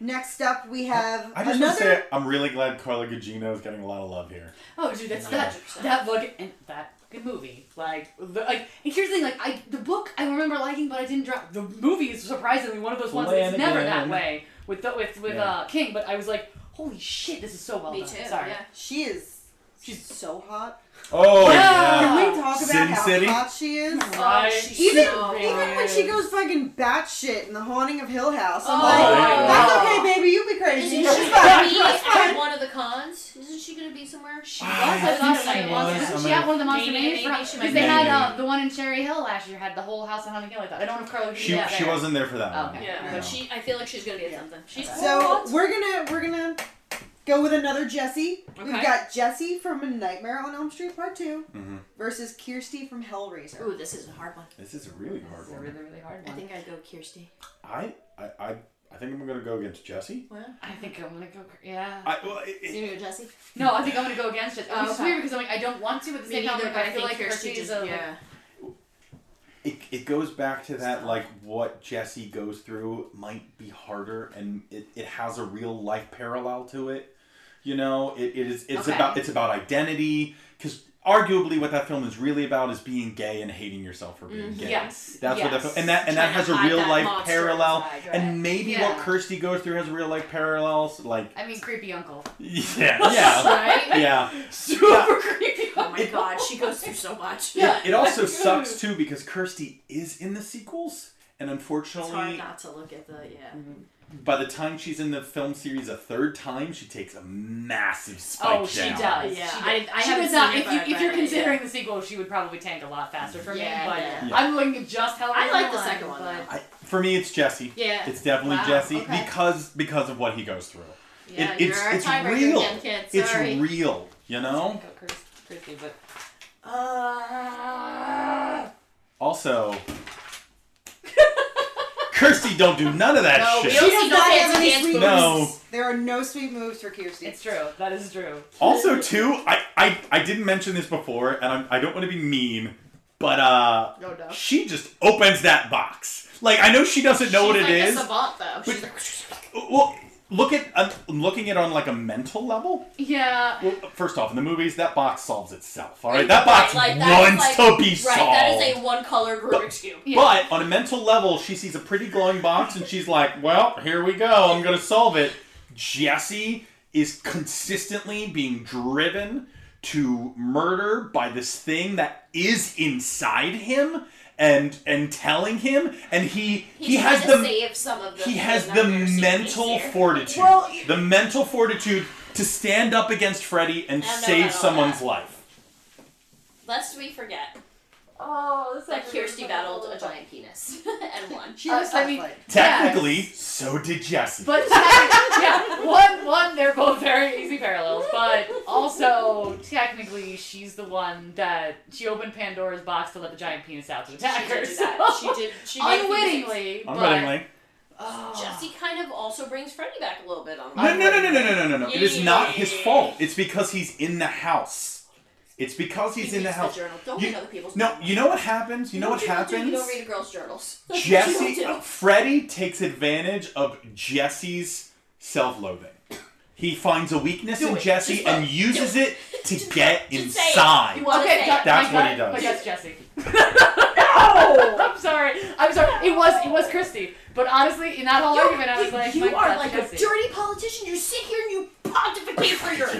Speaker 4: Next up, we have
Speaker 7: I just want to
Speaker 4: another.
Speaker 7: say I'm really glad Carla Gugino is getting a lot of love here.
Speaker 9: Oh, dude, that's that that book and that good movie. Like, the, like, and here's the thing: like, I the book I remember liking, but I didn't drop. The movie is surprisingly one of those ones that's never that
Speaker 4: Flanagan.
Speaker 9: way with the, with with
Speaker 4: Yeah.
Speaker 9: uh, King. But I was like, holy shit, this is so well
Speaker 4: Me
Speaker 9: done.
Speaker 4: too,
Speaker 9: Sorry,
Speaker 4: yeah. she is. She's so hot.
Speaker 7: Oh, yeah.
Speaker 4: Can we talk about
Speaker 7: Sin
Speaker 4: how
Speaker 7: City?
Speaker 4: hot she is?
Speaker 8: Oh,
Speaker 9: Right.
Speaker 4: Even
Speaker 9: So
Speaker 4: even when she goes fucking batshit in the haunting of Hill House, I'm
Speaker 8: Oh,
Speaker 7: yeah.
Speaker 4: like, that's okay, baby. You be crazy.
Speaker 8: *laughs* Isn't she gonna
Speaker 4: It's
Speaker 8: be *laughs*
Speaker 4: fine. It's fine.
Speaker 8: at one of the cons? Isn't she gonna be somewhere?
Speaker 7: Ah,
Speaker 8: She
Speaker 9: I
Speaker 8: was. I
Speaker 9: think
Speaker 8: thought
Speaker 9: she was.
Speaker 8: it was.
Speaker 9: Wasn't She had one of the monster
Speaker 8: Maybe-
Speaker 9: names
Speaker 8: maybe
Speaker 9: because
Speaker 8: she
Speaker 9: they
Speaker 8: might be.
Speaker 9: had
Speaker 7: Maybe.
Speaker 9: um, the one in Cherry Hill last year had the whole house on Haunted Hill. I thought I don't know if Carla.
Speaker 7: She,
Speaker 9: was
Speaker 7: she wasn't there for that
Speaker 9: Oh,
Speaker 7: one.
Speaker 9: okay.
Speaker 8: Yeah,
Speaker 7: No.
Speaker 8: but she. I feel like she's gonna be at something. She's
Speaker 4: *laughs* So we're gonna we're gonna go with another Jesse. We've
Speaker 8: Okay.
Speaker 4: got Jesse from A Nightmare on Elm Street Part Two
Speaker 7: Mhm.
Speaker 4: versus Kirsty from Hellraiser.
Speaker 8: Ooh, this is a hard one.
Speaker 7: This is a really hard one.
Speaker 9: really hard
Speaker 8: I think I'd go Kirsty.
Speaker 7: I, I, I, I think I'm going to go against Jesse.
Speaker 8: Well,
Speaker 9: I think I'm gonna go. cr- Yeah.
Speaker 7: I, well, it- it-
Speaker 8: you gonna go Jesse?
Speaker 9: No, I think I'm gonna go against it.
Speaker 8: Oh,
Speaker 9: It's
Speaker 8: okay.
Speaker 9: weird because I'm like I don't want to, but at the
Speaker 8: Me
Speaker 9: same time,
Speaker 8: neither,
Speaker 9: like,
Speaker 8: but
Speaker 9: I feel
Speaker 8: think
Speaker 9: like Kirsty is
Speaker 8: just-
Speaker 9: a
Speaker 8: yeah. *laughs*
Speaker 7: it, it goes back to that like what jesse goes through might be harder and it, it has a real life parallel to it you know it, it is it's
Speaker 9: Okay.
Speaker 7: about it's about identity because arguably what that film is really about is being gay and hating yourself for being
Speaker 9: Mhm.
Speaker 7: gay
Speaker 9: Yes,
Speaker 7: that's what that
Speaker 9: yes.
Speaker 7: film and that and
Speaker 9: Trying
Speaker 7: that
Speaker 9: to
Speaker 7: has a
Speaker 9: hide
Speaker 7: real
Speaker 9: that
Speaker 7: life
Speaker 9: monster
Speaker 7: parallel
Speaker 9: inside, right.
Speaker 7: and maybe what
Speaker 9: Yeah.
Speaker 7: kirsty goes through has a real life parallels
Speaker 9: *laughs*
Speaker 7: like *laughs*
Speaker 9: I mean, creepy uncle.
Speaker 7: yeah yeah *laughs*
Speaker 9: Right? *laughs*
Speaker 7: yeah
Speaker 9: Super creepy.
Speaker 8: Oh my god, she goes through so much.
Speaker 7: It, it also sucks too because Kirsty is in the sequels, and
Speaker 8: It's hard
Speaker 7: unfortunately,
Speaker 8: not to look at the yeah.
Speaker 7: Mm-hmm. by the time she's in the film series a third time, she takes a massive spike
Speaker 9: Oh, she
Speaker 7: down.
Speaker 9: does.
Speaker 8: Yeah,
Speaker 9: she does.
Speaker 8: I- I
Speaker 9: she
Speaker 8: haven't
Speaker 9: does not.
Speaker 8: seen it,
Speaker 9: If,
Speaker 8: but I've
Speaker 9: you, if
Speaker 8: read
Speaker 9: you're
Speaker 8: it,
Speaker 9: considering the sequel, she would probably tank a lot faster for
Speaker 8: Yeah,
Speaker 9: me. But
Speaker 8: yeah.
Speaker 9: I'm looking at just how
Speaker 8: I like the second one, though.
Speaker 7: I, for me, it's Jesse.
Speaker 8: Yeah.
Speaker 7: It's definitely
Speaker 8: Wow,
Speaker 7: Jesse
Speaker 8: okay.
Speaker 7: because because of what he goes through.
Speaker 8: Yeah,
Speaker 7: It- it's
Speaker 8: you're our
Speaker 7: it's
Speaker 8: tiebreaker
Speaker 7: real.
Speaker 8: again, kid.
Speaker 7: It's
Speaker 8: Sorry.
Speaker 7: real. You know.
Speaker 9: Christy, but
Speaker 8: Uh, *laughs*
Speaker 7: Also, Kirsty don't do none of that
Speaker 4: No,
Speaker 7: shit.
Speaker 4: she does not have any
Speaker 9: dance
Speaker 4: sweet moves.
Speaker 7: No.
Speaker 4: There are no sweet moves for Kirsty. It's
Speaker 9: true. That is true.
Speaker 7: Also, too, I, I I didn't mention this before, and I'm, I don't want to be mean, but uh,
Speaker 8: No, no.
Speaker 7: she just opens that box. Like I know she doesn't know what
Speaker 8: She's
Speaker 7: it
Speaker 8: like a
Speaker 7: is.
Speaker 8: savant, though. She's
Speaker 7: Well, look at I'm looking at it on like a mental level.
Speaker 9: Yeah.
Speaker 7: Well, first off, in the movies, that box solves itself. All right,
Speaker 8: Right,
Speaker 7: that box
Speaker 8: like, that is
Speaker 7: wants
Speaker 8: like-
Speaker 7: to be
Speaker 8: right,
Speaker 7: solved.
Speaker 8: that is a one-colored Rubik's cube.
Speaker 7: But on a mental level, she sees a pretty glowing box and she's like, well, here we go. I'm going to solve it. Jesse is consistently being driven to murder by this thing that is inside him and and telling him and he
Speaker 8: He's
Speaker 7: he has
Speaker 8: trying to
Speaker 7: the
Speaker 8: save some of the
Speaker 7: he has
Speaker 8: things I've
Speaker 7: the
Speaker 8: never seen
Speaker 7: mental
Speaker 8: here.
Speaker 7: fortitude
Speaker 8: Well-
Speaker 7: the mental fortitude to stand up against Freddy and
Speaker 8: I don't know
Speaker 7: save
Speaker 8: about all
Speaker 7: someone's life
Speaker 8: Lest we forget.
Speaker 1: Oh, this
Speaker 8: That Kirsty battled a giant penis *laughs* and won.
Speaker 9: *laughs* She was, I mean,
Speaker 7: technically so did Jesse
Speaker 9: But *laughs* technically- yeah, one one they're both very easy parallels, but also technically she's the one that she opened Pandora's box to let the giant penis out to attack
Speaker 8: She
Speaker 9: her.
Speaker 8: did do that.
Speaker 9: *laughs* so-
Speaker 8: She did- she made
Speaker 9: unwittingly. but-
Speaker 7: unwittingly
Speaker 8: Jesse kind of also brings Freddy back a little bit on.
Speaker 7: No, no, no, no, no, no, no, no, no. It is
Speaker 8: Yeah.
Speaker 7: not his fault. It's because he's in the house. It's because he's in
Speaker 8: reads
Speaker 7: the
Speaker 8: the
Speaker 7: house.
Speaker 8: journal. Don't
Speaker 7: you,
Speaker 8: read other people's
Speaker 7: No, you know what happens? You know what
Speaker 8: People do- You
Speaker 7: happens?
Speaker 8: don't read a girl's journals.
Speaker 7: *laughs* Jesse,
Speaker 8: People
Speaker 7: uh,
Speaker 8: do.
Speaker 7: Freddy takes advantage of Jesse's self-loathing. He finds a weakness in Jesse and uses it to get inside.
Speaker 9: Okay, that-
Speaker 7: That's
Speaker 9: my
Speaker 7: what
Speaker 9: God,
Speaker 7: he
Speaker 9: But that's
Speaker 8: *laughs*
Speaker 7: does.
Speaker 9: Jesse. no, I'm sorry. I'm sorry. It was it was Christy, but honestly, in that whole
Speaker 8: You're-
Speaker 9: argument, I was
Speaker 8: you-
Speaker 9: like,
Speaker 8: you
Speaker 9: my
Speaker 8: are
Speaker 9: God,
Speaker 8: like
Speaker 9: Jesse.
Speaker 8: a dirty politician. You sit here and you pontificate for yours.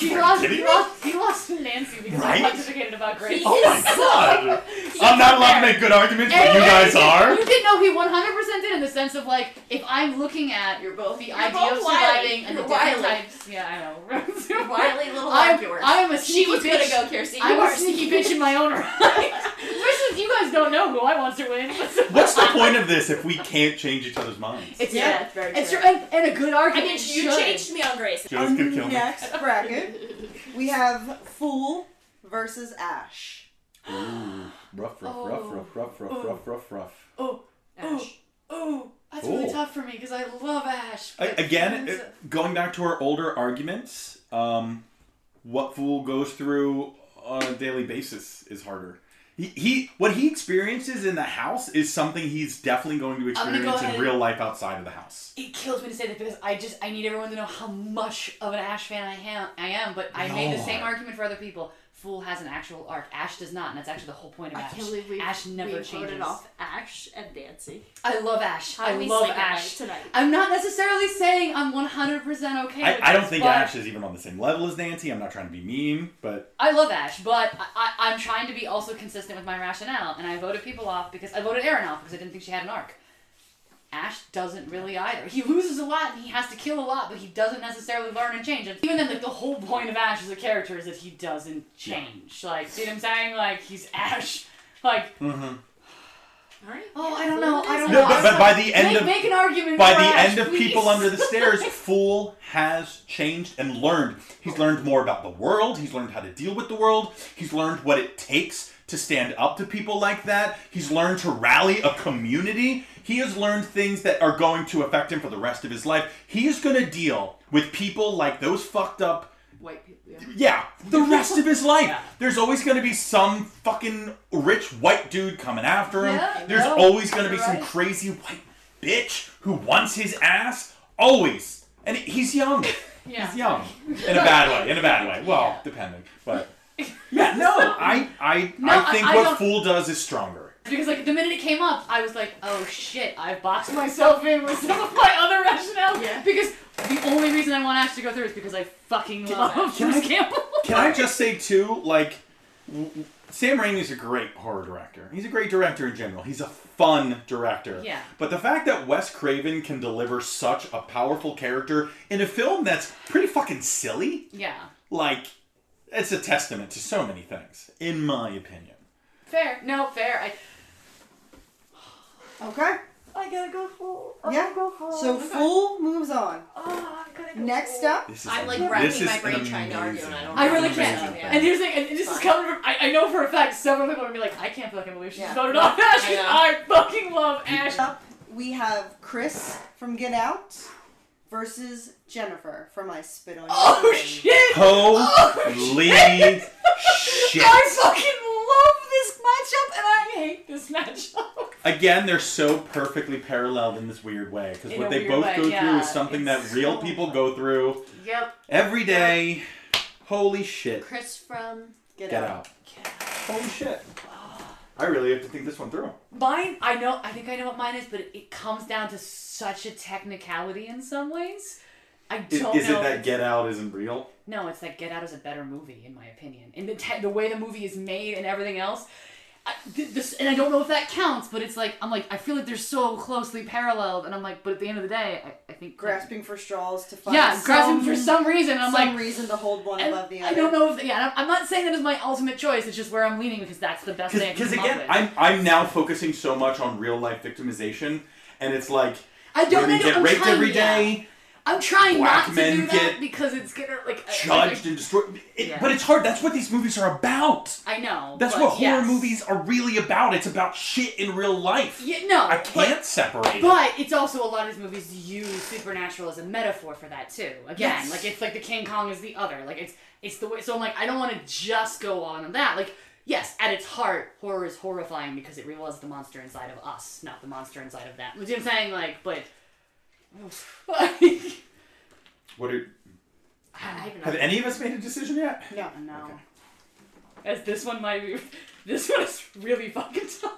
Speaker 9: He lost,
Speaker 7: kidding
Speaker 9: he
Speaker 7: me?
Speaker 9: lost, he lost to Nancy because
Speaker 7: Right?
Speaker 9: I pontificated about Grace.
Speaker 7: Oh my god! I'm not allowed to make good arguments, but you
Speaker 9: And-
Speaker 7: guys are.
Speaker 9: You did know he 100% did in the sense of like, if I'm looking at you're both, the idea
Speaker 8: both
Speaker 9: of surviving
Speaker 8: wily.
Speaker 9: and
Speaker 8: You're
Speaker 9: the different
Speaker 8: wily.
Speaker 9: types. Yeah, I know. *laughs* You're
Speaker 8: wily little arguer.
Speaker 9: I am a
Speaker 8: She
Speaker 9: sneaky
Speaker 8: was
Speaker 9: bitch.
Speaker 8: gonna go, Kiersey. You
Speaker 9: I'm
Speaker 8: are
Speaker 9: a
Speaker 8: a
Speaker 9: sneaky
Speaker 8: sneaky
Speaker 9: bitch in my own right. Especially since you guys don't know who I want to
Speaker 8: *laughs*
Speaker 9: win.
Speaker 7: What's the point of this if we can't change each other's minds?
Speaker 9: It's
Speaker 8: Yeah,
Speaker 9: true.
Speaker 8: it's very
Speaker 9: It's
Speaker 8: true.
Speaker 9: And, and a good
Speaker 8: I
Speaker 9: argument.
Speaker 8: mean, you
Speaker 9: should.
Speaker 8: changed me on Grace.
Speaker 7: Joe's gonna kill me.
Speaker 4: Next bracket, we have Fool versus Ash.
Speaker 7: Ooh, rough, rough, rough, rough, rough, rough, rough, rough, rough.
Speaker 9: Oh, oh, oh. That's
Speaker 7: Ooh.
Speaker 9: really tough for me because I love Ash.
Speaker 7: A-
Speaker 9: but
Speaker 7: again,
Speaker 9: Finn's-
Speaker 7: it- going back to our older arguments, um, what fool goes through on a daily basis is harder. He, he what he experiences in the house is something he's definitely going to
Speaker 9: gonna go
Speaker 7: experience
Speaker 9: ahead
Speaker 7: in
Speaker 9: and-
Speaker 7: real life outside of the house.
Speaker 9: It kills me to say this because I just I need everyone to know how much of an Ash fan I am. I am, but I made the
Speaker 7: No.
Speaker 9: same argument for other people. Fool has an actual arc. Ash does not, and that's actually the whole point of
Speaker 1: I
Speaker 9: Ash.
Speaker 1: can't believe we
Speaker 9: Ash never
Speaker 1: we
Speaker 9: changes.
Speaker 1: voted off Ash and Nancy.
Speaker 9: I love Ash.
Speaker 1: How
Speaker 9: I
Speaker 1: do we
Speaker 9: love
Speaker 1: sleep at
Speaker 9: Ash
Speaker 1: night tonight?
Speaker 9: I'm not necessarily saying I'm 100 percent okay.
Speaker 7: I,
Speaker 9: with
Speaker 7: I don't
Speaker 9: this,
Speaker 7: think
Speaker 9: but
Speaker 7: Ash is even on the same level as Nancy. I'm not trying to be mean, but
Speaker 9: I love Ash, but I, I, I'm trying to be also consistent with my rationale, and I voted people off because I voted Aaron off because I didn't think she had an arc. Ash doesn't really either. He loses a lot and he has to kill a lot, but he doesn't necessarily learn and change. And even then, like the whole point of Ash as a character is that he doesn't change. Like, see what I'm saying? Like he's Ash. *laughs* Like,
Speaker 7: Mhm.
Speaker 1: Alright.
Speaker 9: oh, I don't know, I don't
Speaker 7: No,
Speaker 9: know.
Speaker 7: but- but by the end
Speaker 9: Make-
Speaker 7: of-
Speaker 9: make an argument
Speaker 7: by
Speaker 9: for
Speaker 7: the
Speaker 9: Ash,
Speaker 7: end of
Speaker 9: please.
Speaker 7: People Under the
Speaker 9: *laughs*
Speaker 7: Stairs, Fool has changed and learned. He's learned more about the world. He's learned how to deal with the world. He's learned what it takes to stand up to people like that. He's learned to rally a community. He has learned things that are going to affect him for the rest of his life. He is going to deal with people like those fucked up
Speaker 1: White people. Yeah.
Speaker 7: yeah, the rest of his life. There's always going to be some fucking rich white dude coming after him.
Speaker 9: Yeah,
Speaker 7: There's
Speaker 9: no,
Speaker 7: always going to be
Speaker 9: you're
Speaker 7: some
Speaker 9: right.
Speaker 7: crazy white bitch who wants his ass. Always. And he's young.
Speaker 9: Yeah.
Speaker 7: He's young. In a bad way. In a bad way. Well, depending. But yeah, no, I I,
Speaker 9: No,
Speaker 7: I think
Speaker 9: I- I
Speaker 7: what
Speaker 9: don't-
Speaker 7: Fool does is stronger.
Speaker 9: Because like the minute it came up, I was like, oh shit, I've boxed myself in with some of my other rationale.
Speaker 1: Yeah.
Speaker 9: Because the only reason I want Ash to go through is because I fucking love
Speaker 7: Can
Speaker 9: Bruce *laughs*
Speaker 7: I-
Speaker 9: Campbell.
Speaker 7: Can I just say too, like, w- w- Sam Raimi is a great horror director. He's a great director in general. He's a fun director.
Speaker 9: Yeah.
Speaker 7: But the fact that Wes Craven can deliver such a powerful character in a film that's pretty fucking silly,
Speaker 9: Yeah.
Speaker 7: like, it's a testament to so many things, in my opinion.
Speaker 9: Fair. No, fair. I
Speaker 4: Okay.
Speaker 9: I gotta go full. I
Speaker 4: yeah.
Speaker 9: Go full.
Speaker 4: So Fool moves on.
Speaker 9: Oh, I gotta go
Speaker 4: Next
Speaker 9: full.
Speaker 4: up,
Speaker 7: This is
Speaker 8: I'm, like,
Speaker 7: am-
Speaker 8: racking
Speaker 7: this is
Speaker 8: my brain
Speaker 7: an
Speaker 8: trying to argue, and I
Speaker 7: amazing-
Speaker 8: don't
Speaker 9: I really
Speaker 7: amazing
Speaker 9: can't.
Speaker 7: thing.
Speaker 9: And here's the thing, and this is coming from, I, I know for a fact several people are gonna be like, I can't fucking believe she
Speaker 8: Yeah.
Speaker 9: voted off Ash.
Speaker 8: I know.
Speaker 7: *laughs*
Speaker 9: I fucking love Ash.
Speaker 4: up we have Chris from Get Out versus Jennifer from I Spit on You.
Speaker 7: Oh,
Speaker 4: shit!
Speaker 9: *laughs*
Speaker 7: Holy shit!
Speaker 9: Oh, I fucking love this matchup and I hate this matchup.
Speaker 7: Again, they're so perfectly paralleled in this weird way because
Speaker 9: In
Speaker 7: what
Speaker 9: a
Speaker 7: they
Speaker 9: weird
Speaker 7: both
Speaker 9: way,
Speaker 7: go through
Speaker 9: yeah,
Speaker 7: is something
Speaker 9: it's
Speaker 7: that real
Speaker 9: so
Speaker 7: people go through
Speaker 9: Yep.
Speaker 7: every day. Holy shit!
Speaker 8: Chris from
Speaker 7: Get, out. Holy shit! *sighs* I really have to think this one through.
Speaker 9: Mine, I know, I think I know what mine is, but it, it comes down to such a technicality in some ways. I
Speaker 7: Is,
Speaker 9: don't
Speaker 7: is
Speaker 9: know.
Speaker 7: it that Get Out isn't real?
Speaker 9: No, it's that Get Out is a better movie, in my opinion. And the, te- the way the movie is made and everything else. I, th- this, and I don't know if that counts, but it's like, I'm like, I feel like they're so closely paralleled. And I'm like, but at the end of the day, I, I think.
Speaker 4: Grasping for straws to find
Speaker 9: Yeah, grasping
Speaker 4: some-
Speaker 9: for some reason. I'm
Speaker 4: some
Speaker 9: like.
Speaker 4: reason to hold one
Speaker 9: and
Speaker 4: above the other.
Speaker 9: I don't know if. Yeah, and I'm- I'm not saying that is my ultimate choice. It's just where I'm leaning because that's the best thing I can
Speaker 7: Because
Speaker 9: come
Speaker 7: again,
Speaker 9: up with.
Speaker 7: I'm I'm now focusing so much on real life victimization, and it's like
Speaker 9: I don't
Speaker 7: women
Speaker 9: know,
Speaker 7: get
Speaker 9: I'm
Speaker 7: raped
Speaker 9: trying-
Speaker 7: every day.
Speaker 9: I'm trying
Speaker 7: Black
Speaker 9: not
Speaker 7: men
Speaker 9: to do that
Speaker 7: get
Speaker 9: because it's gonna Uh, like I-
Speaker 7: judged and destroyed. It-
Speaker 9: Yeah.
Speaker 7: But it's hard. That's what these movies are about.
Speaker 9: I know.
Speaker 7: That's
Speaker 9: but
Speaker 7: what horror
Speaker 9: yes.
Speaker 7: movies are really about. It's about shit in real life.
Speaker 9: Yeah, no,
Speaker 7: I can't separate. it.
Speaker 9: But it's also a lot of these movies use supernatural as a metaphor for that too. Again,
Speaker 7: Yes.
Speaker 9: like it's like the King Kong is the other. Like it's it's the way. So I'm like I don't want to just go on on that. Like yes, at its heart, horror is horrifying because it reveals the monster inside of us, not the monster inside of them. You know what I'm saying? Like, but *laughs*
Speaker 7: What are,
Speaker 9: I don't know.
Speaker 7: have any of us made a decision yet?
Speaker 9: No, no. As this one might be, this one is really fucking tough.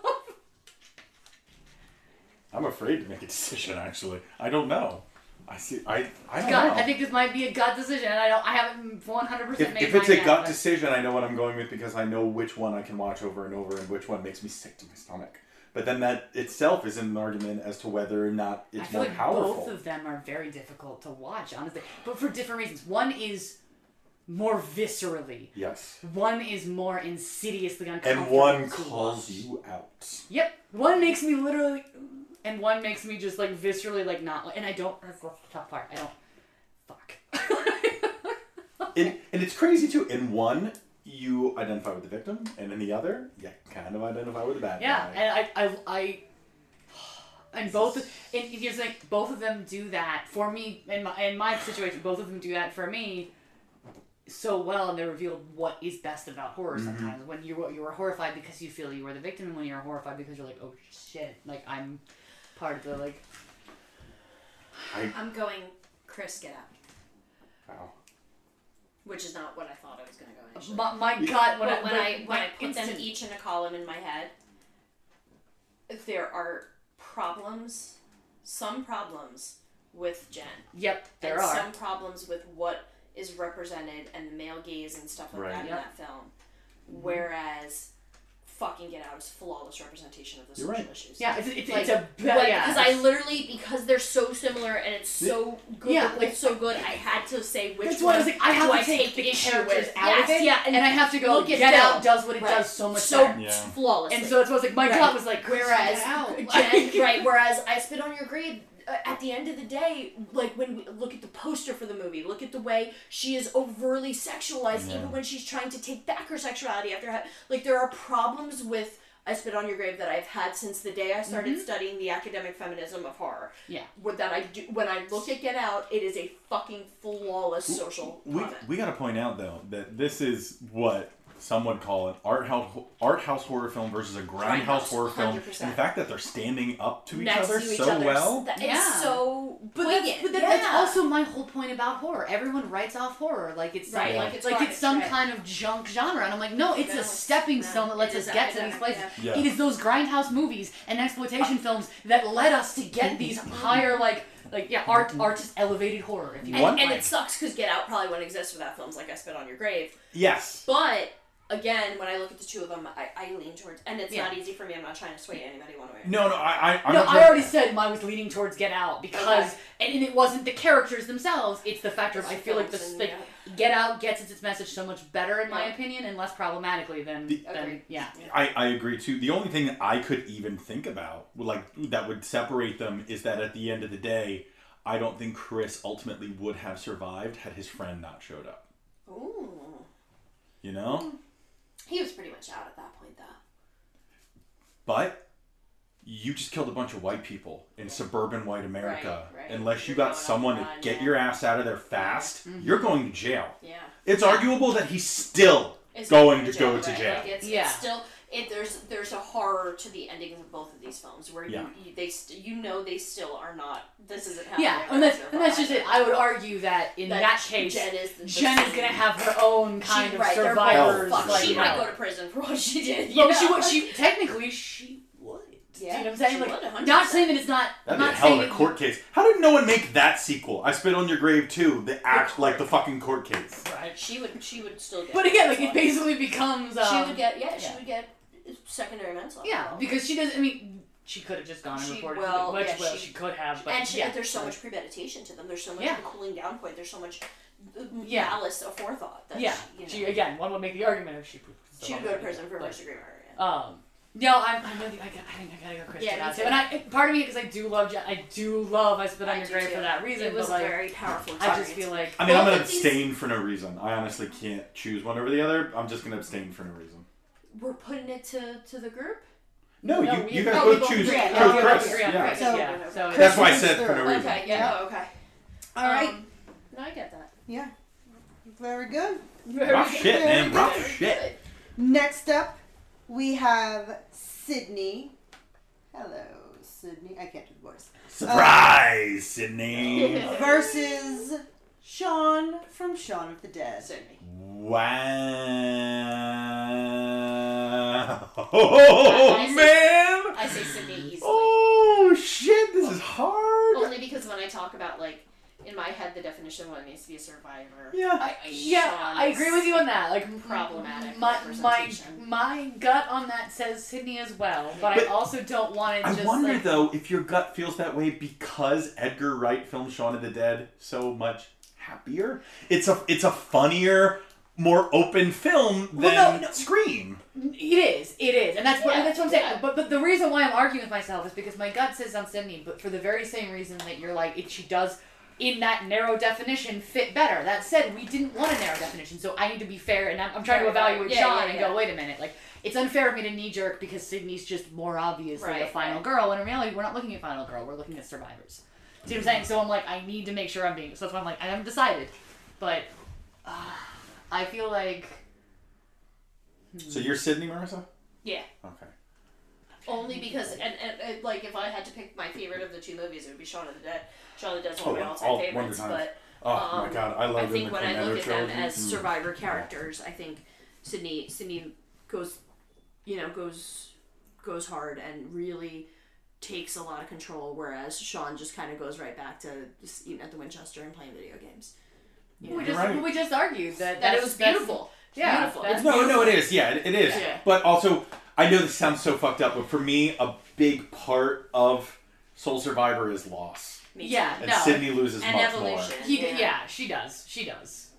Speaker 7: I'm afraid to make a decision. Actually, I don't know. I see. I I don't
Speaker 9: Gut. I
Speaker 7: know.
Speaker 9: think this might be a gut decision, and I don't. I haven't 100 percent
Speaker 7: if,
Speaker 9: made
Speaker 7: if it's
Speaker 9: mine
Speaker 7: a
Speaker 9: yet,
Speaker 7: gut
Speaker 9: but-
Speaker 7: decision, I know what I'm going with because I know which one I can watch over and over and which one makes me sick to my stomach. But then that itself is an argument as to whether or not
Speaker 9: I
Speaker 7: it's
Speaker 9: feel
Speaker 7: more
Speaker 9: like
Speaker 7: powerful.
Speaker 9: both of them are very difficult to watch, honestly, but for different reasons. One is more viscerally.
Speaker 7: yes.
Speaker 9: One is more insidiously uncomfortable.
Speaker 7: And one
Speaker 9: to
Speaker 7: calls
Speaker 9: watch.
Speaker 7: you out.
Speaker 9: Yep. One makes me literally, and one makes me just like viscerally like not. And I don't. That's the tough part. I don't. *laughs*
Speaker 7: And, and it's crazy too. In one, you identify with the victim, and in the other, you kind of identify with the bad
Speaker 9: Yeah,
Speaker 7: guy.
Speaker 9: and I, I, I, and both, and here's like both of them do that for me in my in my situation. Both of them do that for me so well, and they revealed what is best about horror.
Speaker 10: Mhm.
Speaker 9: Sometimes when you were- you were horrified because you feel you were the victim, and when you're horrified because you're like, oh shit, like I'm part of the like.
Speaker 7: I-
Speaker 8: I'm going Chris Get Out,
Speaker 7: Wow.
Speaker 8: which is not what I thought I was going to go initially.
Speaker 9: My, my gut when
Speaker 8: But
Speaker 9: I
Speaker 8: when I when I put
Speaker 9: instant-
Speaker 8: them each in a column in my head, there are problems, some problems with Jen.
Speaker 9: Yep, there
Speaker 8: and
Speaker 9: are.
Speaker 8: some problems with what is represented and the male gaze and stuff like
Speaker 9: Right.
Speaker 8: that in
Speaker 9: Yep.
Speaker 8: that film.
Speaker 9: Mhm.
Speaker 8: Whereas, fucking Get Out is flawless representation of the
Speaker 9: You're
Speaker 8: social
Speaker 9: right.
Speaker 8: issues.
Speaker 9: Yeah, it's- it's-
Speaker 8: Like,
Speaker 9: it's a be-
Speaker 8: like,
Speaker 9: yeah.
Speaker 8: because I literally because they're so similar and it's so good.
Speaker 9: Yeah,
Speaker 8: Yeah,
Speaker 9: like-
Speaker 8: it's so good. I had to say which
Speaker 9: That's
Speaker 8: one
Speaker 9: why I was like, I have
Speaker 8: do
Speaker 9: to
Speaker 8: I
Speaker 9: take, the
Speaker 8: issue
Speaker 9: characters
Speaker 8: with.
Speaker 9: out
Speaker 8: yes,
Speaker 9: of it,
Speaker 8: Yeah, and
Speaker 9: I have to go.
Speaker 8: look at
Speaker 9: Get
Speaker 8: Phil.
Speaker 9: out does what it
Speaker 8: Right.
Speaker 9: does so much
Speaker 8: so
Speaker 9: better.
Speaker 8: flawlessly.
Speaker 9: And so that's why I was like, my
Speaker 8: Right.
Speaker 9: gut was like,
Speaker 8: Whereas, Jen,
Speaker 9: *laughs*
Speaker 8: right? Whereas I spit on your grave. uh, At the end of the day, like when we look at the poster for the movie, look at the way she is overly sexualized,
Speaker 3: Yeah.
Speaker 8: even when she's trying to take back her sexuality after ha- like there are problems with. I spit on your grave that I've had since the day I started
Speaker 9: Mhm.
Speaker 8: studying the academic feminism of horror.
Speaker 9: Yeah.
Speaker 8: With that I do when I look at Get Out, it is a fucking flawless social.
Speaker 7: We, we got to point out though that this is what some would call an art house art house horror film versus a grindhouse
Speaker 8: Grindhouse,
Speaker 7: horror film. And
Speaker 8: 100%.
Speaker 7: the fact that they're standing up to each
Speaker 8: Next
Speaker 7: other
Speaker 8: to each
Speaker 7: so
Speaker 8: other's-
Speaker 7: well.
Speaker 8: that- it's so
Speaker 9: But, that's,
Speaker 8: brilliant.
Speaker 9: but that-
Speaker 8: Yeah.
Speaker 9: that's also my whole point about horror. Everyone writes off horror like it's some,
Speaker 8: Right,
Speaker 9: like,
Speaker 8: like it's
Speaker 9: it's some
Speaker 8: garbage,
Speaker 9: kind of junk genre, and I'm like, no, it's
Speaker 8: No,
Speaker 9: a stepping stone that lets
Speaker 8: it
Speaker 9: us
Speaker 8: is
Speaker 9: get to these
Speaker 8: academic,
Speaker 9: places.
Speaker 8: yeah.
Speaker 7: Yeah.
Speaker 9: It is those grindhouse movies and
Speaker 8: Uh,
Speaker 9: exploitation films that led us to get these higher like like yeah art artist elevated horror. If you
Speaker 8: Mm-hmm. And,
Speaker 9: want,
Speaker 8: and it sucks because Get Out probably wouldn't exist without films like I Spit on Your Grave.
Speaker 7: Yes.
Speaker 8: But again, when I look at the two of them, I, I lean towards, and it's
Speaker 9: Yeah.
Speaker 8: not easy for me. I'm not trying to sway anybody one way. or
Speaker 7: No, no, I, I, I'm
Speaker 9: no,
Speaker 7: not
Speaker 9: I already said mine was leaning towards Get Out because, and, and it wasn't the characters themselves; it's the factor of I feel like this like Get Out gets its, its message so much better, in my opinion, and less problematically than, than yeah.
Speaker 7: I, I agree too. The only thing I could even think about, like that would separate them, is that at the end of the day, I don't think Chris ultimately would have survived had his friend not showed up.
Speaker 9: Mm.
Speaker 8: Ooh,
Speaker 7: You know,
Speaker 8: he was pretty much out at that point, though.
Speaker 7: but you you just killed a bunch of white people in suburban white America.
Speaker 1: Right, right.
Speaker 7: Unless you got someone to
Speaker 1: on,
Speaker 7: get
Speaker 1: yeah.
Speaker 7: your ass out of there fast,
Speaker 1: Mhm.
Speaker 7: you're going to jail.
Speaker 8: Yeah.
Speaker 7: It's arguable that he's still
Speaker 8: It's
Speaker 7: going to go
Speaker 8: right?
Speaker 7: to jail.
Speaker 8: Like it's,
Speaker 9: Yeah.
Speaker 8: it's still it, there's there's a horror to the endings of both of these films where
Speaker 7: Yeah.
Speaker 8: you, you they st- you know they still are not this isn't happening.
Speaker 9: Yeah,
Speaker 8: right
Speaker 9: and that's,
Speaker 8: now,
Speaker 9: and that's
Speaker 8: but
Speaker 9: just it. I would argue that in
Speaker 8: That
Speaker 9: that, case,
Speaker 8: Jen
Speaker 9: Jen
Speaker 8: is
Speaker 9: is,
Speaker 8: the- the
Speaker 9: going to have her own kind
Speaker 8: she,
Speaker 9: of
Speaker 8: right, they're both
Speaker 9: survivors.
Speaker 8: fucked.
Speaker 9: like,
Speaker 8: she might go to prison for what she did.
Speaker 9: Well,
Speaker 8: you
Speaker 9: she
Speaker 8: know?
Speaker 9: would. She technically she would.
Speaker 8: Yeah,
Speaker 9: you know what I'm saying?
Speaker 8: she
Speaker 9: Like,
Speaker 8: would, 100%.
Speaker 9: not saying that it's not.
Speaker 7: That'd be a
Speaker 9: not
Speaker 7: hell
Speaker 9: saying
Speaker 7: of a
Speaker 9: that-
Speaker 7: court case. How did no one make that sequel? I Spit on Your Grave 2 that act like the fucking court case.
Speaker 8: Right. She would. She would still get.
Speaker 9: But again, like it
Speaker 8: manslaughter.
Speaker 9: basically becomes. Um,
Speaker 8: she would get. Yeah, she would get secondary manslaughter.
Speaker 9: Yeah, because she does. I mean, she could have just gone and
Speaker 8: She-
Speaker 9: reported.
Speaker 8: well,
Speaker 9: which
Speaker 8: yeah,
Speaker 9: well,
Speaker 8: she-
Speaker 9: she, could have. But
Speaker 8: and she,
Speaker 9: yeah,
Speaker 8: there's so
Speaker 9: like-
Speaker 8: much premeditation to them. There's so much
Speaker 9: Yeah.
Speaker 8: cooling down point. There's so much uh,
Speaker 9: Yeah.
Speaker 8: malice aforethought. That
Speaker 9: yeah,
Speaker 8: She, you know,
Speaker 9: she again. One would make the argument if she.
Speaker 8: she would go to prison for first degree murder. yeah.
Speaker 9: Um, no, I'm, I'm really, I, got, I think I gotta go Christian
Speaker 8: Yeah, me
Speaker 9: yeah,
Speaker 8: too.
Speaker 9: And I, it- part of me, because I do love, Je- I do love I Spit on
Speaker 8: I
Speaker 9: Your
Speaker 8: do
Speaker 9: Grave
Speaker 8: too.
Speaker 9: for that reason.
Speaker 8: It was
Speaker 9: but like,
Speaker 8: very powerful
Speaker 9: I just
Speaker 8: target.
Speaker 9: feel like,
Speaker 7: I mean, I'm
Speaker 8: Both
Speaker 7: gonna
Speaker 8: of these-
Speaker 7: abstain for no reason. I honestly can't choose one over the other. I'm just gonna abstain for no reason.
Speaker 8: We're putting it to, to the group.
Speaker 7: No,
Speaker 9: No,
Speaker 7: you,
Speaker 9: we-
Speaker 7: you
Speaker 9: no,
Speaker 7: guys
Speaker 9: we
Speaker 7: both
Speaker 9: both
Speaker 7: choose
Speaker 9: agree on-
Speaker 7: choose
Speaker 9: yeah, we
Speaker 7: Chris.
Speaker 9: agree on
Speaker 7: Yeah.
Speaker 9: Chris,
Speaker 8: So-
Speaker 9: yeah. So
Speaker 4: Chris
Speaker 7: That's why I
Speaker 4: wins
Speaker 7: said for
Speaker 4: through.
Speaker 7: no reason.
Speaker 8: Okay. Yeah. Oh,
Speaker 4: Yeah.
Speaker 8: Okay.
Speaker 4: All right.
Speaker 8: Um, no, I get that.
Speaker 4: yeah. Very good.
Speaker 7: Rough shit, man. Rough shit.
Speaker 4: Next up, we have Sydney. Hello, Sydney. I can't do the voice.
Speaker 7: Surprise, Sydney.
Speaker 4: Versus Sean from Shaun of the Dead.
Speaker 8: Sydney.
Speaker 7: Wow.
Speaker 8: I
Speaker 7: Oh,
Speaker 8: say-
Speaker 7: man.
Speaker 8: I say Sydney easily.
Speaker 7: Oh, shit. This is hard.
Speaker 8: Only because when I talk about like in my head the definition of what it means to be a survivor.
Speaker 7: Yeah.
Speaker 9: I, yeah, I agree with you on that. Like m-
Speaker 8: Problematic
Speaker 9: My my
Speaker 8: representation.
Speaker 9: my gut on that says Sydney as well, but,
Speaker 7: But-
Speaker 9: I also don't want it.
Speaker 7: I
Speaker 9: Just
Speaker 7: wonder
Speaker 9: like,
Speaker 7: though if your gut feels that way because Edgar Wright filmed Shaun of the Dead so much happier. It's a it's a funnier, more open film than
Speaker 9: Well, no, no.
Speaker 7: Scream.
Speaker 9: It is. It is, and that's what
Speaker 8: Yeah,
Speaker 9: that's what I'm saying.
Speaker 8: yeah.
Speaker 9: But but the reason why I'm arguing with myself is because my gut says on Sydney, but for the very same reason that you're like, it, she does in that narrow definition fit better. That said, we didn't want a narrow definition, so I need to be fair, and I'm, I'm trying to
Speaker 8: Right, right.
Speaker 9: evaluate
Speaker 8: Yeah,
Speaker 9: Sean
Speaker 8: yeah,
Speaker 9: and
Speaker 8: yeah.
Speaker 9: go, wait a minute, like it's unfair of me to knee jerk because Sydney's just more obviously a
Speaker 8: Right,
Speaker 9: final
Speaker 8: right.
Speaker 9: girl, and in reality, we're not looking at final girl, we're looking at survivors. See what I'm saying? So I'm like, I need to make sure I'm being. So that's why I'm like, I haven't decided, but uh, I feel like.
Speaker 7: So you're Sydney Marissa?
Speaker 8: Yeah.
Speaker 7: Okay.
Speaker 8: Only because and, and, and, like if I had to pick my favorite of the two movies, it would be Shaun of the Dead. Shaun of the Dead's one of
Speaker 7: Oh,
Speaker 8: my all-time
Speaker 7: all-
Speaker 8: favorites,
Speaker 7: Wonder Times.
Speaker 8: but
Speaker 7: Oh
Speaker 8: um,
Speaker 7: my god, I
Speaker 8: I
Speaker 7: love
Speaker 8: think
Speaker 7: the
Speaker 8: when I
Speaker 7: Commando
Speaker 8: look at them
Speaker 7: trilogy.
Speaker 8: as
Speaker 7: Mm.
Speaker 8: survivor characters, I think Sydney Sydney goes, you know, goes goes hard and really takes a lot of control, whereas Sean just kind of goes right back to just eating at the Winchester and playing video games.
Speaker 9: We
Speaker 7: You're
Speaker 9: just
Speaker 7: right.
Speaker 9: we just argued that
Speaker 8: That it
Speaker 9: that's-
Speaker 8: was
Speaker 9: that's-
Speaker 8: beautiful.
Speaker 9: yeah,
Speaker 8: Beautiful.
Speaker 9: that's-
Speaker 7: No, no, it is. Yeah, it, it is.
Speaker 8: Yeah.
Speaker 7: But also, I know this sounds so fucked up, but for me, a big part of Soul Survivor is loss,
Speaker 8: Me
Speaker 9: yeah,
Speaker 8: too.
Speaker 7: and
Speaker 9: no.
Speaker 7: Sydney loses
Speaker 8: and
Speaker 7: much more.
Speaker 8: evolution.
Speaker 9: He d-
Speaker 8: yeah.
Speaker 9: yeah. Mm-hmm. she does. She does.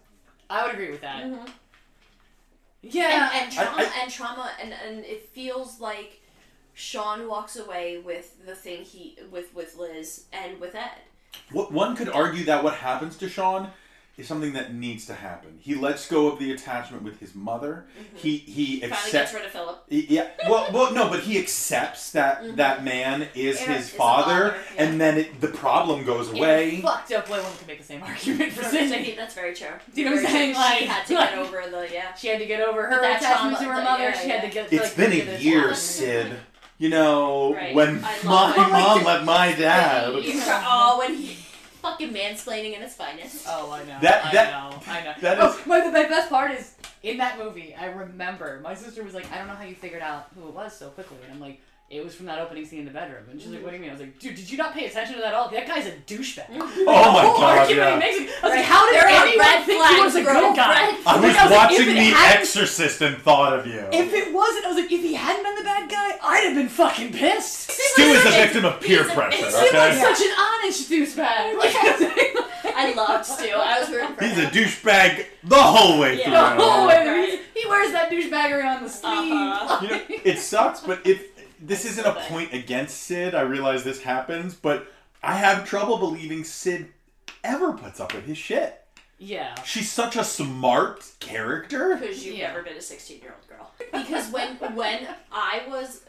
Speaker 9: I would agree with that.
Speaker 8: Mhm.
Speaker 9: Yeah.
Speaker 8: and, and
Speaker 7: I-
Speaker 8: trauma
Speaker 7: I-
Speaker 8: and trauma and, and it feels like Sean walks away with the thing he with with Liz and with Ed.
Speaker 7: What one could argue that what happens to Sean is something that needs to happen. He lets go of the attachment with his mother. He he
Speaker 8: Mm-hmm. Finally
Speaker 7: accepts.
Speaker 8: gets rid of Philip.
Speaker 9: *laughs*
Speaker 7: he- yeah. Well, well, no, but he accepts that that man is
Speaker 8: Yeah,
Speaker 7: his
Speaker 8: is the
Speaker 7: father,
Speaker 8: father, yeah.
Speaker 7: and then it, the problem goes
Speaker 9: In a
Speaker 7: away.
Speaker 9: fucked up way one can make the same *laughs* argument for
Speaker 8: Sure,
Speaker 9: Sydney.
Speaker 8: That's very true.
Speaker 9: Do you know what I'm saying?
Speaker 8: Very true.
Speaker 9: Like-
Speaker 8: she had to
Speaker 9: like-
Speaker 8: get over the yeah.
Speaker 9: *laughs* She had to get over her
Speaker 8: that
Speaker 9: attachment to
Speaker 8: trauma,
Speaker 9: her
Speaker 8: the-
Speaker 9: mother.
Speaker 8: yeah,
Speaker 9: she
Speaker 8: yeah.
Speaker 9: had to get.
Speaker 7: It's
Speaker 9: like,
Speaker 7: been
Speaker 9: get
Speaker 7: a
Speaker 9: this-
Speaker 7: year, Sid. You know
Speaker 8: Right.
Speaker 7: when
Speaker 8: I love
Speaker 7: my
Speaker 8: that.
Speaker 7: mom let my dad.
Speaker 8: You cry- oh, when he *laughs* fucking mansplaining in his
Speaker 9: *laughs*
Speaker 8: finest.
Speaker 9: Oh, I know.
Speaker 7: That-
Speaker 9: I
Speaker 7: that-
Speaker 9: know. I know.
Speaker 7: that
Speaker 9: oh,
Speaker 7: is-
Speaker 9: my, my best part is in that movie. I remember my sister was like, "I don't know how you figured out who it was so quickly," and I'm like, "It was from that opening scene in the bedroom." And she's like, "What do you mean?" I was like, "Dude, did you not pay attention to that at all? That guy's a *laughs* douchebag."
Speaker 7: Oh my
Speaker 9: whole
Speaker 7: god!
Speaker 9: argument
Speaker 7: Yeah.
Speaker 9: he makes. I was like, how did
Speaker 8: There are
Speaker 9: anyone
Speaker 8: red
Speaker 9: think
Speaker 8: flags,
Speaker 9: he was a
Speaker 8: bro,
Speaker 9: good guy?
Speaker 8: red
Speaker 7: I
Speaker 9: Like, I
Speaker 7: was
Speaker 9: like, if
Speaker 7: watching
Speaker 9: it
Speaker 7: The
Speaker 9: hadn't-
Speaker 7: Exorcist and thought of you.
Speaker 9: If it wasn't, I was like, if he hadn't been the bad guy, I'd have been fucking pissed.
Speaker 7: Stu is the victim of peer
Speaker 8: he's a-
Speaker 7: pressure.
Speaker 8: he's
Speaker 9: He was
Speaker 7: Okay.
Speaker 9: such an honest douchebag. Like, I was *laughs* like-
Speaker 8: I loved Stu. I was rooting for
Speaker 7: He's a
Speaker 8: him.
Speaker 7: douchebag the whole way *laughs*
Speaker 8: Yeah.
Speaker 9: *laughs*
Speaker 7: through.
Speaker 9: the whole way through,
Speaker 8: Right.
Speaker 9: he's- Oh, he wears that douchebaggery on the sleeve.
Speaker 8: Uh-huh.
Speaker 7: You know, it sucks, but if this isn't a point against Sid, I realize this happens, but I have trouble believing Sid ever puts up with his shit.
Speaker 9: Yeah.
Speaker 7: She's such a smart character.
Speaker 8: because you've
Speaker 9: Yeah.
Speaker 8: never been a
Speaker 7: *laughs*
Speaker 8: 16 year old girl. Because when when I was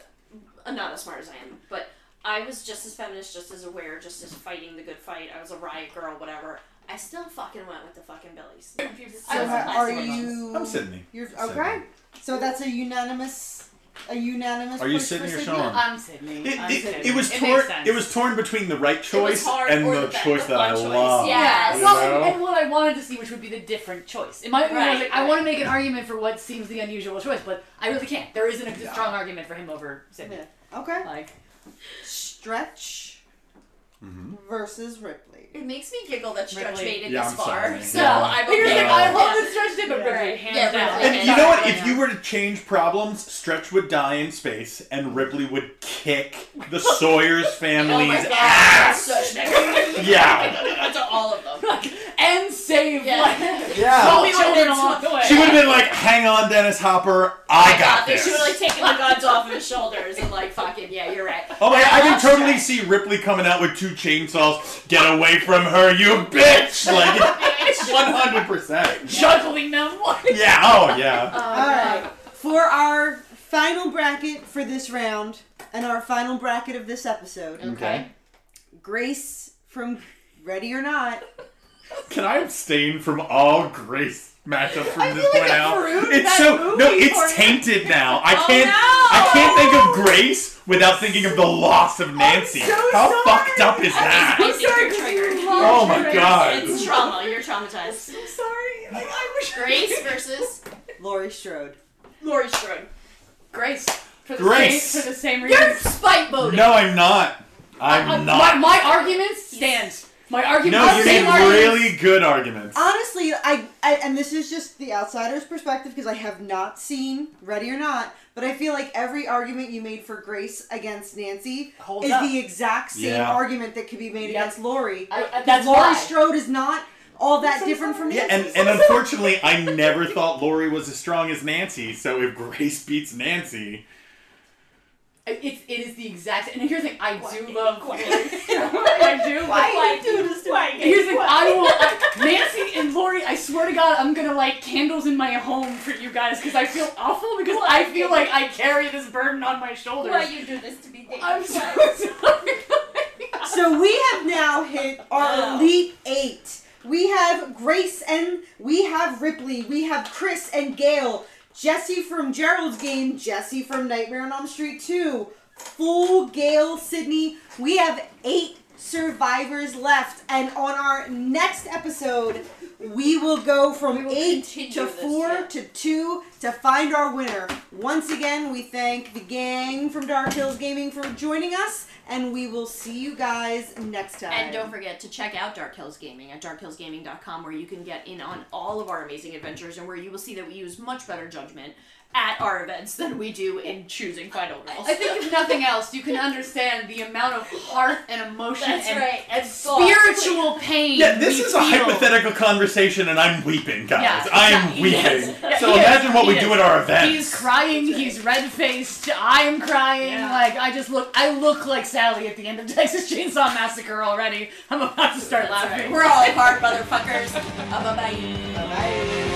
Speaker 8: uh, not as smart as I am, but
Speaker 1: I was just as feminist, just as aware, just as fighting the good fight. I was a riot girl, whatever. I still fucking went with the fucking Billies. I
Speaker 4: So
Speaker 1: was
Speaker 4: ha- are
Speaker 1: a classy one.
Speaker 4: you?
Speaker 7: I'm Sydney.
Speaker 4: You're
Speaker 7: Sydney.
Speaker 4: okay. So that's a unanimous, a unanimous.
Speaker 7: Are you
Speaker 4: push for
Speaker 7: Sydney or
Speaker 4: Sydney?
Speaker 7: Sean? I'm
Speaker 9: Sydney.
Speaker 7: It, it, it was torn. It, was torn between the right choice
Speaker 9: hard
Speaker 7: and
Speaker 9: or
Speaker 7: the,
Speaker 9: the bad-
Speaker 7: choice
Speaker 9: the
Speaker 7: that I
Speaker 9: fun choice.
Speaker 7: love.
Speaker 9: Yeah,
Speaker 7: you
Speaker 9: well,
Speaker 7: know?
Speaker 9: and what I wanted to see, which would be the different choice. In my opinion, I was
Speaker 1: Right,
Speaker 9: like, I want to make an argument for what seems the unusual choice, but I really can't. There isn't a strong argument for him over Sydney.
Speaker 4: Okay.
Speaker 9: Like,
Speaker 4: Stretch
Speaker 7: Mm-hmm.
Speaker 4: versus Ripley.
Speaker 8: It makes me giggle that Stretch
Speaker 9: Ripley.
Speaker 8: made it
Speaker 7: Yeah,
Speaker 8: this
Speaker 7: I'm
Speaker 8: far.
Speaker 7: sorry.
Speaker 8: So
Speaker 7: Yeah.
Speaker 8: I'm
Speaker 7: You're
Speaker 8: okay.
Speaker 7: like, I
Speaker 9: love
Speaker 8: Yeah.
Speaker 9: that Stretch did, but
Speaker 8: Yeah.
Speaker 9: Ripley, hands
Speaker 8: yeah,
Speaker 9: down.
Speaker 8: Ripley,
Speaker 7: And
Speaker 8: hands
Speaker 7: you know
Speaker 8: down.
Speaker 7: what? If you were to change problems, Stretch would die in space, and Ripley would kick the Sawyer's
Speaker 8: Oh
Speaker 7: family's
Speaker 8: my god, *laughs*
Speaker 7: ass.
Speaker 8: that's such a-
Speaker 7: Yeah.
Speaker 8: That's all of them.
Speaker 9: and save
Speaker 8: Yeah.
Speaker 9: like,
Speaker 7: Yeah.
Speaker 9: all
Speaker 8: She would've
Speaker 9: children
Speaker 8: been
Speaker 9: along the way.
Speaker 7: She would have been like, "Hang on, Dennis Hopper, I got
Speaker 1: She would
Speaker 7: this."
Speaker 1: have like taken the guns off of his shoulders and like fucking yeah, you're
Speaker 7: *laughs*
Speaker 1: right.
Speaker 7: Oh my! God, I can totally see Ripley coming out with two chainsaws. Get away from her, you bitch!
Speaker 4: *laughs*
Speaker 7: Like, one hundred percent.
Speaker 9: juggling them. Like,
Speaker 7: Yeah. Oh yeah.
Speaker 4: All right. For our final bracket for this round and our final bracket of this episode,
Speaker 7: Okay.
Speaker 4: Grace from Ready or Not.
Speaker 7: Can I abstain from all Grace matchups from this
Speaker 4: like
Speaker 7: point
Speaker 4: I've
Speaker 7: out?
Speaker 4: ruined
Speaker 7: It's
Speaker 4: that
Speaker 7: so no,
Speaker 4: movie for you.
Speaker 7: it's
Speaker 4: Oh,
Speaker 7: tainted now.
Speaker 4: *laughs*
Speaker 7: I can't.
Speaker 1: no!
Speaker 7: I can't think of Grace without thinking of the loss of Nancy.
Speaker 4: so
Speaker 7: How
Speaker 4: sorry.
Speaker 7: fucked up is that?
Speaker 1: I'm sorry, triggered.
Speaker 7: Oh my god.
Speaker 1: It's trauma. You're traumatized.
Speaker 4: I'm sorry. Like, I wish.
Speaker 8: Grace versus
Speaker 4: Laurie Strode.
Speaker 8: Lori Strode.
Speaker 9: Grace. For the
Speaker 7: Grace.
Speaker 9: Same, for the same reason.
Speaker 8: You're spite voting.
Speaker 7: No, I'm not.
Speaker 9: Uh,
Speaker 7: I'm
Speaker 9: My,
Speaker 7: not.
Speaker 9: my argument stands. My argument.
Speaker 7: No,
Speaker 9: my
Speaker 7: you
Speaker 9: same
Speaker 7: made
Speaker 9: argument-
Speaker 7: really good arguments.
Speaker 4: Honestly, I, I and this is just the outsider's perspective because I have not seen Ready or Not, but I feel like every argument you made for Grace against Nancy
Speaker 9: Holds
Speaker 4: is
Speaker 9: up.
Speaker 4: the exact same
Speaker 7: Yeah.
Speaker 4: argument that could be
Speaker 9: Yep.
Speaker 4: made against Lori.
Speaker 9: I- I-
Speaker 4: Because
Speaker 9: that's
Speaker 4: Laurie
Speaker 9: why.
Speaker 4: Strode is not all that different from Nancy.
Speaker 7: Yeah, and, and unfortunately, I never thought Lori was as strong as Nancy. So if Grace beats Nancy,
Speaker 9: It's it is the exact. And here's the thing. I do
Speaker 1: *laughs*
Speaker 9: love. *laughs* I do.
Speaker 1: Why
Speaker 9: Like,
Speaker 1: you do this to me?
Speaker 9: Here's the thing. I will. I, Nancy and Lori. I swear to God, I'm gonna light candles in my home for you guys because I feel awful because I feel like I carry this burden on my shoulders.
Speaker 1: Why you do this to me? Dave?
Speaker 9: I'm so
Speaker 1: Why?
Speaker 9: sorry.
Speaker 4: So we have now hit our
Speaker 1: Wow.
Speaker 4: elite eight. We have Grace and we have Ripley. We have Chris and Gail. Jesse from Gerald's game. Jesse from Nightmare on Elm Street 2. Full Gail Sydney. We have eight survivors left. And on our next episode, we will go from
Speaker 8: will
Speaker 4: eight
Speaker 8: continue
Speaker 4: to
Speaker 8: this,
Speaker 4: four
Speaker 8: yeah.
Speaker 4: to two to find our winner. Once again, we thank the gang from Dark Hills Gaming for joining us, and we will see you guys next time.
Speaker 8: And don't forget to check out Dark Hills Gaming at darkhillsgaming.com where you can get in on all of our amazing adventures and where you will see that we use much better judgment at our events than we do in choosing final rules.
Speaker 9: I think if nothing else, you can understand the amount of heart and emotion
Speaker 1: That's
Speaker 9: and
Speaker 1: right. And
Speaker 9: spiritual pain.
Speaker 7: Yeah, this
Speaker 9: we
Speaker 7: is a
Speaker 9: feel.
Speaker 7: hypothetical conversation, and I'm weeping, guys.
Speaker 9: Yeah,
Speaker 7: I am
Speaker 9: yeah, he
Speaker 7: weeping.
Speaker 9: is. Yeah,
Speaker 7: so
Speaker 9: he is.
Speaker 7: imagine what
Speaker 9: He
Speaker 7: we
Speaker 9: is.
Speaker 7: do at our events.
Speaker 9: He's crying. He's red faced. I am crying.
Speaker 8: Yeah.
Speaker 9: Like I just look. I look like Sally at the end of *laughs* Texas Chainsaw Massacre already. I'm about to start laughing.
Speaker 8: We're all hard motherfuckers. *laughs* bye bye.